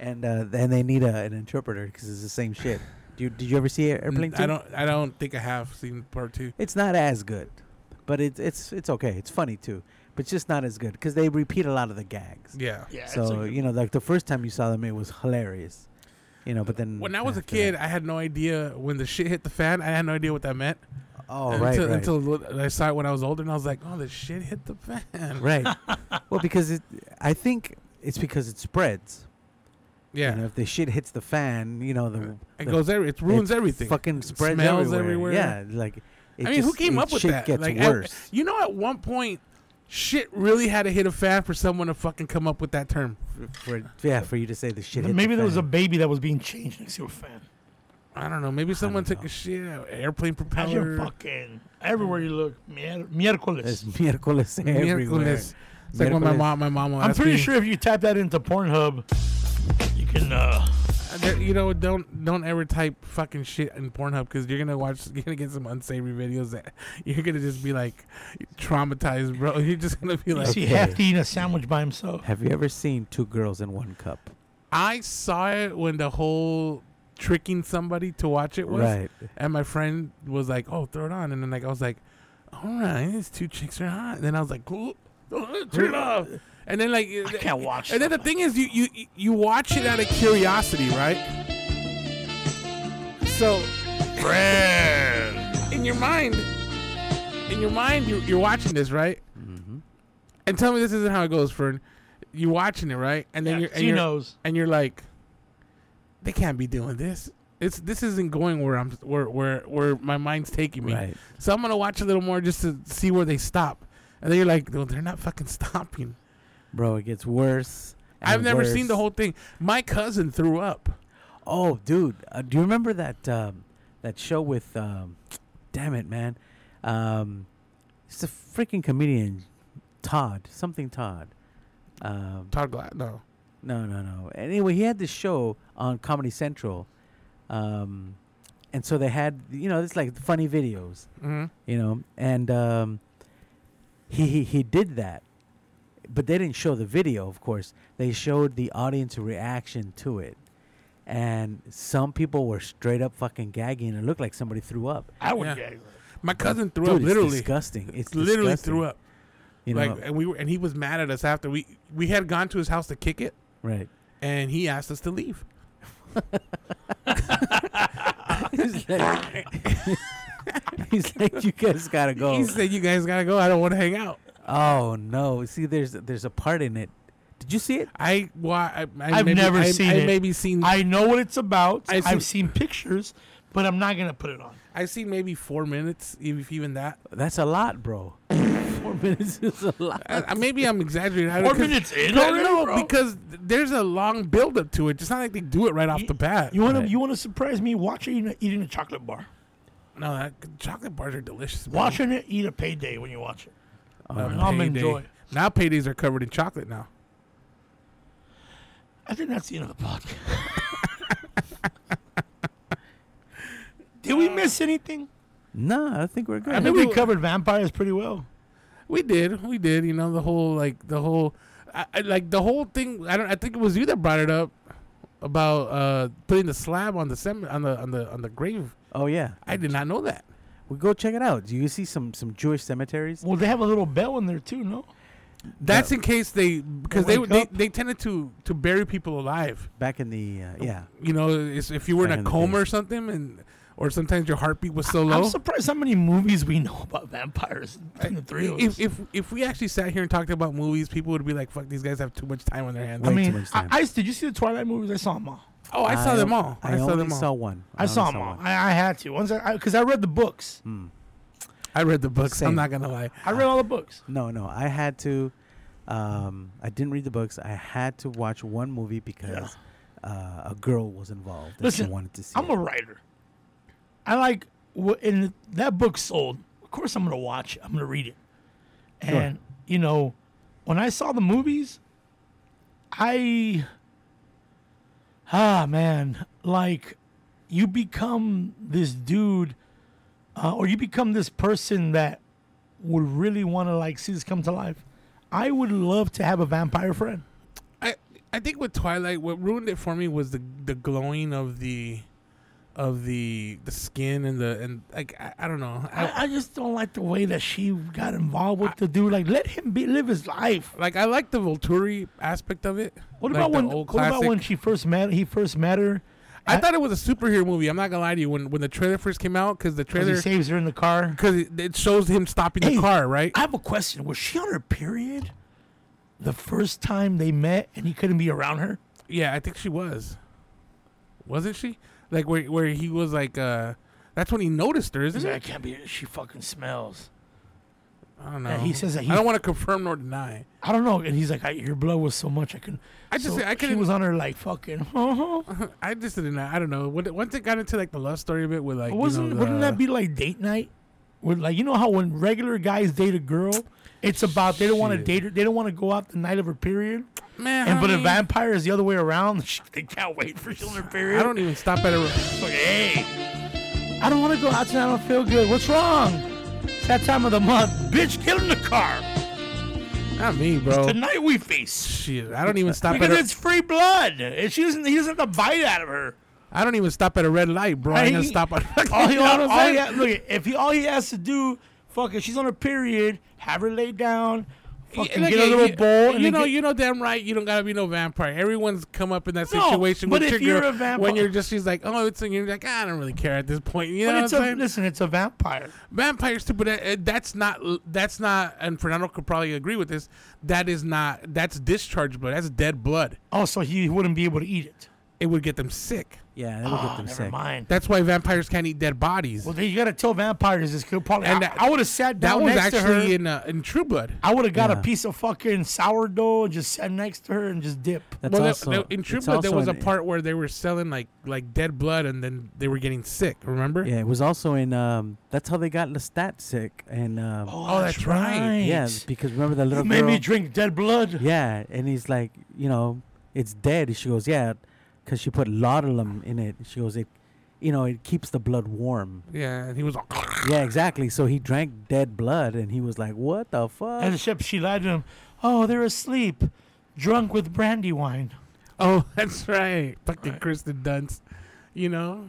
Speaker 1: and uh, and they need a, an interpreter because it's the same shit. Do you, did you ever see Airplane?
Speaker 2: I
Speaker 1: 2?
Speaker 2: don't. I don't think I have seen part two.
Speaker 1: It's not as good, but it's it's it's okay. It's funny too, but it's just not as good because they repeat a lot of the gags.
Speaker 2: Yeah.
Speaker 4: Yeah, it's
Speaker 1: so
Speaker 4: like-
Speaker 1: you know, like the first time you saw them, it was hilarious. You know, but then
Speaker 2: When I was a
Speaker 1: after
Speaker 2: kid,
Speaker 1: that-
Speaker 2: I had no idea when the shit hit the fan. I had no idea what that meant
Speaker 1: oh
Speaker 2: until,
Speaker 1: right, right,
Speaker 2: until I saw it when I was older, and I was like, "Oh, the shit hit the fan."
Speaker 1: right. well, because it, I think it's because it spreads.
Speaker 2: Yeah.
Speaker 1: You know, if the shit hits the fan, you know the
Speaker 2: It
Speaker 1: the-
Speaker 2: goes. Every, it ruins everything.
Speaker 1: Fucking spreads
Speaker 2: smells
Speaker 1: everywhere.
Speaker 2: everywhere.
Speaker 1: Yeah, like it
Speaker 2: I mean, who
Speaker 1: just-
Speaker 2: came
Speaker 1: it-
Speaker 2: up with
Speaker 1: shit
Speaker 2: that?
Speaker 1: Gets
Speaker 2: like, at-
Speaker 1: worse.
Speaker 2: you know, at one point, shit really had to hit a fan for someone to fucking come up with that term.
Speaker 1: for, yeah, for you to say the shit. hit
Speaker 4: Maybe
Speaker 1: the
Speaker 4: there was a
Speaker 1: fan.
Speaker 4: baby that was being changed next to a fan.
Speaker 2: I don't know. Maybe someone took
Speaker 1: know.
Speaker 2: a shit out airplane
Speaker 4: Imagine
Speaker 2: propeller.
Speaker 4: fucking everywhere you look, mier- miércoles.
Speaker 1: There's miércoles everywhere.
Speaker 2: Miércoles. It's like when my
Speaker 1: Miércoles.
Speaker 2: mom, my mom. will
Speaker 4: I'm
Speaker 2: ask
Speaker 4: pretty
Speaker 2: me-
Speaker 4: sure if you type that into Pornhub, you can. uh
Speaker 2: Uh, there- you know, don't don't ever type fucking shit in Pornhub because you're gonna watch, you're gonna get some unsavory videos that you're gonna just be like traumatized, bro. You're just gonna be
Speaker 4: You
Speaker 2: like,
Speaker 4: see half eating a sandwich by himself.
Speaker 1: Have you ever seen two girls in one cup?
Speaker 2: I saw it when the whole tricking somebody to watch it was,
Speaker 1: Right.
Speaker 2: and my friend was like, "Oh, throw it on," and then like I was like, "All right, these two chicks are hot," and then I was like, "Cool, turn it off." And then like
Speaker 4: I can't watch
Speaker 2: And then the thing is, you you you watch it out of curiosity, right? So, in your mind, in your mind, you're, you're watching this, right?
Speaker 4: Mm-hmm.
Speaker 2: And tell me this isn't how it goes, Fern. You're watching it, right? And then
Speaker 4: Yeah,
Speaker 2: you're, and
Speaker 4: she
Speaker 2: you're
Speaker 4: knows.
Speaker 2: and you're like, they can't be doing this. It's this isn't going where I'm where where where my mind's taking me.
Speaker 1: Right.
Speaker 2: So I'm gonna watch a little more just to see where they stop. And then you're like, no, they're not fucking stopping.
Speaker 1: Bro, it gets worse. and
Speaker 2: I've never seen the
Speaker 1: worse.
Speaker 2: whole thing. My cousin threw up.
Speaker 1: Oh, dude, uh, do you remember that um, that show with? Um, damn it, man! Um, it's a freaking comedian, Todd something Todd. Um,
Speaker 2: Todd Glass. No.
Speaker 1: no, no, no. Anyway, he had this show on Comedy Central, um, and so they had you know it's like funny videos,
Speaker 2: Mm-hmm.
Speaker 1: you know, and um, he, he he did that, but they didn't show the video, of course. They showed the audience reaction to it, and some people were straight up fucking gagging. It looked like somebody threw up.
Speaker 4: I would.
Speaker 2: Yeah.
Speaker 4: Yeah.
Speaker 2: My cousin threw
Speaker 1: Dude,
Speaker 2: up. Literally,
Speaker 1: it's disgusting. It's
Speaker 2: literally
Speaker 1: disgusting.
Speaker 2: threw up.
Speaker 1: You know,
Speaker 2: like, and we were, and he was mad at us after we we had gone to his house to kick it,
Speaker 1: right?
Speaker 2: and he asked us to leave.
Speaker 1: He's like, he's like, you guys gotta go.
Speaker 2: He said, "You guys gotta go. I don't want to hang out."
Speaker 1: oh no! See, there's there's a part in it. Did you see it?
Speaker 2: I, well, I, I
Speaker 4: I've
Speaker 2: maybe-
Speaker 4: never
Speaker 2: I,
Speaker 4: seen
Speaker 2: I
Speaker 4: it.
Speaker 2: maybe seen. I,
Speaker 4: I know what it's about.
Speaker 2: I've
Speaker 4: I've
Speaker 2: seen-
Speaker 4: seen, pictures, but I'm not gonna put it on.
Speaker 2: have seen maybe four minutes, if even that.
Speaker 1: That's a lot, bro. Four minutes is a lot.
Speaker 2: I, I- maybe I'm exaggerating. I don't-
Speaker 4: Four
Speaker 2: 'cause-
Speaker 4: minutes in
Speaker 2: No,
Speaker 4: already,
Speaker 2: no,
Speaker 4: bro?
Speaker 2: because there's a long build up to it. It's not like they do it right off the bat.
Speaker 4: You wanna
Speaker 1: Right.
Speaker 4: you wanna surprise me? Watch her eating a, eating a chocolate bar.
Speaker 2: no, that, chocolate bars are delicious. bro.
Speaker 4: Watching it eat a payday when you watch it.
Speaker 2: Uh,
Speaker 4: I'm
Speaker 2: payday.
Speaker 4: enjoy.
Speaker 2: Now paydays are covered in chocolate now.
Speaker 4: I think that's the end of the podcast. Did we miss anything?
Speaker 1: No, I think we're good.
Speaker 4: Uh, I think we covered vampires pretty well.
Speaker 2: We did, we did. You know the whole like the whole, I, I, like the whole thing. I don't. I think it was you that brought it up about uh putting the slab on the sem- on the on the on the grave.
Speaker 1: oh yeah,
Speaker 2: I did not know that.
Speaker 1: Well, go check it out. Do you see some some Jewish cemeteries?
Speaker 4: Well, they have a little bell in there too, no?
Speaker 2: That's in case they because they,
Speaker 4: Wake
Speaker 2: they
Speaker 4: up.
Speaker 2: they tended to to bury people alive.
Speaker 1: Back in the uh, yeah,
Speaker 2: You know, it's, if you were in
Speaker 1: Back
Speaker 2: a
Speaker 1: in the
Speaker 2: coma
Speaker 1: days.
Speaker 2: or something, and or sometimes your heartbeat was so low.
Speaker 4: I'm surprised how many movies we know about vampires. between the three of us.
Speaker 2: if, if if we actually sat here and talked about movies, people would be like, "Fuck, these guys have too much time on their hands."
Speaker 4: I
Speaker 1: Way too
Speaker 4: mean,
Speaker 1: much
Speaker 4: I,
Speaker 1: time.
Speaker 4: I, did you see the Twilight movies? I saw them all.
Speaker 2: oh, I saw them all. I,
Speaker 1: I,
Speaker 2: saw
Speaker 1: only
Speaker 2: them all.
Speaker 1: saw one.
Speaker 4: I,
Speaker 1: only
Speaker 4: saw them all.
Speaker 1: one.
Speaker 4: I, I had to once I because I, read the books.
Speaker 2: I read the books. I'm
Speaker 1: Same.
Speaker 2: not gonna lie.
Speaker 4: I read all the books.
Speaker 1: No, no, I had to. Um, I didn't read the books. I had to watch one movie because uh, a girl was involved. And she
Speaker 4: Listen,
Speaker 1: wanted to see.
Speaker 4: I'm
Speaker 1: it.
Speaker 4: a writer. I like what in that book sold. Of course, I'm gonna watch. it. I'm gonna read it. And you know, when I saw the movies, I ah man, like you become this dude, uh, or you become this person that would really want to like see this come to life. I would love to have a vampire friend.
Speaker 2: I I think with Twilight, what ruined it for me was the the glowing of the of the the skin and the and like I, I don't know. I,
Speaker 4: I, I just don't like the way that she got involved with the dude. Like, let him be live his life.
Speaker 2: like I like the Volturi aspect of it.
Speaker 4: What
Speaker 2: Like
Speaker 4: about
Speaker 2: the
Speaker 4: when?
Speaker 2: old
Speaker 4: What about
Speaker 2: classic-
Speaker 4: when she first met? He first met her.
Speaker 2: I thought it was a superhero movie. I'm not gonna lie to you. When when the trailer first came out, because the
Speaker 4: 'Cause
Speaker 2: trailer
Speaker 4: he saves her in the car.
Speaker 2: because it, it shows him stopping the
Speaker 4: Oh, Hey,
Speaker 2: car, right?
Speaker 4: I have a question. Was she on her period the first time they met, and he couldn't be around her?
Speaker 2: Yeah, I think she was. Wasn't she? Like where where he was like uh that's when he noticed her, isn't
Speaker 4: He's like, I
Speaker 2: it?
Speaker 4: can't be. She fucking smells.
Speaker 2: I don't know.
Speaker 4: he says that he-
Speaker 2: I don't want to confirm nor deny.
Speaker 4: I don't know. And he's like, I, your blood was so much I couldn't.
Speaker 2: I just-
Speaker 4: so
Speaker 2: I
Speaker 4: She
Speaker 2: couldn't-
Speaker 4: was on her like fucking. Uh-huh.
Speaker 2: I just didn't I don't know. When- Once it got into like the love story a bit with like you know,
Speaker 4: Wasn't wouldn't
Speaker 2: the-
Speaker 4: that be like date night? With like you know how when regular guys date a girl, it's about they don't want to
Speaker 2: Shit.
Speaker 4: date her. They don't want to go out the night of her period.
Speaker 2: man?
Speaker 4: And
Speaker 2: I
Speaker 4: but a
Speaker 2: mean,
Speaker 4: vampire is the other way around. They can't wait for her period.
Speaker 2: I don't even stop at a.
Speaker 4: Like, hey, I don't want to go out tonight. I don't feel good. What's wrong? It's that time of the month. Bitch, get in the car.
Speaker 2: Not me, bro.
Speaker 4: Tonight we feast.
Speaker 2: Shit, Oh. I don't even stop at.
Speaker 4: Because
Speaker 2: A,
Speaker 4: it's free blood. And she doesn't. He doesn't have to bite out of her.
Speaker 2: I don't even stop at a red light, bro. I ain't gonna
Speaker 4: Hey,
Speaker 2: stop at.
Speaker 4: All he,
Speaker 2: You know what
Speaker 4: all,
Speaker 2: I'm
Speaker 4: all he
Speaker 2: saying?
Speaker 4: ha- look, if he all he has to do, fuck it, she's on her period. Have her laid down.
Speaker 2: Yeah,
Speaker 4: Fucking
Speaker 2: look,
Speaker 4: get a
Speaker 2: yeah,
Speaker 4: little
Speaker 2: you,
Speaker 4: bowl. and
Speaker 2: You
Speaker 4: then
Speaker 2: know,
Speaker 4: get-
Speaker 2: you know damn right you don't gotta be no vampire. Everyone's come up in that
Speaker 4: No,
Speaker 2: situation
Speaker 4: but
Speaker 2: with
Speaker 4: if
Speaker 2: your
Speaker 4: you're
Speaker 2: girl
Speaker 4: a vampire-
Speaker 2: when you're just she's like, oh, it's and you're like, "Ah, I don't really care at this point. You know
Speaker 4: But
Speaker 2: what I'm
Speaker 4: it's a,
Speaker 2: saying?
Speaker 4: listen, it's a vampire.
Speaker 2: Vampires too, but uh, uh, that's not that's not. And Fernando could probably agree with this. That is not.
Speaker 4: Oh,
Speaker 2: That's discharge blood. That's dead blood.
Speaker 4: Also, he wouldn't be able to eat it.
Speaker 2: It would get them Oh, sick.
Speaker 1: Yeah, that'll
Speaker 4: Ah,
Speaker 1: get them
Speaker 4: never
Speaker 1: sick.
Speaker 4: mind.
Speaker 2: That's why vampires can't eat dead bodies.
Speaker 4: Well, then you gotta tell vampires this could probably.
Speaker 2: And
Speaker 4: And
Speaker 2: that-
Speaker 4: I, would have
Speaker 2: that
Speaker 4: sat down
Speaker 2: was
Speaker 4: next to her.
Speaker 2: actually in uh, in True Blood.
Speaker 4: I would have got
Speaker 1: Yeah.
Speaker 4: a piece of fucking sourdough and just sat next to her and just dip.
Speaker 1: That's
Speaker 2: well, there-
Speaker 1: also,
Speaker 2: there- in True
Speaker 1: it's
Speaker 2: Blood, there
Speaker 1: also
Speaker 2: was a
Speaker 1: in-
Speaker 2: part where they were selling like like dead blood, and then they were getting sick. Remember?
Speaker 1: Yeah, it was also in. Um, that's how they got Lestat sick, and um,
Speaker 2: Oh, that's right.
Speaker 1: yeah, because remember that
Speaker 4: You
Speaker 1: little
Speaker 4: made
Speaker 1: girl.
Speaker 4: me drink dead blood.
Speaker 1: yeah, and he's like, you know, it's dead. She goes, yeah, because she put laudanum in it. She goes, it, you know, it keeps the blood warm.
Speaker 2: Yeah, and he was all.
Speaker 1: Yeah, exactly. So he drank dead blood, and he was like, what the fuck?
Speaker 4: And except she lied to him. Oh, they're asleep, drunk with brandy wine.
Speaker 2: Oh, that's right. Fucking Kristen Dunst. You know,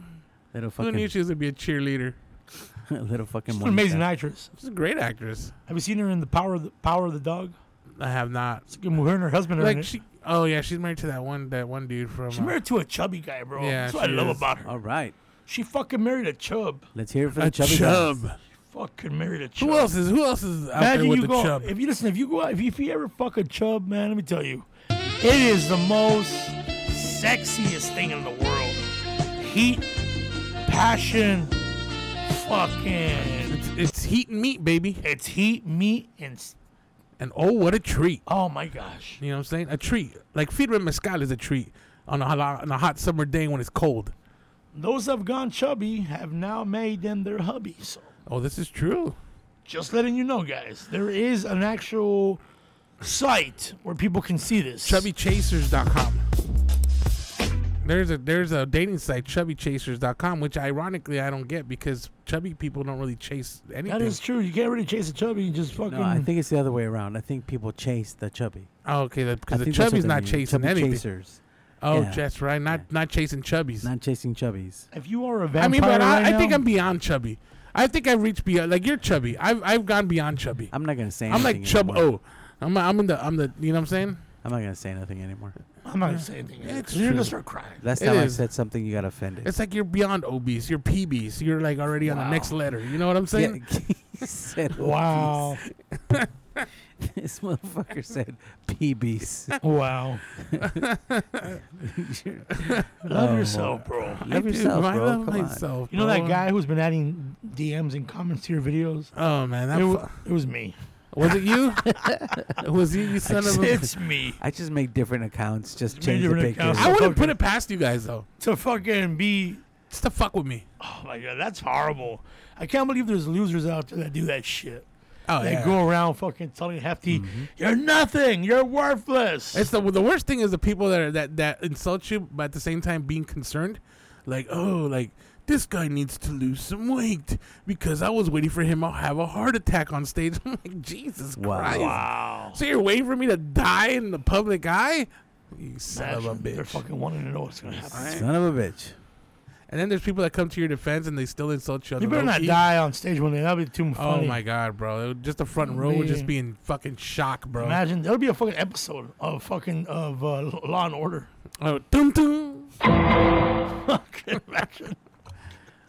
Speaker 1: little
Speaker 2: who knew
Speaker 1: fucking,
Speaker 2: she was gonna be a cheerleader?
Speaker 1: little fucking.
Speaker 4: She's an
Speaker 1: Monica.
Speaker 4: amazing actress.
Speaker 2: She's a great actress.
Speaker 4: Have you seen her in the Power of the Power of the Dog?
Speaker 2: I have not.
Speaker 4: It's a good movie. Her and her husband are in
Speaker 2: Like
Speaker 4: it.
Speaker 2: she. Oh yeah, she's married to that one that one dude from.
Speaker 4: She's
Speaker 2: uh,
Speaker 4: married to a chubby guy, bro.
Speaker 2: Yeah,
Speaker 4: That's what
Speaker 2: she
Speaker 4: I love
Speaker 2: is.
Speaker 4: about her.
Speaker 1: All right,
Speaker 4: She fucking married a chub.
Speaker 1: let's hear it for
Speaker 2: a
Speaker 1: the chubby
Speaker 2: chub.
Speaker 1: guys.
Speaker 4: Fucking married a chub.
Speaker 2: uh, Who else is Who else is out
Speaker 4: Imagine
Speaker 2: there with
Speaker 4: you
Speaker 2: the
Speaker 4: go.
Speaker 2: chub?
Speaker 4: If you listen, if you go out, if you, if you ever fuck a chub, man, let me tell you, it is the most sexiest thing in the world. Heat, passion, fucking.
Speaker 2: It's, it's heat and meat, baby.
Speaker 4: It's heat, meat, and s-
Speaker 2: And oh, what a treat!
Speaker 4: oh my gosh.
Speaker 2: You know what I'm saying? A treat. Like feed mezcal is a treat on a, hot- on a hot summer day when it's cold.
Speaker 4: Those that have gone chubby have now made them their hubby. So
Speaker 2: Oh, this is true.
Speaker 4: just letting you know, guys, there is an actual site where people can see this.
Speaker 2: chubbychasers.com. There's a there's a dating site chubbychasers.com which ironically I don't get because chubby people don't really chase anything.
Speaker 4: That is true. You can't really chase a chubby. You just fucking.
Speaker 1: No, I think it's the other way around. I think people chase the chubby.
Speaker 2: oh, okay, that-
Speaker 1: I
Speaker 2: because the
Speaker 1: think that's what
Speaker 2: chubby's
Speaker 1: they
Speaker 2: not
Speaker 1: mean,
Speaker 2: chasing
Speaker 1: chubby
Speaker 2: anything.
Speaker 1: Chasers,
Speaker 2: Oh,
Speaker 1: Yeah.
Speaker 2: that's right. Not not chasing chubbies.
Speaker 1: not chasing chubbies.
Speaker 4: if you are a vampire,
Speaker 2: I mean, but I,
Speaker 4: right
Speaker 2: I think
Speaker 4: now-
Speaker 2: I'm beyond chubby. I think I've reached beyond. Like you're chubby. I've I've gone beyond chubby.
Speaker 1: I'm not gonna say.
Speaker 2: I'm
Speaker 1: Anything
Speaker 2: like chub.
Speaker 1: anymore.
Speaker 2: Oh, I'm I'm in the I'm the you know what I'm saying.
Speaker 1: I'm not gonna say nothing anymore.
Speaker 4: I'm not gonna say anything. yet,
Speaker 2: It's
Speaker 4: 'cause You're
Speaker 2: true.
Speaker 4: gonna start crying.
Speaker 1: Last
Speaker 2: It
Speaker 1: time
Speaker 2: is.
Speaker 1: I said something, you got offended.
Speaker 2: It's like you're beyond obese. You're PBs. You're like already on the next letter. You know what I'm
Speaker 1: Yeah,
Speaker 2: saying?
Speaker 1: he said,
Speaker 4: Wow,
Speaker 1: "Peace." This motherfucker said PBs.
Speaker 4: wow. Love
Speaker 1: Oh,
Speaker 4: yourself, bro.
Speaker 1: Love
Speaker 2: I do.
Speaker 1: yourself,
Speaker 2: I
Speaker 1: bro.
Speaker 2: love
Speaker 1: Come on.
Speaker 2: myself.
Speaker 4: You know
Speaker 2: bro.
Speaker 4: that guy who's been adding DMs and comments to your videos?
Speaker 2: Oh man, that
Speaker 4: It,
Speaker 2: fu-
Speaker 4: wa- it was me.
Speaker 2: was it you? was you you son of a?
Speaker 4: It's me.
Speaker 1: I just make different accounts, just
Speaker 4: Made
Speaker 1: change the
Speaker 4: different
Speaker 1: pictures.
Speaker 4: accounts.
Speaker 2: I wouldn't put
Speaker 4: Okay.
Speaker 2: it past you guys though.
Speaker 4: To fucking be.
Speaker 2: It's to fuck with me.
Speaker 4: Oh my god, that's horrible. I can't believe there's losers out there that do that shit.
Speaker 2: Oh
Speaker 4: Uh, They
Speaker 2: yeah. Mm-hmm.
Speaker 4: go around fucking telling Hefty, "You're nothing. You're worthless."
Speaker 2: It's the the worst thing is the people that are, that that insult you, but at the same time being concerned, like oh like. This guy needs to lose some weight because I was waiting for him to have a heart attack on stage. I'm like, Jesus
Speaker 1: Wow.
Speaker 2: Christ.
Speaker 4: wow.
Speaker 2: So you're waiting for me to die in the public eye? You son of a
Speaker 4: Imagine They're
Speaker 2: bitch.
Speaker 4: fucking wanting to know what's gonna happen.
Speaker 1: Son of a bitch.
Speaker 2: And then there's people that come to your defense and they still insult you. On
Speaker 4: You
Speaker 2: the
Speaker 4: better
Speaker 2: low
Speaker 4: not
Speaker 2: key.
Speaker 4: die on stage one day. That'd be too
Speaker 2: Oh
Speaker 4: funny.
Speaker 2: my god, bro! Just the front row would just
Speaker 4: Man.
Speaker 2: be in fucking shock, bro.
Speaker 4: Imagine there'll be a fucking episode of fucking of uh, Law and Order.
Speaker 2: Oh, doom doom.
Speaker 4: Fucking Imagine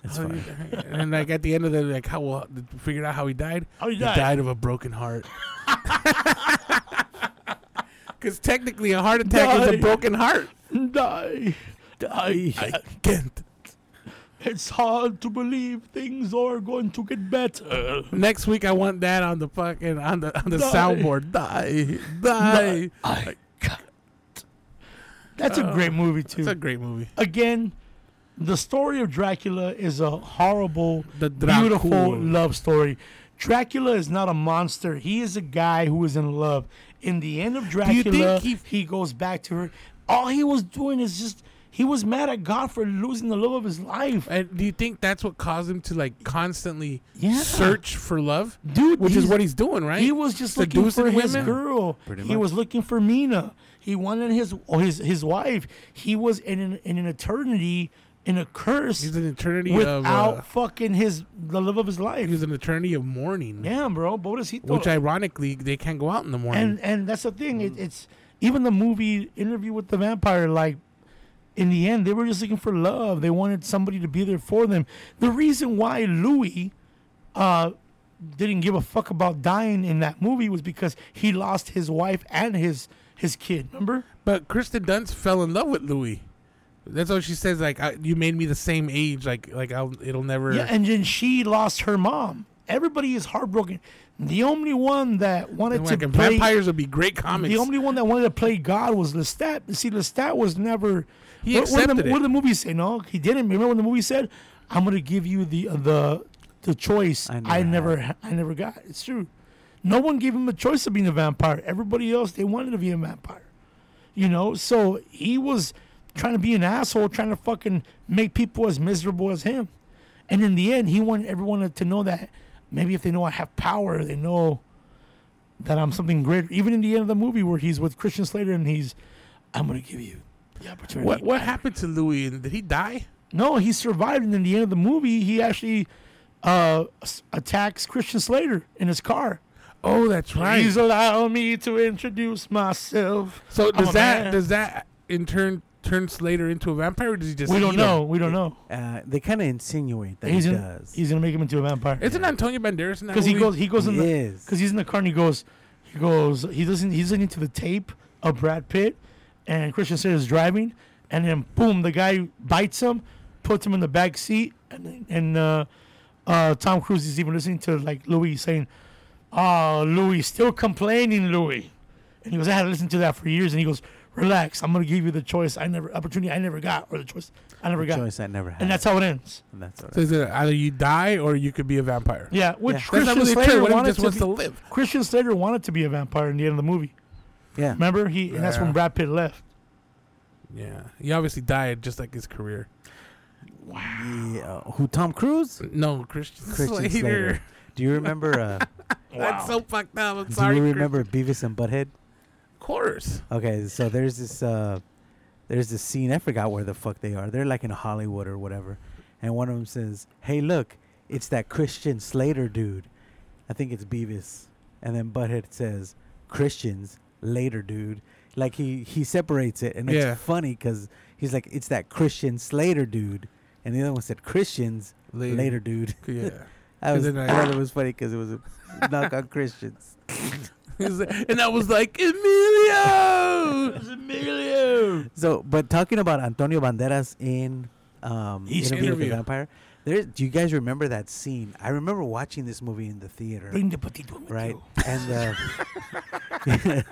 Speaker 2: and like at the end of the like how well figured out how he died.
Speaker 4: How he died.
Speaker 2: died of a broken heart. Because technically, a heart attack is a
Speaker 4: Die.
Speaker 2: broken heart.
Speaker 4: die, die.
Speaker 2: I can't.
Speaker 4: It's hard to believe things are going to get better.
Speaker 2: Next week, I want that on the fucking on the on the
Speaker 4: Die.
Speaker 2: soundboard. Die, die.
Speaker 4: I can't. That's
Speaker 2: Oh.
Speaker 4: a great movie too.
Speaker 2: It's a great movie.
Speaker 4: Again, the story of Dracula is a horrible,
Speaker 2: The
Speaker 4: beautiful
Speaker 2: Dracul.
Speaker 4: love story. Dracula is not a monster. He is a guy who is in love. In the end of
Speaker 2: you
Speaker 4: Dracula,
Speaker 2: think
Speaker 4: he,
Speaker 2: he-
Speaker 4: goes back to her. All he was doing is just he was mad at God for losing the love of his life.
Speaker 2: And do you think that's what caused him to like constantly
Speaker 4: Yeah.
Speaker 2: search for love,
Speaker 4: Dude,
Speaker 2: Which is
Speaker 4: he's-
Speaker 2: what he's doing, right?
Speaker 4: He was just looking for
Speaker 2: Seducing
Speaker 4: his
Speaker 2: women?
Speaker 4: girl.
Speaker 1: Pretty
Speaker 4: He
Speaker 1: much.
Speaker 4: was looking for Mina. He wanted his or his his wife. He was in an, in an eternity in a curse
Speaker 2: He's an eternity of
Speaker 4: without
Speaker 2: uh,
Speaker 4: fucking his the love of his life.
Speaker 2: he's an eternity of mourning.
Speaker 4: Yeah, bro. But what is he
Speaker 2: Which Mm.
Speaker 4: thought-
Speaker 2: ironically they can't go out in the morning.
Speaker 4: and and that's the thing. It, it's even the movie interview with the vampire. Like in the end, they were just looking for love. They wanted somebody to be there for them. The reason why Louis uh, didn't give a fuck about dying in that movie was because he lost his wife and his his kid. Remember?
Speaker 2: but Kristen Dunst fell in love with Louis. That's what she says. Like I, you made me the same age. Like like I'll, it'll never.
Speaker 4: Yeah, and then she lost her mom. Everybody is heartbroken. The only one that wanted
Speaker 2: like,
Speaker 4: to
Speaker 2: and
Speaker 4: play
Speaker 2: vampires would be great comics.
Speaker 4: the only one that wanted to play God was Lestat. You See, Lestat was never.
Speaker 2: He
Speaker 4: what, what did
Speaker 2: accepted
Speaker 4: the,
Speaker 2: it.
Speaker 4: what did the movie say? No, he didn't. Remember when the movie said, "I'm going to give you the uh, the the choice."
Speaker 1: I never
Speaker 4: I never, ha- I never got. It's true. No one gave him the choice of being a vampire. Everybody else, they wanted to be a vampire. You know, so he was trying to be an asshole, trying to fucking make people as miserable as him. And in the end, he wanted everyone to know that maybe if they know I have power, they know that I'm something greater. Even in the end of the movie where he's with Christian Slater and he's, I'm gonna give you the opportunity.
Speaker 2: what what happened to Louis? And Did he die?
Speaker 4: No, he survived, and in the end of the movie, he actually uh, s- attacks Christian Slater in his car.
Speaker 2: Oh, that's right.
Speaker 4: Please allow me to introduce myself.
Speaker 2: so
Speaker 4: I'm
Speaker 2: does
Speaker 4: a
Speaker 2: that
Speaker 4: man.
Speaker 2: does that in turn turn Slater into a vampire? Or does he just?
Speaker 4: we don't
Speaker 2: eat
Speaker 4: know.
Speaker 2: him?
Speaker 4: We don't know.
Speaker 1: Uh, they kind of insinuate that
Speaker 4: He's
Speaker 1: he
Speaker 4: gonna,
Speaker 1: does.
Speaker 4: he's gonna make him into a vampire.
Speaker 2: Isn't Antonio Banderas in that?
Speaker 4: because he
Speaker 2: movie?
Speaker 4: goes he goes in
Speaker 1: He
Speaker 4: the
Speaker 1: is.
Speaker 4: because he's in the car and he goes he goes he doesn't he's listening to the tape of Brad Pitt and Christian Slater is driving and then boom the guy bites him puts him in the back seat and then- and uh, uh, Tom Cruise is even listening to like Louis saying oh Louis still complaining Louis and he goes I had to listen to that for years and he goes relax I'm gonna give you the choice I never opportunity I never got or the choice I never got
Speaker 1: choice that never happened.
Speaker 4: and that's how it ends
Speaker 1: that's all
Speaker 2: So
Speaker 1: right.
Speaker 2: is it either you die or you could be a vampire?
Speaker 4: yeah which
Speaker 1: That's
Speaker 2: That's not
Speaker 4: Christian
Speaker 2: really
Speaker 4: Slater
Speaker 2: true. What if he
Speaker 4: wanted
Speaker 2: just
Speaker 4: to
Speaker 2: wants
Speaker 4: be-
Speaker 2: to live?
Speaker 4: Christian Slater wanted to be a vampire in the end of the movie.
Speaker 1: Yeah.
Speaker 4: Remember, he and that's
Speaker 2: Yeah.
Speaker 4: when Brad Pitt left.
Speaker 2: Yeah, he obviously died just like his career.
Speaker 1: He, uh, who Tom Cruise?
Speaker 2: No, Christian,
Speaker 1: Christian
Speaker 2: Slater.
Speaker 1: Slater. Do you remember? Uh,
Speaker 2: That's so fucked up. I'm
Speaker 1: do
Speaker 2: sorry.
Speaker 1: you
Speaker 2: Chris-
Speaker 1: remember Beavis and Butthead?
Speaker 2: Of course.
Speaker 1: Okay, so there's this uh, there's this scene. I forgot where the fuck they are. They're like in Hollywood or whatever, and one of them says, "Hey, look, it's that Christian Slater dude." I think it's Beavis, and then Butthead says, "Christians later, dude." Like he he separates it, and
Speaker 2: Yeah.
Speaker 1: it's funny because he's like, "It's that Christian Slater dude," and the other one said, "Christians
Speaker 2: Later.
Speaker 1: later, dude."
Speaker 2: Yeah.
Speaker 1: I
Speaker 2: And
Speaker 1: was
Speaker 2: then
Speaker 1: I
Speaker 2: I-
Speaker 1: thought it was funny because it was a knock on Christians.
Speaker 2: and I was like, Emilio! Emilio!
Speaker 1: So, but talking about Antonio Banderas in um,
Speaker 4: He's-
Speaker 1: Interview with the
Speaker 2: Interview.
Speaker 1: Vampire, there, do you guys remember that scene? I remember watching this movie in the theater,
Speaker 4: Bring the petite one with
Speaker 1: right?
Speaker 4: you.
Speaker 1: And uh,
Speaker 4: Bring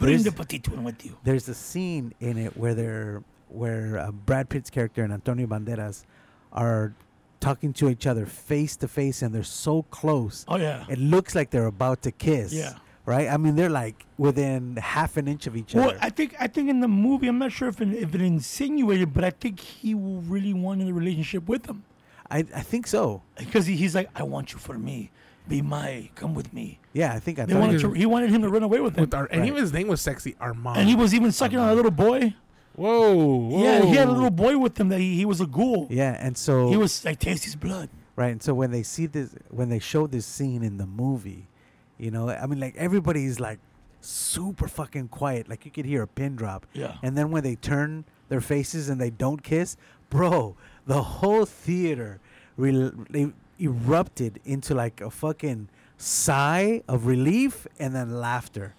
Speaker 1: There's-
Speaker 4: the petite one with you.
Speaker 1: there's a scene in it where they're where uh, Brad Pitt's character and Antonio Banderas are talking to each other face to face, and they're so close.
Speaker 4: Oh yeah.
Speaker 1: It looks like they're about to kiss.
Speaker 4: Yeah.
Speaker 1: Right. I mean, they're like within half an inch of each
Speaker 4: Well,
Speaker 1: other.
Speaker 4: I think I think in the movie, I'm not sure if it, if it insinuated, but I think he really wanted a relationship with him
Speaker 1: I, I think so.
Speaker 4: because he, he's like, I want you for me, be my, come with me.
Speaker 1: Yeah, I think I
Speaker 4: They
Speaker 1: thought
Speaker 4: wanted
Speaker 1: it-
Speaker 4: to, he wanted him to run away with him,
Speaker 2: With our, and
Speaker 1: Right.
Speaker 2: even his name was sexy Armand.
Speaker 4: and he was even sucking on a little boy.
Speaker 2: Whoa,
Speaker 4: Yeah, he had a
Speaker 2: whoa.
Speaker 4: little boy with him that he, he was a ghoul.
Speaker 1: Yeah, and so
Speaker 4: He was like taste his blood.
Speaker 1: right and so when they see this when they show this scene in the movie you know i mean like everybody's like super fucking quiet like you could hear a pin drop
Speaker 4: Yeah.
Speaker 1: and then when they turn their faces and they don't kiss bro the whole theater re- they erupted into like a fucking sigh of relief and then laughter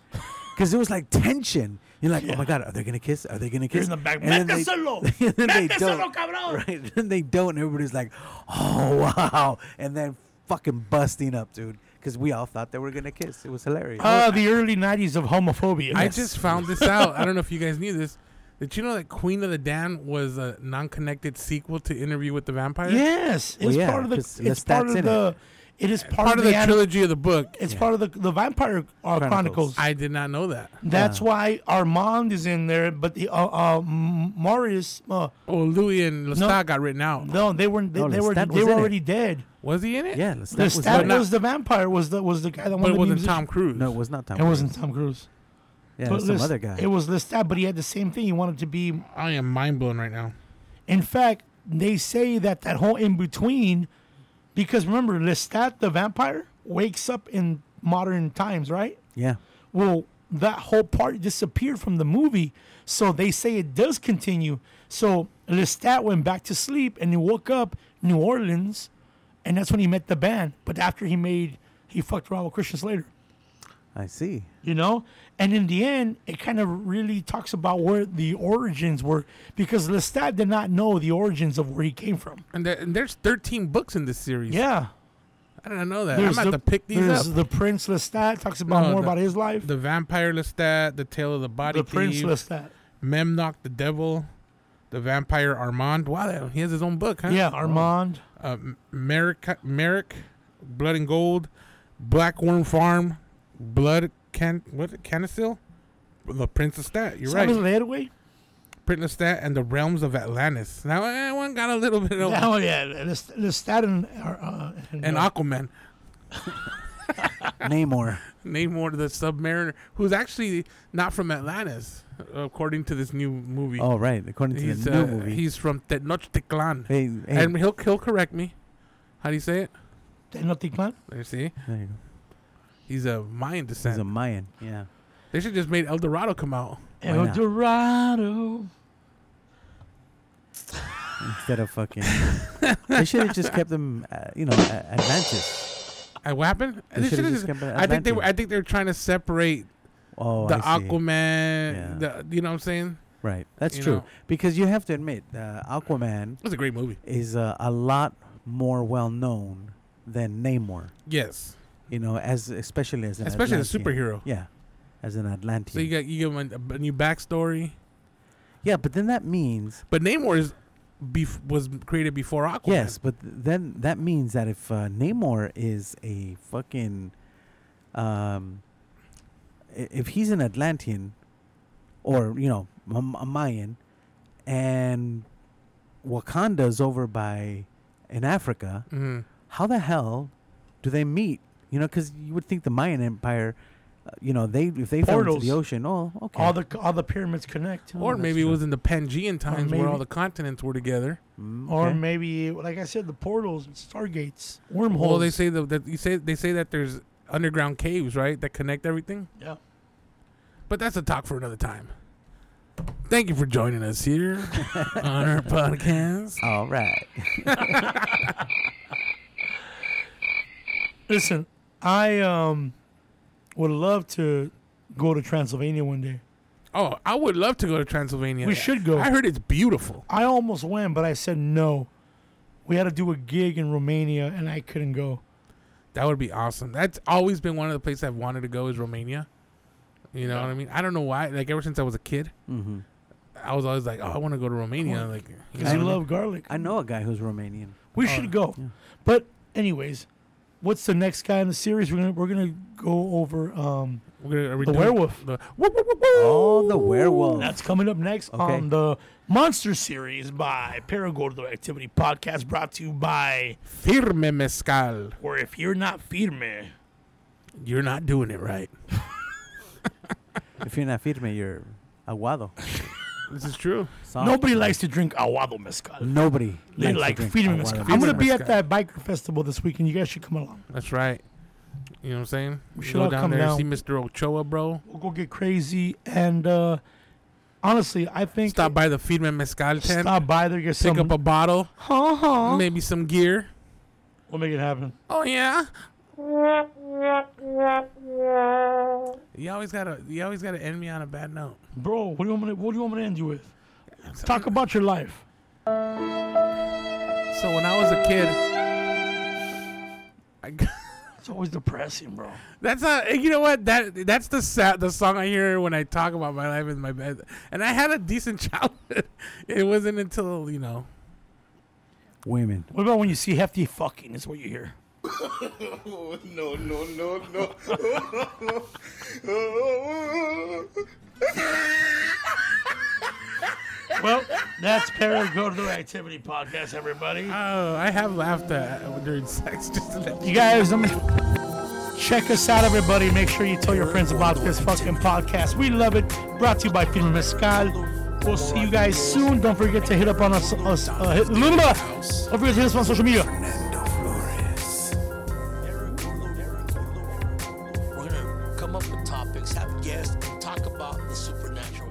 Speaker 1: because it was like tension you're like oh my god are they gonna kiss are they gonna kiss
Speaker 4: in the back,
Speaker 1: and then they,
Speaker 4: "Méteselo!
Speaker 1: and then they
Speaker 4: Méteselo,
Speaker 1: don't
Speaker 4: cabrón!"
Speaker 1: right and then they don't. And everybody's like, "Oh wow!" And then fucking busting up, dude, because we all thought they were gonna kiss. It was hilarious.
Speaker 2: Uh,
Speaker 4: Ah, the early '90s of homophobia.
Speaker 2: I just found this out. I don't know if you guys knew this. Did you know that Queen of the Dan was a non connected sequel to Interview with the Vampire?
Speaker 4: Yes, it's
Speaker 1: Well, yeah,
Speaker 4: part of the.
Speaker 1: 'cause that's-
Speaker 4: It's part
Speaker 1: that's in
Speaker 4: of the. It is part,
Speaker 2: Part of the
Speaker 4: anim-
Speaker 2: trilogy of the book.
Speaker 4: It's part of the the Vampire uh, Chronicles.
Speaker 1: Chronicles.
Speaker 2: I did not know that.
Speaker 4: That's why Armand is in there, but the uh, uh, M- Maurice. Uh,
Speaker 2: Oh, Louis and Lestat got written out.
Speaker 4: no, they weren't. They,
Speaker 1: No,
Speaker 4: they were.
Speaker 1: Lestat
Speaker 4: They
Speaker 1: was
Speaker 4: were
Speaker 1: in it.
Speaker 4: already dead.
Speaker 2: Was he in it?
Speaker 1: yeah, Lestat was
Speaker 4: Lestat
Speaker 1: not,
Speaker 2: not-
Speaker 4: was, the vampire. Was the was the guy
Speaker 2: But
Speaker 4: that wanted
Speaker 2: it
Speaker 4: the
Speaker 2: wasn't
Speaker 4: musician.
Speaker 2: Tom Cruise.
Speaker 1: no, it was not Tom.
Speaker 4: It wasn't Tom Cruise.
Speaker 1: Yeah, it
Speaker 4: But
Speaker 1: was some
Speaker 4: Lest-
Speaker 1: other guy.
Speaker 4: It was Lestat, but he had the same thing. He wanted to be.
Speaker 2: I am mind blown right now.
Speaker 4: In fact, they say that that whole in between, because remember, Lestat the vampire wakes up in modern times, right?
Speaker 1: yeah,
Speaker 4: Well, that whole part disappeared from the movie, so they say it does continue. So Lestat went back to sleep and he woke up New Orleans, and that's when he met the band. But after he made he fucked around with Christian Slater,
Speaker 1: I see.
Speaker 4: you know and in the end it kind of really talks about where the origins were because lestat did not know the origins of where he came from
Speaker 2: And, there, and there's 13 books in this series.
Speaker 4: yeah
Speaker 2: I didn't know that. I'm about to pick these
Speaker 4: there's
Speaker 2: up.
Speaker 4: the prince lestat talks about
Speaker 2: No,
Speaker 4: more
Speaker 2: the-
Speaker 4: about his life the,
Speaker 2: The Vampire Lestat, The Tale of the Body
Speaker 4: prince
Speaker 2: Thief,
Speaker 4: lestat
Speaker 2: Memnock the Devil, The Vampire Armand. Wow, that- he has his own book, huh? Oh.
Speaker 4: yeah armand
Speaker 2: Uh, M- Merrick, Merrick, Blood and Gold, Black Worm Farm, Blood Can what Canisil, The Prince of Stat. You're
Speaker 4: Samuel
Speaker 2: right.
Speaker 4: Ledway?
Speaker 2: Prince of Stat and the Realms of Atlantis. Now that one got a little bit of
Speaker 4: oh yeah Lest- lestat and, uh, and,
Speaker 2: and
Speaker 4: uh,
Speaker 2: Aquaman.
Speaker 1: Namor.
Speaker 2: Namor the Submariner, who's actually not from Atlantis, according to this new movie.
Speaker 1: Oh, right. According to
Speaker 2: he's
Speaker 1: the new
Speaker 2: uh,
Speaker 1: movie.
Speaker 2: he's from Tenochtitlan.
Speaker 1: hey, hey,
Speaker 2: And he'll he'll correct me. How do you say it?
Speaker 4: Tenochtitlan?
Speaker 2: Let me see.
Speaker 1: there you go.
Speaker 2: He's a Mayan
Speaker 1: He's
Speaker 2: descent.
Speaker 1: a Mayan. Yeah.
Speaker 2: they should just made El Dorado come out.
Speaker 1: Why not?
Speaker 4: El Dorado.
Speaker 1: Instead of fucking. they should have just kept them, uh, you know, uh, Atlantis.
Speaker 2: Uh, what happened?
Speaker 1: They
Speaker 2: They
Speaker 1: shoulda
Speaker 2: shoulda
Speaker 1: just
Speaker 2: just-
Speaker 1: kept it
Speaker 2: I think they were.
Speaker 1: Atlantean.
Speaker 2: I think they were trying to separate
Speaker 1: Oh,
Speaker 2: the
Speaker 1: I see.
Speaker 2: Aquaman.
Speaker 1: Yeah.
Speaker 2: The, you know what I'm saying?
Speaker 1: Right. That's
Speaker 2: you
Speaker 1: true.
Speaker 2: know.
Speaker 1: Because you have to admit, uh, Aquaman
Speaker 2: It's a great movie.
Speaker 1: is uh, a lot more well known than Namor.
Speaker 2: Yes.
Speaker 1: You know, as especially as an
Speaker 2: Especially the
Speaker 1: Atlantean.
Speaker 2: superhero.
Speaker 1: Yeah, as an Atlantean.
Speaker 2: So you got you give him a, a new backstory.
Speaker 1: yeah, but then that means
Speaker 2: But Namor is bef- was created before Aquaman.
Speaker 1: yes, but th- then that means that if uh, Namor is a fucking, um, i- if he's an Atlantean, or you know, a, a Mayan, and Wakanda's over by in Africa,
Speaker 2: hmm
Speaker 4: Mm-hmm.
Speaker 1: how the hell do they meet? You know, because you would think the Mayan Empire, uh, you know, they if they fell
Speaker 4: Portals.
Speaker 1: into the ocean, oh, okay,
Speaker 4: All the all the pyramids connect.
Speaker 2: Or
Speaker 1: that's
Speaker 2: maybe it
Speaker 1: true.
Speaker 2: was in the Pangean times where all
Speaker 4: maybe-
Speaker 2: the continents were together.
Speaker 1: Mm,
Speaker 4: Or
Speaker 1: okay.
Speaker 4: maybe, like I said, the portals, stargates, wormholes.
Speaker 2: Well, they say that, that you say they say that there's underground caves, right, that connect everything.
Speaker 4: Yeah.
Speaker 2: But that's a talk for another time. Thank you for joining us here on our podcast.
Speaker 1: all right.
Speaker 4: Listen, I um would love to go to Transylvania one day.
Speaker 2: Oh, I would love to go to Transylvania.
Speaker 4: We should go.
Speaker 2: I heard it's beautiful.
Speaker 4: I almost went, but I said no. We had to do a gig in Romania, and I couldn't go.
Speaker 2: That would be awesome. That's always been one of the places I've wanted to go is Romania. You know what I mean? I don't know why. Like ever since I was a kid,
Speaker 4: Mm-hmm.
Speaker 1: hmm
Speaker 2: I was always like, "Oh, I want to go to Romania." Like, you
Speaker 4: Because I
Speaker 2: know,
Speaker 4: love garlic.
Speaker 1: I know a guy who's Romanian.
Speaker 4: We should go. But anyways, what's the next guy in the series? We're gonna we're gonna go over. Um,
Speaker 2: we're gonna, are we
Speaker 4: The
Speaker 2: doing
Speaker 4: werewolf.
Speaker 2: The, woo, woo, woo, woo.
Speaker 1: Oh, the werewolf.
Speaker 4: that's coming up next
Speaker 1: Okay.
Speaker 4: on the Monster Series by Paragordo Activity Podcast, brought to you by.
Speaker 2: Firme mezcal.
Speaker 4: Or if you're not firme,
Speaker 2: You're not doing it right.
Speaker 1: if you're not firme, you're aguado.
Speaker 2: This is true.
Speaker 1: Sorry.
Speaker 4: nobody likes to drink aguado mezcal.
Speaker 1: Nobody.
Speaker 4: They
Speaker 1: likes to
Speaker 4: like
Speaker 1: drink
Speaker 4: freedom
Speaker 1: aguado
Speaker 4: mezcal.
Speaker 1: mezcal.
Speaker 4: I'm gonna
Speaker 2: Freedom
Speaker 4: be at
Speaker 2: mezcal.
Speaker 4: that biker festival this weekend. You guys should come along.
Speaker 2: That's right. You know what I'm saying?
Speaker 4: We should
Speaker 2: Go
Speaker 4: all
Speaker 2: down
Speaker 4: come
Speaker 2: there
Speaker 4: down.
Speaker 2: and see Mr. Ochoa, bro.
Speaker 4: We'll go get crazy and uh, honestly, I think
Speaker 2: Stop by the Feedman Mezcal tent.
Speaker 4: Stop by there, get
Speaker 2: Pick
Speaker 4: some.
Speaker 2: up a bottle.
Speaker 4: Huh, huh.
Speaker 2: Maybe some gear.
Speaker 4: We'll make it happen.
Speaker 2: Oh, yeah. You always gotta, you always gotta end me on a bad note.
Speaker 4: Bro, what do you want me to, what do you want me to end you with? Talk about your life.
Speaker 2: So when I was a kid, I, g-
Speaker 4: It's always depressing, bro.
Speaker 2: that's not. eh, You know what? That that's the sa- the song I hear when I talk about my life in my bed. And I had a decent childhood. It wasn't until you know
Speaker 1: Women.
Speaker 4: What about when you see hefty fucking is what you hear?
Speaker 8: Oh, no, no, no, no.
Speaker 4: Well, that's Paragordo Activity Podcast, everybody.
Speaker 2: Oh, I have laughed at during sex just to let
Speaker 4: You
Speaker 2: you
Speaker 4: guys, um, check us out, everybody. Make sure you tell your friends about this fucking podcast. We love it. Brought to you by Firma Mezcal. We'll see you guys soon. Don't forget to hit up on us. us uh, hit, don't forget to hit us on social media.
Speaker 3: Fernando Flores.
Speaker 7: We're gonna come up with topics, have guests, talk about the supernatural.